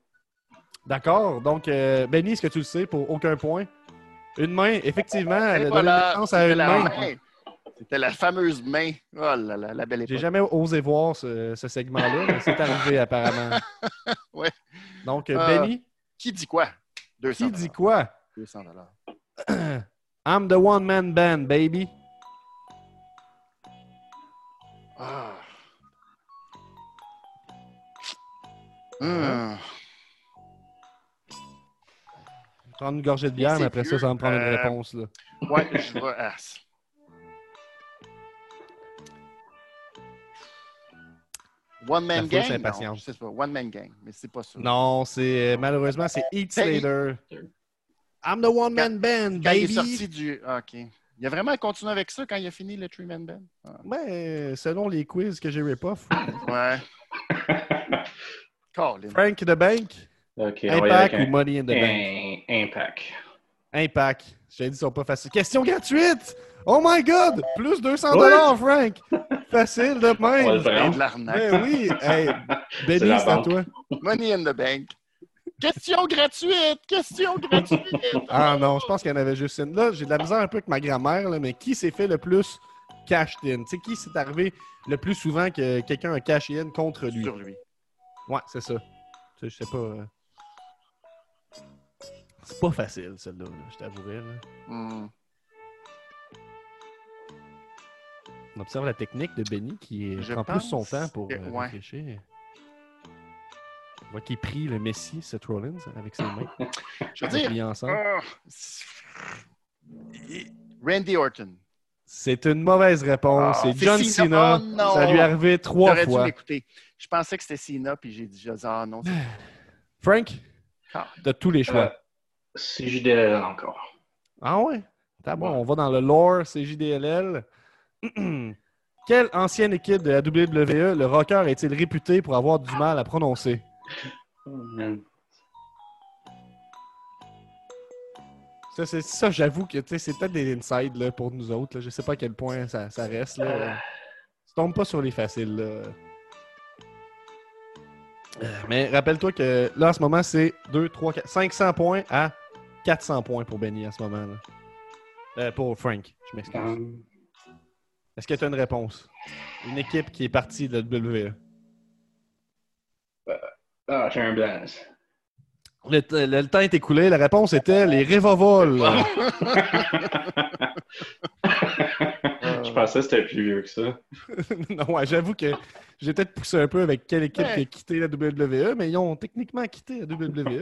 Speaker 10: D'accord. Donc, euh, Benny, est-ce que tu le sais pour aucun point? Une main, effectivement, elle a donné
Speaker 11: voilà,
Speaker 10: naissance à
Speaker 11: c'était
Speaker 10: une
Speaker 11: la
Speaker 10: main.
Speaker 11: main. C'était la fameuse main. Oh là là, la belle
Speaker 10: J'ai
Speaker 11: époque.
Speaker 10: jamais osé voir ce, ce segment-là, mais c'est arrivé apparemment.
Speaker 11: Ouais.
Speaker 10: Donc, euh,
Speaker 11: Ah.
Speaker 10: Benny,
Speaker 11: Qui dit quoi? 200
Speaker 10: qui dit quoi?
Speaker 11: 200 dollars.
Speaker 10: I'm the one-man band, baby.
Speaker 11: Ah. Hum.
Speaker 10: Prendre une gorgée de bière,
Speaker 11: c'est
Speaker 10: mais après ça,
Speaker 11: vieux.
Speaker 10: ça va me prendre une
Speaker 11: Euh,
Speaker 10: réponse. Là.
Speaker 11: Ouais, je vais. ah, c'est- One
Speaker 10: La
Speaker 11: man
Speaker 10: foule
Speaker 11: gang?
Speaker 10: s'impatiente.
Speaker 11: Non, je sais pas. One man gang, mais c'est pas ça.
Speaker 10: Non, c'est euh, malheureusement, c'est Eat
Speaker 11: Hey.
Speaker 10: Slater. I'm the one man band,
Speaker 11: Quand il
Speaker 10: baby.
Speaker 11: est sorti du. ah, OK. Il a vraiment continué avec ça quand il a fini le Three Man Band? Ah,
Speaker 10: Ben, selon les quiz que j'ai rip off.
Speaker 11: Ouais. Colin.
Speaker 10: Frank the Bank,
Speaker 12: Ok, on va y aller
Speaker 10: Impact
Speaker 12: avec un-
Speaker 10: ou Money in the Bank?
Speaker 12: un Impact.
Speaker 10: Impact. Je t'ai dit, ils sont pas faciles. Question gratuite! Oh my god! Plus 200 Frank! Facile de
Speaker 12: On le
Speaker 10: même!
Speaker 12: prend.
Speaker 11: Et de l'arnaque.
Speaker 10: Ben oui! Hey, Benny,
Speaker 12: C'est
Speaker 10: c'est
Speaker 12: la
Speaker 10: à
Speaker 12: banque.
Speaker 10: toi.
Speaker 11: Money in the bank. Question gratuite! Question gratuite!
Speaker 10: Ah non, je pense qu'il y en avait juste une. Là, j'ai de la misère un peu avec ma grand-mère, là, mais qui s'est fait le plus cash-in? Tu sais, qui s'est arrivé le plus souvent que quelqu'un a cash-in contre lui?
Speaker 11: Sur lui.
Speaker 10: Ouais, c'est ça. Tu sais, je sais pas. euh. C'est pas facile, celle-là, là, je t'avouerai. là.
Speaker 11: Hmm.
Speaker 10: On observe la technique de Benny qui euh,
Speaker 11: Je
Speaker 10: prend plus son
Speaker 11: pense
Speaker 10: temps pour
Speaker 11: que-
Speaker 10: euh,
Speaker 11: ouais.
Speaker 10: réfléchir. On voit qu'il prie le Messie, Seth Rollins, avec ses mains.
Speaker 11: Je veux
Speaker 10: Ils sont
Speaker 11: dire,
Speaker 10: pliés ensemble.
Speaker 11: ah, c'est- Randy Orton.
Speaker 10: C'est une mauvaise réponse.
Speaker 11: Ah,
Speaker 10: c'est John
Speaker 11: Cena.
Speaker 10: Cena.
Speaker 11: Oh, non.
Speaker 10: ça lui est arrivé trois
Speaker 11: J'aurais dû
Speaker 10: fois.
Speaker 11: l'écouter. Je pensais que c'était Cena, puis j'ai dit, j'ai dit, ah non, c'est-
Speaker 10: Frank,
Speaker 11: Ah.
Speaker 10: t'as tous les choix.
Speaker 12: Euh, CJDL encore.
Speaker 10: Ah ouais? T'as bon, on va dans le lore CJDLL. Quelle ancienne équipe de la WWE le rocker est-il réputé pour avoir du mal à prononcer?
Speaker 12: Oh, man.
Speaker 10: Ça, c'est ça, j'avoue que tu sais, c'est peut-être des insides là, pour nous autres. Là. Je sais pas à quel point ça, ça reste. Là. Tu tombes pas sur les faciles. là. Euh, Mais rappelle-toi que là, en ce moment, c'est 2, 3, 4, 500 points à 400 points pour Benny en ce moment. là. Euh, pour Frank, je m'excuse.
Speaker 12: Um,
Speaker 10: Est-ce que tu as une réponse? Une équipe qui est partie de la WWE.
Speaker 12: Ah, j'ai un blanc.
Speaker 10: Le, t- le- le temps est écoulé. La réponse était les Revovols. Ah,
Speaker 12: Je pensais que c'était plus vieux que ça.
Speaker 10: non, ouais, j'avoue que j'ai peut-être poussé un peu avec quelle équipe qui a quitté la WWE, mais ils ont techniquement quitté la WWE.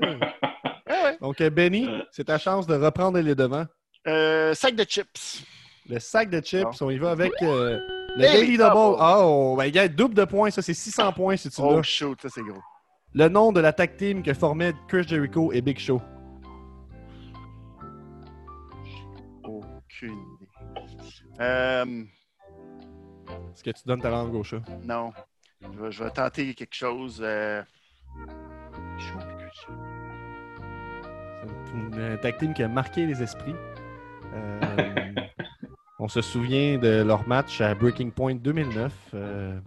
Speaker 10: Donc, euh, Benny, c'est ta chance de reprendre les devants.
Speaker 11: Euh, sac de chips.
Speaker 10: Le sac de chips, on y va avec euh, le
Speaker 11: Daily
Speaker 10: Daily Double.
Speaker 11: Double.
Speaker 10: Oh, ben, gars, double de points, ça, c'est 600 points si tu
Speaker 11: Oh
Speaker 10: l'as.
Speaker 11: shoot, ça c'est gros.
Speaker 10: Le nom de la tag team que formaient Chris Jericho et Big Show.
Speaker 11: Aucune idée. Euh,
Speaker 10: Est-ce que tu donnes ta langue au chat?
Speaker 11: non. Je vais, je vais tenter quelque chose. euh,
Speaker 10: C'est une, une tag team qui a marqué les esprits. Euh, on se souvient de leur match à Breaking Point 2009. Euh,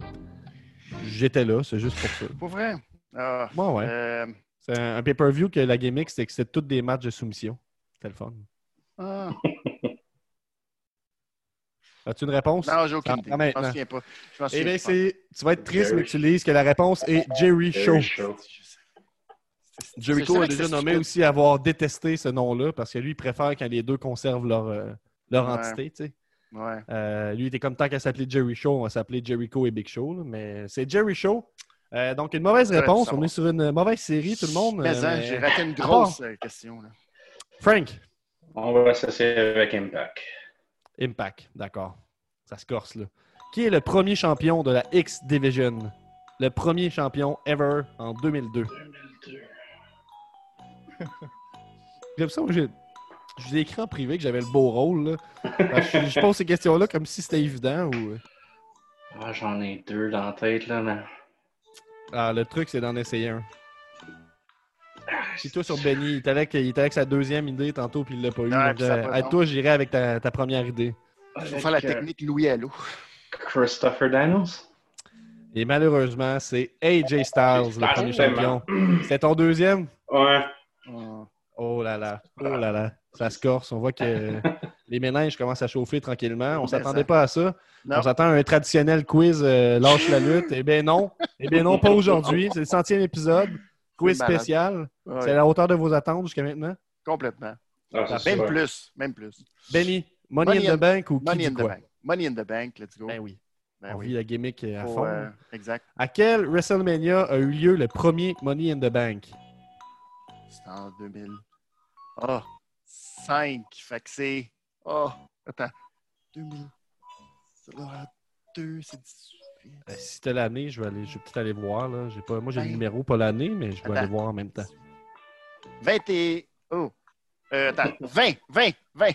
Speaker 10: J'étais là, c'est juste pour ça.
Speaker 11: Pour vrai? Ah,
Speaker 10: Bon, ouais.
Speaker 11: euh,
Speaker 10: C'est un, un pay-per-view que la gimmick, c'était que c'était tous des matchs de soumission. C'était le fun.
Speaker 11: ah.
Speaker 10: As-tu une réponse?
Speaker 11: Non, j'ai aucune
Speaker 10: Ah,
Speaker 11: idée. Je
Speaker 10: maintenant.
Speaker 11: m'en souviens pas. Je m'en
Speaker 10: Eh
Speaker 11: souviens
Speaker 10: bien,
Speaker 11: pas.
Speaker 10: c'est- tu vas être triste,
Speaker 12: Jerry.
Speaker 10: mais que tu lises que la réponse est Jerry Show.
Speaker 12: Very chaud.
Speaker 11: Je
Speaker 10: Jericho
Speaker 11: savais
Speaker 10: a
Speaker 11: que
Speaker 10: déjà
Speaker 11: c'était
Speaker 10: nommé
Speaker 11: stupide.
Speaker 10: aussi avoir détesté ce nom-là parce que lui, il préfère quand les deux conservent leur, euh, leur
Speaker 11: Ouais.
Speaker 10: entité. tu sais.
Speaker 11: Ouais.
Speaker 10: Euh, lui, il était comme tant qu'à s'appeler Jerry Show, on va s'appeler Jericho et Big Show. là, mais c'est Jerry Show. Euh, donc, une mauvaise
Speaker 11: J'aurais dû
Speaker 10: réponse.
Speaker 11: savoir.
Speaker 10: On est sur une mauvaise série, tout le monde.
Speaker 11: Mais,
Speaker 10: euh,
Speaker 11: hein,
Speaker 10: mais-
Speaker 11: j'ai raté une grosse euh, question. Là.
Speaker 10: Frank,
Speaker 12: On va s'associer avec Impact.
Speaker 10: Impact, d'accord. Ça se corse, là. Qui est le premier champion de la X Division? Le premier champion ever en 2002. J'ai l'impression que j'ai- Je vous ai écrit en privé que j'avais le beau rôle. là. Parce que je, je pose ces questions-là comme si c'était évident. Ou... euh,
Speaker 12: Ah, j'en ai deux dans la tête, là, mais.
Speaker 10: Ah, le truc, c'est d'en essayer un. C'est toi sur Benny. Il était avec, il était avec sa deuxième idée tantôt, puis il l'a pas
Speaker 11: Ouais,
Speaker 10: eu. Donc,
Speaker 11: puis ça a
Speaker 10: euh,
Speaker 11: pas de
Speaker 10: à
Speaker 11: nom.
Speaker 10: toi, j'irai avec ta, ta première idée.
Speaker 11: Ah, Je vais faire la
Speaker 12: Avec, euh,
Speaker 11: technique Louis Allo.
Speaker 12: Christopher Daniels?
Speaker 10: Et malheureusement, c'est AJ Styles, le
Speaker 12: Ah,
Speaker 10: premier
Speaker 12: tellement.
Speaker 10: champion. C'est ton deuxième?
Speaker 12: Ouais.
Speaker 10: Oh là là, oh là là. Ça se corse. On voit que les méninges commencent à chauffer tranquillement. On
Speaker 11: Mais Ben,
Speaker 10: s'attendait
Speaker 11: ça-
Speaker 10: pas à ça.
Speaker 11: Non.
Speaker 10: On s'attend à un traditionnel quiz euh, Lâche la lutte. Eh bien non. Eh bien non, pas aujourd'hui. C'est le centième épisode. Quiz
Speaker 11: C'est malade.
Speaker 10: spécial.
Speaker 11: Ouais,
Speaker 10: C'est à la hauteur de vos attentes jusqu'à maintenant.
Speaker 11: Complètement.
Speaker 12: Ah,
Speaker 10: La
Speaker 12: c'est
Speaker 11: Même
Speaker 12: super.
Speaker 11: plus. Même plus.
Speaker 10: Benny, Money,
Speaker 11: Money
Speaker 10: in
Speaker 11: in-
Speaker 10: the Bank ou qui
Speaker 11: Money
Speaker 10: dit
Speaker 11: in the
Speaker 10: quoi?
Speaker 11: bank. Money in the bank, let's go.
Speaker 10: Ben oui.
Speaker 11: Ben
Speaker 10: on
Speaker 11: oui.
Speaker 10: vit la gimmick à
Speaker 11: Faut,
Speaker 10: fond.
Speaker 11: euh, exact.
Speaker 10: À quel WrestleMania a eu lieu le premier Money in the Bank?
Speaker 11: C'était en 2000. Ah, 5. Fait que c'est. Ah, attends. 2000. Ah, 2, c'est 18.
Speaker 10: Euh, si t'as l'année, je vais, aller- je vais peut-être aller voir. Là. J'ai Pas, moi, j'ai le
Speaker 11: Ben.
Speaker 10: numéro, pas l'année, mais je vais aller
Speaker 11: Attends.
Speaker 10: voir en même temps.
Speaker 11: 20 et. Oh. Euh, attends. 20, 20, 20.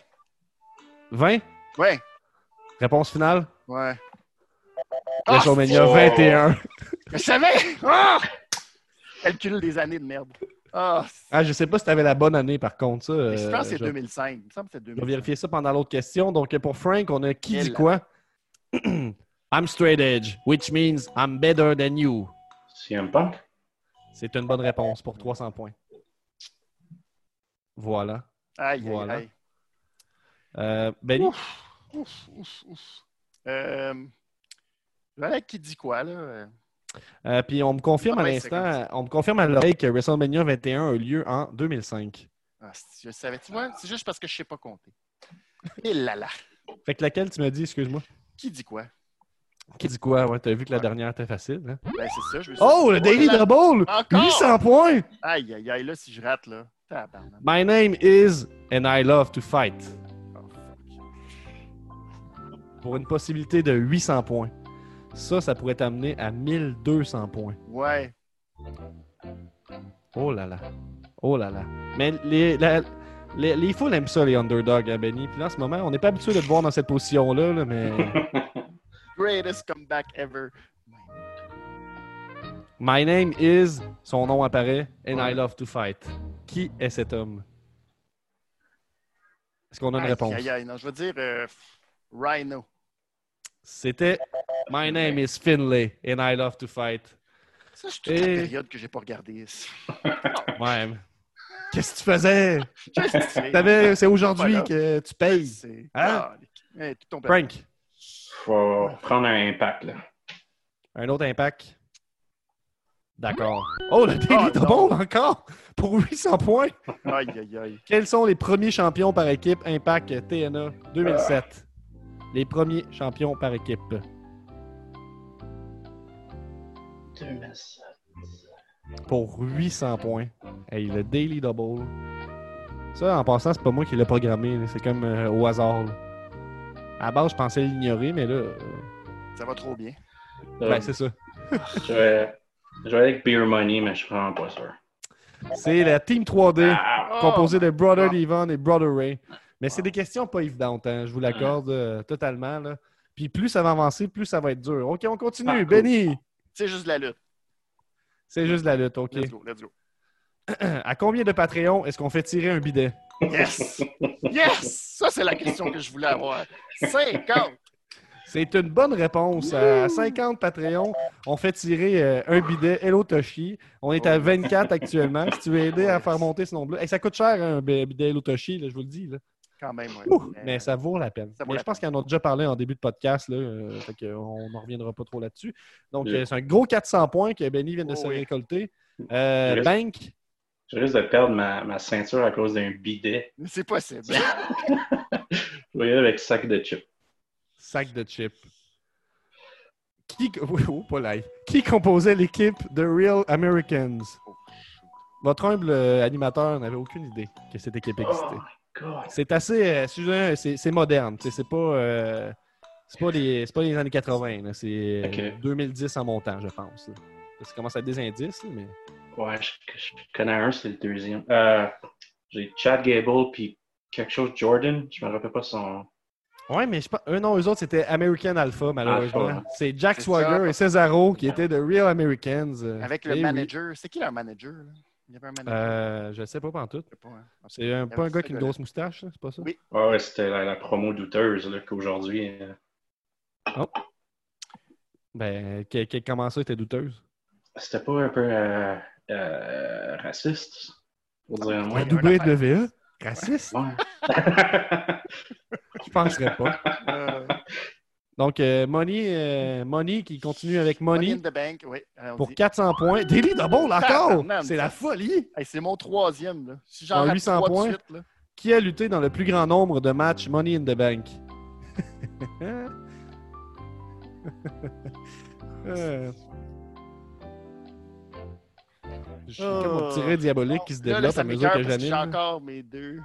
Speaker 10: 20?
Speaker 11: Ouais,
Speaker 10: Réponse finale?
Speaker 11: ouais. Ah,
Speaker 10: WrestleMania
Speaker 12: oh.
Speaker 10: 21.
Speaker 11: Je savais! Ah! Calcul des années de merde. Ah, c'est-
Speaker 10: Ah, je sais pas si t'avais la bonne année, par contre. Ça,
Speaker 11: je pense que
Speaker 10: euh,
Speaker 11: c'est
Speaker 10: je-
Speaker 11: 2005. Il me semble que c'est
Speaker 10: Je vais
Speaker 11: 2005.
Speaker 10: vérifier ça pendant l'autre question. Donc, pour Frank, on a qui
Speaker 11: Quel-
Speaker 10: dit quoi? I'm straight edge, which means I'm better than you.
Speaker 12: CM Punk?
Speaker 10: C'est une bonne réponse pour 300 points. Voilà.
Speaker 11: Aïe, aïe,
Speaker 10: Voilà.
Speaker 11: aïe.
Speaker 10: Euh, Benny,
Speaker 11: Ouf, ouf, ouf. Euh, voilà qui dit quoi, là. euh.
Speaker 10: euh, puis on me confirme à
Speaker 11: Ouais, c'est comme
Speaker 10: l'instant, on me confirme à l'oreille que WrestleMania 21 a eu lieu en 2005.
Speaker 11: Ah, c'est- je le savais, tu vois, c'est juste parce que je sais pas compter. Et là là,
Speaker 10: Fait que laquelle tu me dis, excuse-moi?
Speaker 11: qui dit quoi?
Speaker 10: Qui dit quoi? Ouais, t'as vu que la dernière était facile. hein?
Speaker 11: Ben, c'est ça, je me suis
Speaker 10: Oh,
Speaker 11: dit,
Speaker 10: le
Speaker 11: voilà.
Speaker 10: Daily Double!
Speaker 11: Encore?
Speaker 10: 800 points!
Speaker 11: Aïe, aïe, aïe, là, si je rate, là. Tabarnak.
Speaker 10: My name is and I love to fight.
Speaker 11: Oh,
Speaker 10: Pour une possibilité de 800 points. Ça, ça pourrait t'amener à 1200 points.
Speaker 11: Ouais.
Speaker 10: Oh là là. Oh là là. Mais les, la- les, les foules aiment ça, les underdogs, à Benny. Puis là, en ce moment, on n'est pas habitué de te voir dans cette position-là, là, mais.
Speaker 11: Greatest comeback ever.
Speaker 10: My name is. Son nom apparaît. And I love to fight. Qui est cet homme? Est-ce qu'on a une
Speaker 11: Aïe,
Speaker 10: réponse?
Speaker 11: Aïe, aïe, non, je veux dire euh, Rhino.
Speaker 10: C'était My name is Finlay and I love to fight.
Speaker 11: Ça, c'est toute
Speaker 10: Et-
Speaker 11: la période que j'ai pas regardé.
Speaker 10: Ouais. Qu'est-ce que tu faisais?
Speaker 11: Qu'est-ce que tu fais?
Speaker 10: T'avais- C'est aujourd'hui
Speaker 11: Voilà.
Speaker 10: que tu payes.
Speaker 11: C'est.
Speaker 10: Hein?
Speaker 11: Ah, les- hey, tout ton
Speaker 10: Frank,
Speaker 12: Faut prendre un impact, là.
Speaker 10: un autre impact. D'accord. Oh, le
Speaker 11: Ah,
Speaker 10: Daily
Speaker 11: non.
Speaker 10: Double encore pour 800 points.
Speaker 11: Aïe, aïe, aïe.
Speaker 10: Quels sont les premiers champions par équipe Impact TNA 2007?
Speaker 11: Euh.
Speaker 10: Les premiers champions par équipe.
Speaker 12: 2007.
Speaker 10: pour 800 points. Hey, le Daily Double. Ça, en passant, c'est pas moi qui l'ai programmé. là. C'est comme euh, au hasard. là. À la base, je pensais l'ignorer, mais là, euh,
Speaker 11: Ça va trop bien.
Speaker 10: ben, c'est ça.
Speaker 12: je, vais, je vais avec Beer Money, mais je suis vraiment pas sûr.
Speaker 10: C'est la Team 3D
Speaker 12: Ah,
Speaker 10: composée de Brother
Speaker 11: Oh God. Ah.
Speaker 10: Devon et Brother Ray. Mais c'est des questions pas évidentes, hein, je vous l'accorde euh, totalement. Là. Puis plus ça va avancer, plus ça va être dur. OK, on continue.
Speaker 12: Ah, cool.
Speaker 10: Benny,
Speaker 11: C'est juste de la lutte.
Speaker 10: c'est juste la lutte, OK.
Speaker 11: Let's go, let's go.
Speaker 10: À combien de Patreon est-ce qu'on fait tirer un bidet?
Speaker 11: Yes! Yes! Ça, c'est la question que je voulais avoir. 50!
Speaker 10: C'est une bonne réponse. À 50 Patreon, on fait tirer euh, un bidet Hello Toshi. On
Speaker 11: Oh.
Speaker 10: est à 24 actuellement. Si tu veux aider à faire monter ce nombre-là. Hey, ça coûte cher hein, un bi- bidet Hello Toshi, là, je vous le dis. là.
Speaker 11: Quand même, ouais.
Speaker 10: Ouh, mais ça vaut la peine.
Speaker 11: Euh, Ça vaut
Speaker 10: Mais
Speaker 11: la
Speaker 10: je pense qu'on en a déjà parlé en début de podcast. Là, euh, fait que on n'en reviendra pas trop là-dessus. Donc,
Speaker 12: Oui.
Speaker 10: euh, c'est un gros 400 points que Benny vient de
Speaker 11: Oh
Speaker 10: se
Speaker 11: oui.
Speaker 10: récolter. Euh,
Speaker 12: Oui.
Speaker 10: Bank,
Speaker 12: Je risque de perdre ma, ma ceinture à cause d'un bidet.
Speaker 11: C'est possible.
Speaker 12: Je vais y aller avec sac de chips.
Speaker 10: sac de chips. Qui, oui, oh, pas l'ail. Qui composait l'équipe The Real Americans?
Speaker 11: Oh,
Speaker 10: Votre humble euh, animateur n'avait aucune idée que cette équipe
Speaker 11: Ah.
Speaker 10: existait.
Speaker 12: God.
Speaker 10: C'est assez, euh, excusez-moi, c'est c'est moderne. tu sais, C'est pas, euh, c'est pas des, c'est pas les années 80. là, C'est euh,
Speaker 12: Ok.
Speaker 10: 2010 en montant, je pense. là. Ça commence à être des indices, là, mais
Speaker 12: Ouais, je, je connais un, c'est le deuxième. Euh, J'ai Chad Gable puis quelque chose Jordan. Je me rappelle pas son.
Speaker 10: Ouais, mais je pense. Eux, non, eux autres, c'était American Alpha, malheureusement.
Speaker 12: Alpha.
Speaker 10: C'est Jack
Speaker 11: C'est
Speaker 10: Swagger
Speaker 11: ça.
Speaker 10: et Cesaro qui étaient de Real Americans. euh,
Speaker 11: Avec
Speaker 10: eh
Speaker 11: le
Speaker 10: oui.
Speaker 11: manager. C'est qui leur manager? Là? Il y avait un manager.
Speaker 10: Euh, je sais pas, pas en tout.
Speaker 11: Je sais pas, hein.
Speaker 10: C'est un,
Speaker 11: avait
Speaker 10: pas un
Speaker 11: ce
Speaker 10: gars qui a une
Speaker 11: gars-là.
Speaker 10: grosse moustache, là, c'est pas ça?
Speaker 11: Oui.
Speaker 12: Ouais, ouais, c'était la, la promo douteuse là, qu'aujourd'hui. euh,
Speaker 10: Ben, que- que- comment ça, était douteuse?
Speaker 12: c'était pas un peu euh, euh, raciste, pour dire le
Speaker 11: Ah,
Speaker 12: moins.
Speaker 10: La
Speaker 11: il y a un affaire.
Speaker 10: WWE? Raciste?
Speaker 12: Ouais.
Speaker 10: Je penserais pas.
Speaker 11: Euh,
Speaker 10: Donc, euh, Money, euh, Money qui continue avec
Speaker 11: Money
Speaker 10: Money
Speaker 11: in the Bank, oui. euh, allons-y.
Speaker 10: pour 400 points. Daily Double encore!
Speaker 11: Tabarnak,
Speaker 10: C'est la
Speaker 11: ça.
Speaker 10: folie!
Speaker 11: Hey, c'est mon troisième. Là. Si
Speaker 10: En
Speaker 11: j'en rate
Speaker 10: 800
Speaker 11: trois de
Speaker 10: points.
Speaker 11: suite, là.
Speaker 10: Qui a lutté dans le plus grand nombre de matchs Money in the Bank? Euh. Je suis comme mon petit ray diabolique qui se
Speaker 11: Oh, Là, là,
Speaker 10: développe
Speaker 11: ça
Speaker 10: à mesure
Speaker 11: m'écoeure
Speaker 10: que
Speaker 11: parce J'ai
Speaker 10: j'anime.
Speaker 11: encore mes deux.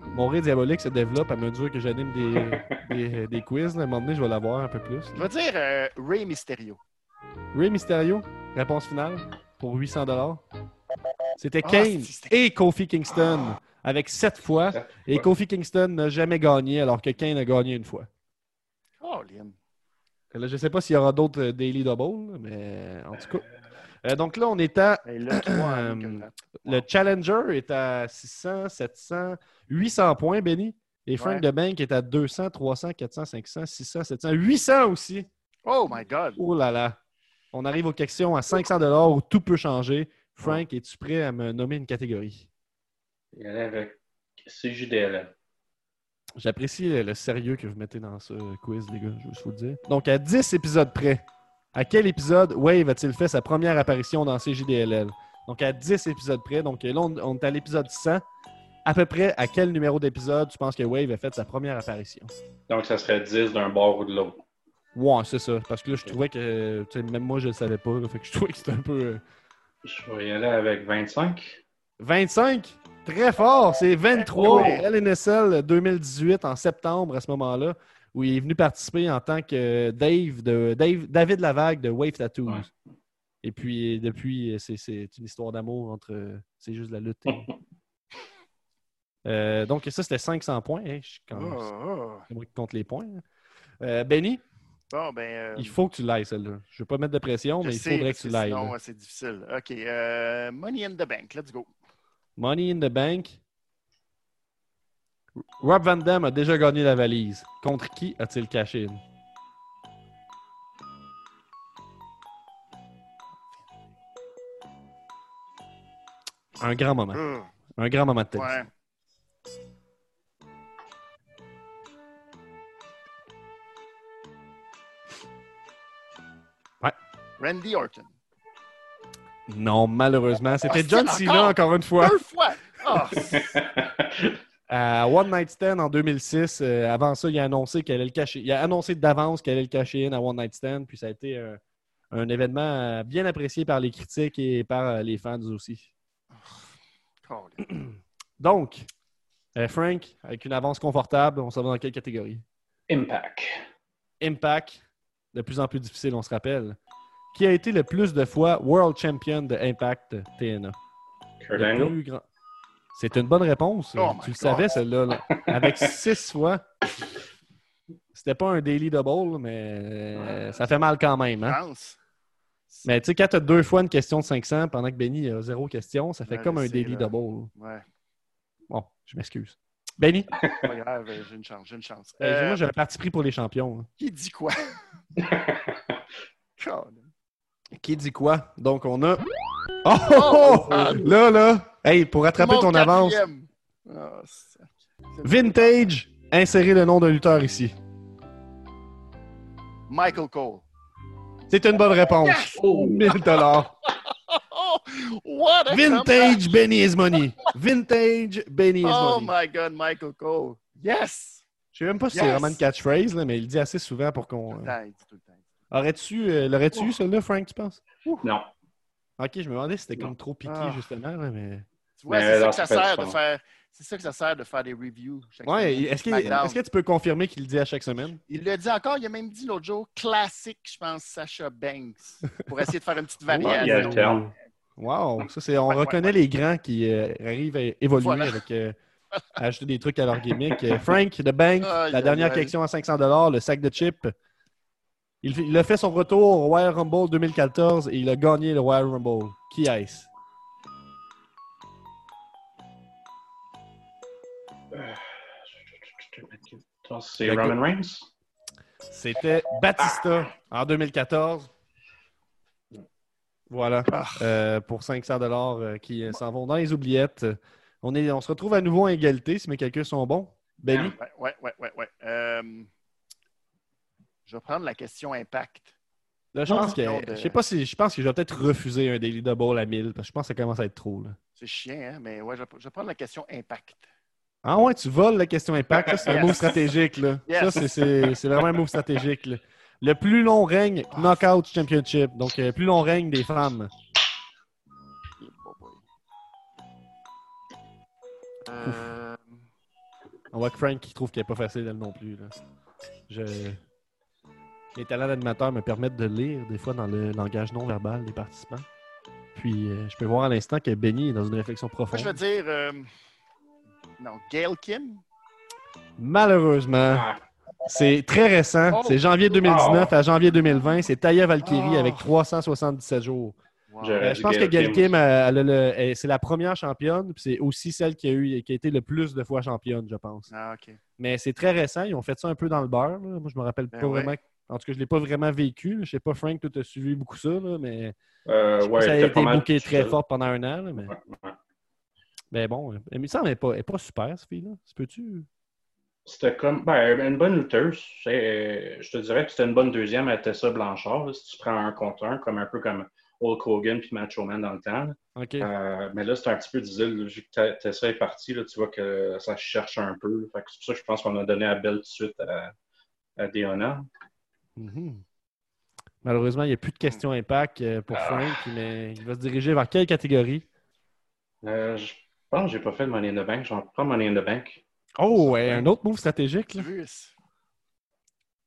Speaker 10: Mon ray diabolique se développe à mesure que j'anime des, des, des quiz. là. À un moment donné, je vais l'avoir un peu plus.
Speaker 11: Je vais dire euh, Ray Mysterio.
Speaker 10: Ray Mysterio, réponse finale pour 800 C'était
Speaker 11: Ah,
Speaker 10: Kane
Speaker 11: c'est- c'était- Ah,
Speaker 10: et Kofi Kingston avec 7 fois.
Speaker 12: Sept
Speaker 10: Et
Speaker 12: fois.
Speaker 10: Kofi Kingston n'a jamais gagné alors que Kane a gagné une fois.
Speaker 11: Oh, Lynn.
Speaker 10: Là, je ne sais pas s'il y aura d'autres euh, Daily Double, mais en tout cas. Euh, donc là, on est à.
Speaker 11: Hey, là, Ben, trois hein, années que je rate.
Speaker 10: Le Challenger est à 600, 700, 800 points, Benny. Et Frank
Speaker 11: Ouais.
Speaker 10: de Bank est à 200, 300, 400, 500, 600, 700, 800 aussi.
Speaker 11: Oh my God.
Speaker 10: Oh là là. On arrive aux questions à 500 où tout peut changer. Frank, es-tu prêt à me nommer une catégorie?
Speaker 12: Il allait avec CJDL.
Speaker 10: J'apprécie le le sérieux que vous mettez dans ce quiz, les gars, je vous le dire. Donc, à 10 épisodes près, à quel épisode Wave a-t-il fait sa première apparition dans CJDLL? Donc, à 10 épisodes près, donc là, on, on est à l'épisode 100. À peu près, à quel numéro d'épisode tu penses que Wave a fait sa première apparition?
Speaker 12: Donc, ça serait 10 d'un bord ou de l'autre.
Speaker 10: Ouais, c'est ça. Parce que là, je trouvais que. tu sais, Même moi, je le savais pas. là. fait que je trouvais que c'était un peu. euh,
Speaker 12: Je vais y aller avec 25.
Speaker 10: 25? Très fort, c'est 23.
Speaker 12: Ouais.
Speaker 10: LNSL 2018 en septembre à ce moment-là, où il est venu participer en tant que Dave de Dave- David Lavague de Wave Tattoos. Et puis depuis, c'est- c'est une histoire d'amour entre c'est juste la lutte. et- Euh, donc ça, c'était 500 points. hein. Je suis quand même-
Speaker 11: Oh, oh.
Speaker 10: c'est moi qui compte les points. hein. Euh, Benny,
Speaker 11: Bon, ben. euh,
Speaker 10: il faut que tu l'ailles, celle-là. Je ne veux pas mettre de pression,
Speaker 11: je
Speaker 10: mais il
Speaker 11: sais,
Speaker 10: faudrait que
Speaker 11: parce
Speaker 10: tu l'ailles.
Speaker 11: Sinon,
Speaker 10: là.
Speaker 11: euh, c'est difficile. OK. euh, Money in the Bank, let's go.
Speaker 10: Money in the Bank. Rob Van Damme a déjà gagné la valise. Contre qui a-t-il caché une? Un grand moment.
Speaker 11: Euh,
Speaker 10: Un grand moment de tennis.
Speaker 11: ouais.
Speaker 10: Ouais.
Speaker 11: Randy Orton.
Speaker 10: Non, malheureusement. C'était
Speaker 11: Ah,
Speaker 10: John
Speaker 11: c'est
Speaker 10: Cena,
Speaker 11: encore?
Speaker 10: encore une fois.
Speaker 11: Deux fois! Ah,
Speaker 10: À One Night Stand en 2006, euh, avant ça, il a annoncé qu'elle allait le cacher. Il a annoncé d'avance qu'elle allait le cacher in à One Night Stand, puis ça a été euh, un événement euh, bien apprécié par les critiques et par euh, les fans aussi. Hein?
Speaker 11: Colin.
Speaker 10: Donc, euh, Frank, avec une avance confortable, on s'en va dans quelle catégorie?
Speaker 12: Impact.
Speaker 10: Impact, de plus en plus difficile, on se rappelle. Qui a été le plus de fois World Champion de Impact TNA?
Speaker 12: Kurt
Speaker 10: Le
Speaker 12: Angle.
Speaker 10: plus grand- C'est une bonne réponse.
Speaker 11: Oh
Speaker 10: tu
Speaker 11: my
Speaker 10: le savais, celle-là. là. Avec six fois. C'était pas un daily double, mais euh, ça fait mal quand même. hein.
Speaker 11: Lance.
Speaker 10: Mais tu sais, quand t'as deux fois une question de 500 pendant que Benny a zéro question, ça fait
Speaker 11: Ouais,
Speaker 10: comme
Speaker 11: je
Speaker 10: un
Speaker 11: sais,
Speaker 10: daily
Speaker 11: là.
Speaker 10: double.
Speaker 11: Ouais,
Speaker 10: Bon, je m'excuse. Benny,
Speaker 11: pas grave, euh, j'ai une chance, j'ai une chance.
Speaker 10: euh, moi
Speaker 11: Euh,
Speaker 10: j'ai un parti pris pour les champions. hein.
Speaker 11: Qui dit quoi? Colin.
Speaker 10: Qui dit quoi? Donc, on a. Oh! oh, oh! Là, là! Hey, pour rattraper
Speaker 11: Mon
Speaker 10: ton avance,
Speaker 11: quatrième. Ah, c'est- c'est-
Speaker 10: Vintage, insérer le nom d'un lutteur ici.
Speaker 11: Michael Cole.
Speaker 10: C'est une bonne réponse. 1000 dollars.
Speaker 11: Oh, what a comeback.
Speaker 10: Vintage Benny is money. Vintage Benny is
Speaker 11: Oh
Speaker 10: money.
Speaker 11: my God, Michael Cole. Yes.
Speaker 10: Je sais même pas si c'est
Speaker 11: Yes.
Speaker 10: vraiment une catchphrase, là, mais il le dit assez souvent pour qu'on. euh,
Speaker 11: Putain, il dit tout le temps.
Speaker 10: Aurais-tu, euh, l'aurais-tu eu, celle-là, Frank, tu penses?
Speaker 12: Non.
Speaker 10: Ok, je me demandais si c'était comme trop piqué,
Speaker 11: Ah.
Speaker 10: justement, là, mais.
Speaker 11: Tu vois,
Speaker 12: Mais
Speaker 11: c'est ça
Speaker 12: dans
Speaker 11: que ça
Speaker 12: ce fait,
Speaker 11: sert
Speaker 12: je
Speaker 11: de
Speaker 12: pense.
Speaker 11: faire. C'est ça que ça sert de faire des reviews. chaque
Speaker 10: Ouais,
Speaker 11: semaine.
Speaker 10: est-ce que,
Speaker 11: SmackDown.
Speaker 10: est-ce que tu peux confirmer qu'il le dit à chaque semaine?
Speaker 11: Il l'a dit encore, il a même dit l'autre jour, classique, je pense, Sacha Banks, pour essayer de faire une petite
Speaker 10: Ah,
Speaker 12: Il
Speaker 10: non.
Speaker 12: y a
Speaker 11: variation.
Speaker 12: le terme.
Speaker 10: Wow, ça c'est, on
Speaker 11: Ouais, ouais,
Speaker 10: reconnaît les grands qui euh, arrivent à évoluer
Speaker 11: Voilà.
Speaker 10: avec euh, à ajouter des trucs à leur gimmick. Euh, Frank, The Bank,
Speaker 11: Aïe,
Speaker 10: la
Speaker 11: aïe,
Speaker 10: dernière
Speaker 11: aïe.
Speaker 10: question à 500 le sac de chips. Il, fait- il a fait son retour au Royal Rumble 2014 et il a gagné le Royal Rumble. Qui est-ce?
Speaker 12: C'est Roman Reigns.
Speaker 10: C'était Batista en 2014. Voilà.
Speaker 11: Ah.
Speaker 10: Euh, pour 500 dollars qui euh, s'en vont dans les oubliettes. On, est, on se retrouve à nouveau à égalité si mes calculs sont bons. Benny?
Speaker 11: Ouais, ouais, ouais, ouais. ouais. Euh, je vais prendre la question impact.
Speaker 10: Là, je pense que.
Speaker 11: Non, de-
Speaker 10: Je sais pas si. Je pense que je vais peut-être refuser un Daily Double à 1000 parce que je pense que ça commence à être trop. là.
Speaker 11: C'est chiant, hein, mais ouais, je vais, je vais prendre la question impact.
Speaker 10: Ah ouais, tu voles la question impact. Ça, c'est un
Speaker 11: Yes.
Speaker 10: move stratégique. Là.
Speaker 11: Yes.
Speaker 10: Ça, c'est- c'est c'est vraiment un move stratégique. là. Le plus long règne Knockout Championship. Donc, le plus long règne des femmes.
Speaker 11: Yeah, boy, boy. Euh,
Speaker 10: On voit que Frank qui trouve qu'il n'est pas facile elle non plus. Là. Je... Mes talents d'animateur me permettent de lire des fois dans le langage non verbal des participants. Puis euh, je peux voir à l'instant que Benny est dans une réflexion
Speaker 11: moi,
Speaker 10: profonde.
Speaker 11: je vais dire. euh, non, Gail Kim.
Speaker 10: Malheureusement,
Speaker 12: Ah.
Speaker 10: c'est très récent. C'est janvier 2019 à janvier 2020. C'est Taya Valkyrie
Speaker 11: Oh.
Speaker 10: avec 377 jours.
Speaker 11: Wow.
Speaker 12: Je-
Speaker 10: Euh, je pense que
Speaker 12: Gail
Speaker 10: Gail
Speaker 12: Kim.
Speaker 10: Kim, euh, elle a le- elle- c'est la première championne. puis C'est aussi celle qui a, eu, qui a été le plus de fois championne, je pense.
Speaker 11: Ah, ok.
Speaker 10: Mais c'est très récent. Ils ont fait ça un peu dans le beurre. là. Moi, je me rappelle
Speaker 11: Ben
Speaker 10: pas
Speaker 11: ouais.
Speaker 10: vraiment. En tout cas, je ne l'ai pas vraiment vécu. là. Je sais pas, Frank, toi, tu as suivi beaucoup ça, là, mais
Speaker 12: Euh, ouais,
Speaker 10: ça a
Speaker 12: j'étais pas
Speaker 10: été
Speaker 12: mal
Speaker 10: booké
Speaker 12: tout
Speaker 10: très
Speaker 12: seul.
Speaker 10: fort pendant un an. là, mais...
Speaker 12: Ouais, ouais.
Speaker 10: mais bon, euh, il me semble qu'elle n'est pas, elle est pas super, cette fille-là. Tu Peux-tu?
Speaker 12: C'était comme. Ben, une bonne lutteuse. C'est- Je te dirais que c'était une bonne deuxième à Tessa Blanchard. là, si tu prends un contre un, comme un peu comme Hulk Hogan puis Macho Man dans le temps. là.
Speaker 10: OK.
Speaker 12: Euh, mais là, c'est un petit peu difficile. Vu que Ta- Tessa est partie, là, tu vois que ça cherche un peu. Fait que c'est pour ça que je pense qu'on a donné la belle tout de suite à, à Deonna.
Speaker 10: Mhm. Malheureusement, il n'y a plus de questions impact euh, pour
Speaker 12: Hmm. Ah.
Speaker 10: Frank, mais il va se diriger vers quelle catégorie?
Speaker 12: Euh, je pense que j'ai pas fait de Money in the Bank. J'en prends Money in the Bank.
Speaker 10: Oh, ouais, un autre move stratégique. là.
Speaker 11: Plus.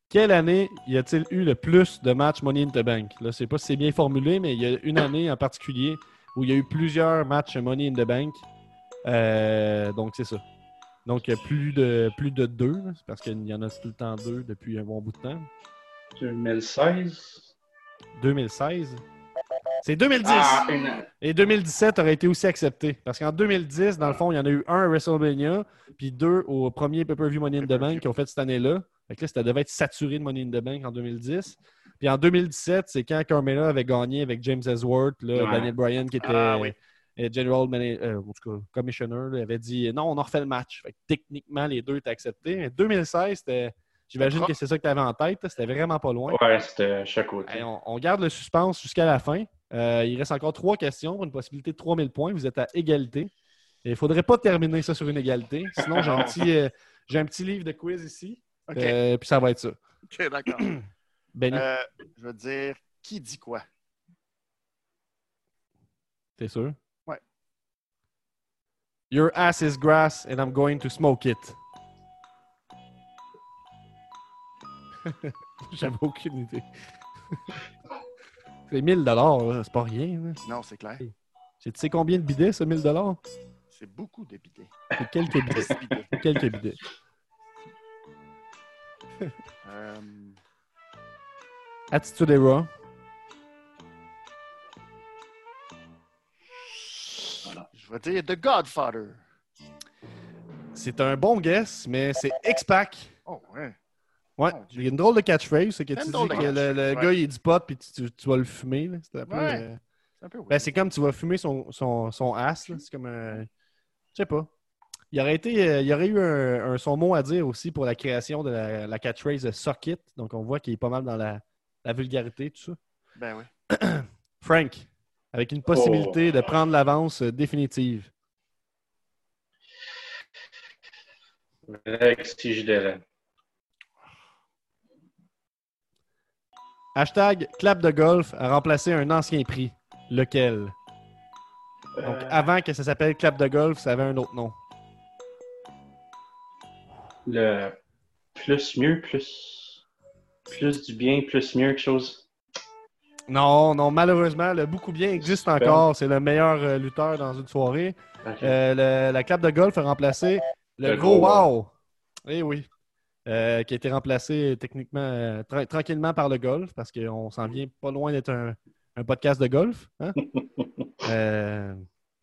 Speaker 10: Quelle année y a-t-il eu le plus de matchs Money in the Bank? Là, je sais pas si c'est bien formulé, mais il y a une année en particulier où il y a eu plusieurs matchs Money in the Bank. Euh, donc, c'est ça. Donc, il y a plus de, plus de deux, là, c'est parce qu'il y en a tout le temps deux depuis un bon bout de temps.
Speaker 12: 2016.
Speaker 10: 2016. C'est 2010!
Speaker 12: Ah, une-
Speaker 10: Et 2017 aurait été aussi accepté. Parce qu'en 2010, dans le fond, il y en a eu un à WrestleMania, puis deux au premier pay-per-view Money in the Bank qu'ils ont fait cette année-là. Fait que là, ça devait être saturé de Money in the Bank en 2010. Puis en 2017, c'est quand Carmella avait gagné avec James Ellsworth, là,
Speaker 12: Ouais.
Speaker 10: Daniel Bryan qui était
Speaker 11: Ah, oui.
Speaker 10: euh, General Mana- euh, en tout cas, Commissioner, là, avait dit non, on en refait le match. Fait que techniquement, les deux étaient acceptés. Mais 2016, c'était- j'imagine que c'est ça que tu avais en tête. là. C'était vraiment pas loin.
Speaker 12: Ouais, c'était à chaque côté.
Speaker 10: Hey, Ben, on, on garde le suspense jusqu'à la fin. Euh, il reste encore trois questions pour une possibilité de 3000 points. Vous êtes à égalité. Et Il ne faudrait pas terminer ça sur une égalité. Sinon, j'ai un, petit, euh, j'ai un petit livre de quiz ici.
Speaker 11: OK,
Speaker 10: Euh, puis ça va être ça.
Speaker 11: OK, d'accord.
Speaker 10: Benny,
Speaker 11: Euh, je veux dire, qui dit quoi?
Speaker 10: t'es sûr?
Speaker 11: ouais.
Speaker 10: Your ass is grass and I'm going to smoke it. J'avais aucune idée. c'est 1000 là, c'est pas rien. là.
Speaker 11: Non, c'est clair.
Speaker 10: Tu sais combien de bidets, ce 1000
Speaker 11: C'est beaucoup de bidets.
Speaker 10: C'est quelques bidets.
Speaker 11: Des bidets.
Speaker 10: C'est quelques bidets.
Speaker 11: Euh,
Speaker 10: Attitude Era.
Speaker 11: je vais dire The Godfather.
Speaker 10: C'est un bon guess, mais c'est X-Pac.
Speaker 11: Oh, ouais.
Speaker 10: Ouais,
Speaker 11: Mon Dieu.
Speaker 10: il y a une drôle de catchphrase, c'est que
Speaker 11: C'est Ah, une
Speaker 10: tu dis
Speaker 11: drôle de
Speaker 10: que le, le
Speaker 11: catchphrase, ouais.
Speaker 10: gars il est du pot puis tu, tu- tu vas le fumer. là. C'est un peu,
Speaker 11: Ouais.
Speaker 10: euh,
Speaker 11: C'est un peu
Speaker 10: ben,
Speaker 11: weird.
Speaker 10: c'est comme tu vas fumer son, son, son ass. là. C'est comme un. Je sais pas. Il aurait, été, euh, il y aurait eu un, un- son mot à dire aussi pour la création de la, la catchphrase de Socket. Donc on voit qu'il est pas mal dans la, la vulgarité, tout ça.
Speaker 11: Ben oui.
Speaker 10: Frank, avec une possibilité
Speaker 11: Oh.
Speaker 10: de prendre l'avance euh, définitive.
Speaker 12: Alexis Gidera.
Speaker 10: Hashtag clap de golf a remplacé un ancien prix. Lequel? Donc, avant que ça s'appelle clap de golf, ça avait un autre nom.
Speaker 12: Le plus mieux, plus. Plus du bien, plus mieux, quelque chose.
Speaker 10: Non, non, malheureusement, le beaucoup bien existe
Speaker 12: Super.
Speaker 10: encore. C'est le meilleur euh, lutteur dans une soirée.
Speaker 12: Ok.
Speaker 10: Euh, le- la clap de golf a remplacé le,
Speaker 12: Le
Speaker 10: gros,
Speaker 12: gros
Speaker 10: wow. Eh oui. Euh, qui a été remplacé euh, techniquement, euh, tra- tranquillement par le golf, parce qu'on s'en vient pas loin d'être un, un podcast de golf. hein? Euh,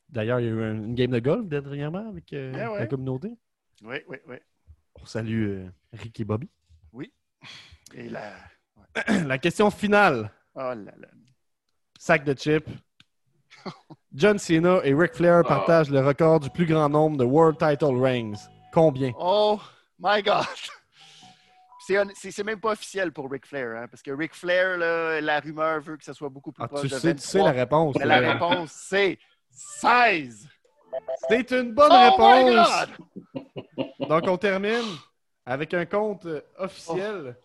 Speaker 10: D'ailleurs, il y a eu un- une game de golf dernièrement avec euh,
Speaker 11: Ah ouais.
Speaker 10: la communauté.
Speaker 11: Oui, oui, oui.
Speaker 10: On salue euh, Rick et Bobby.
Speaker 11: Et là.
Speaker 10: la question finale.
Speaker 11: Oh là là.
Speaker 10: Sac de chips. John Cena et Ric Flair
Speaker 11: Ah.
Speaker 10: partagent le record du plus grand nombre de World Title Rings. Combien?
Speaker 11: Oh my God! C'est un- C'est c'est même pas officiel pour Ric Flair, hein, parce que Ric Flair, là, la rumeur veut que ça soit beaucoup plus
Speaker 10: Ah,
Speaker 11: proche
Speaker 10: tu
Speaker 11: de
Speaker 10: sais, tu sais la
Speaker 11: 23,
Speaker 10: réponse.
Speaker 11: mais la
Speaker 10: mais-
Speaker 11: réponse, c'est 16!
Speaker 10: C'est une bonne
Speaker 11: oh my
Speaker 10: réponse!
Speaker 11: God!
Speaker 10: Donc, on termine avec un compte euh, officiel.
Speaker 11: Oh.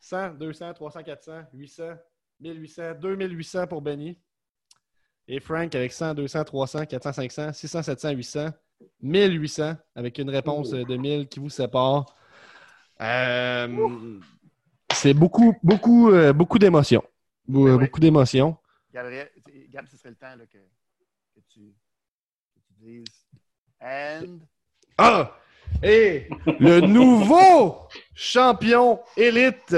Speaker 10: 100, 200, 300, 400, 800, 1800, 2800 pour Benny. Et Frank avec 100, 200, 300, 400, 500, 600, 700, 800, 1800 avec une réponse
Speaker 11: Oh.
Speaker 10: euh, de 1000 qui vous sépare. Euh, c'est beaucoup, beaucoup, euh, beaucoup d'émotions. Bou-
Speaker 11: Ben
Speaker 10: euh,
Speaker 11: oui.
Speaker 10: Beaucoup d'émotions.
Speaker 11: Gabriel, tu- Gab, ce serait le temps là, que, que tu, que tu dises. And.
Speaker 10: Ah! Et le nouveau champion élite,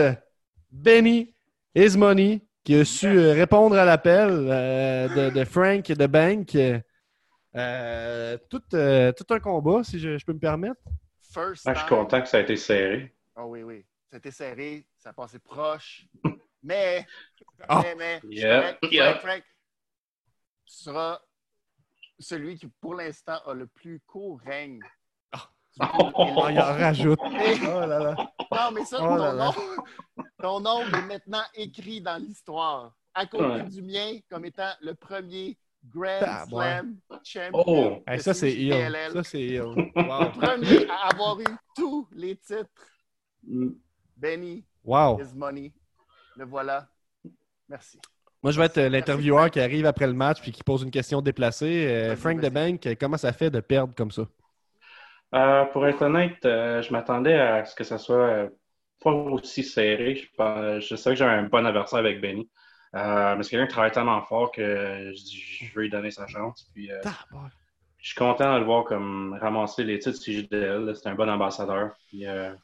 Speaker 10: Benny Ismoney, qui a su euh, répondre à l'appel euh, de, de Frank et de Bank. Euh, tout, euh, tout un combat, si je, je peux me permettre.
Speaker 11: First
Speaker 12: Ah, je suis
Speaker 11: time.
Speaker 12: content que ça a été serré.
Speaker 11: Oh oui, oui. C'était serré, ça passait proche. Mais,
Speaker 10: Ah.
Speaker 11: mais, mais, je suis
Speaker 12: Yep,
Speaker 11: correct, je suis
Speaker 12: yep.
Speaker 11: correct, Frank. Tu seras celui qui, pour l'instant, a le plus court règne. Du coup,
Speaker 10: Oh, il en rajoute.
Speaker 11: et-
Speaker 10: Oh là là.
Speaker 11: Non, mais ça,
Speaker 10: Oh là
Speaker 11: ton,
Speaker 10: là.
Speaker 11: nom, ton nom est maintenant écrit dans l'histoire, à côté
Speaker 12: Ouais.
Speaker 11: du mien, comme étant le premier Grand
Speaker 10: Tabarnak.
Speaker 11: Slam champion.
Speaker 12: Oh!
Speaker 10: Ah, Hey,
Speaker 11: de
Speaker 10: ça, c'est ill.
Speaker 11: CJPLL.
Speaker 10: Ça, c'est ill.
Speaker 11: Le premier à avoir eu tous les titres.
Speaker 12: Mm.
Speaker 11: Benny
Speaker 10: Wow.
Speaker 11: is money. Le voilà. Merci.
Speaker 10: Moi, je vais être euh, l'intervieweur qui arrive après le match puis qui pose une question déplacée. Euh,
Speaker 11: Vas-y,
Speaker 10: Frank
Speaker 11: vas-y.
Speaker 10: DeBank, euh, comment ça fait de perdre comme ça?
Speaker 12: Euh, pour être honnête, euh, je m'attendais à ce que ça soit euh, pas aussi serré. Je, pense- je sais que j'ai un bon adversaire avec Benny. Euh, mais c'est quelqu'un qui travaille tellement fort que euh, je, dis, je veux lui donner sa chance. Puis, euh, je suis content de le voir comme ramasser les titres CJDL. là. C'est un bon ambassadeur. Puis, euh,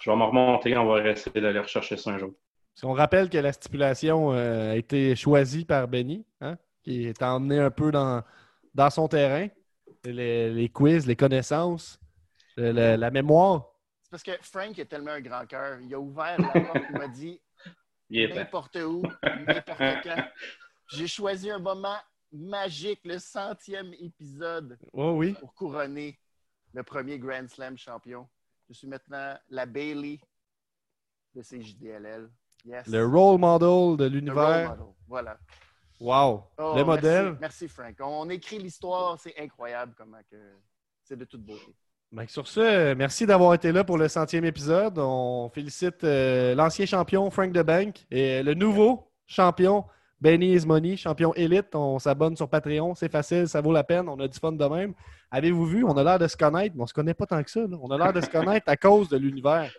Speaker 12: je vais me remonter. On va essayer d'aller rechercher ça un jour.
Speaker 10: Parce qu'on rappelle que la stipulation euh, a été choisie par Benny, hein, qui est emmené un peu dans, dans son terrain. Les, les quiz, les connaissances, le- le- la mémoire.
Speaker 11: C'est parce que Frank est tellement un grand cœur. Il a ouvert la porte, il m'a dit
Speaker 12: Il
Speaker 10: Eh ben.
Speaker 12: est temps.
Speaker 11: n'importe où, n'importe quand. J'ai choisi un moment magique, le centième épisode,
Speaker 10: Oh oui.
Speaker 11: pour couronner le premier Grand Slam champion. Je suis maintenant la Bailey de CJDLL. Yes.
Speaker 10: Le role model de
Speaker 11: Le role
Speaker 10: l'univers.
Speaker 11: model. Voilà.
Speaker 10: Wow.
Speaker 11: Oh,
Speaker 10: le
Speaker 11: merci-
Speaker 10: modèle.
Speaker 11: Merci, Frank. On écrit l'histoire. C'est incroyable comment que c'est de toute beauté.
Speaker 10: Ben, sur ce, euh, merci d'avoir été là pour le centième épisode. On félicite euh, l'ancien champion Frank DeBank et euh, le nouveau champion Benny Ismoney, champion élite. On s'abonne sur Patreon, c'est facile, ça vaut la peine, on a du fun de même. Avez-vous vu, on a l'air de se connaître, mais on se connaît pas tant que ça. là. On a l'air de se connaître à cause de l'univers.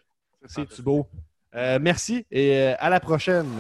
Speaker 10: C'est-tu beau? Euh, merci et euh, à la prochaine.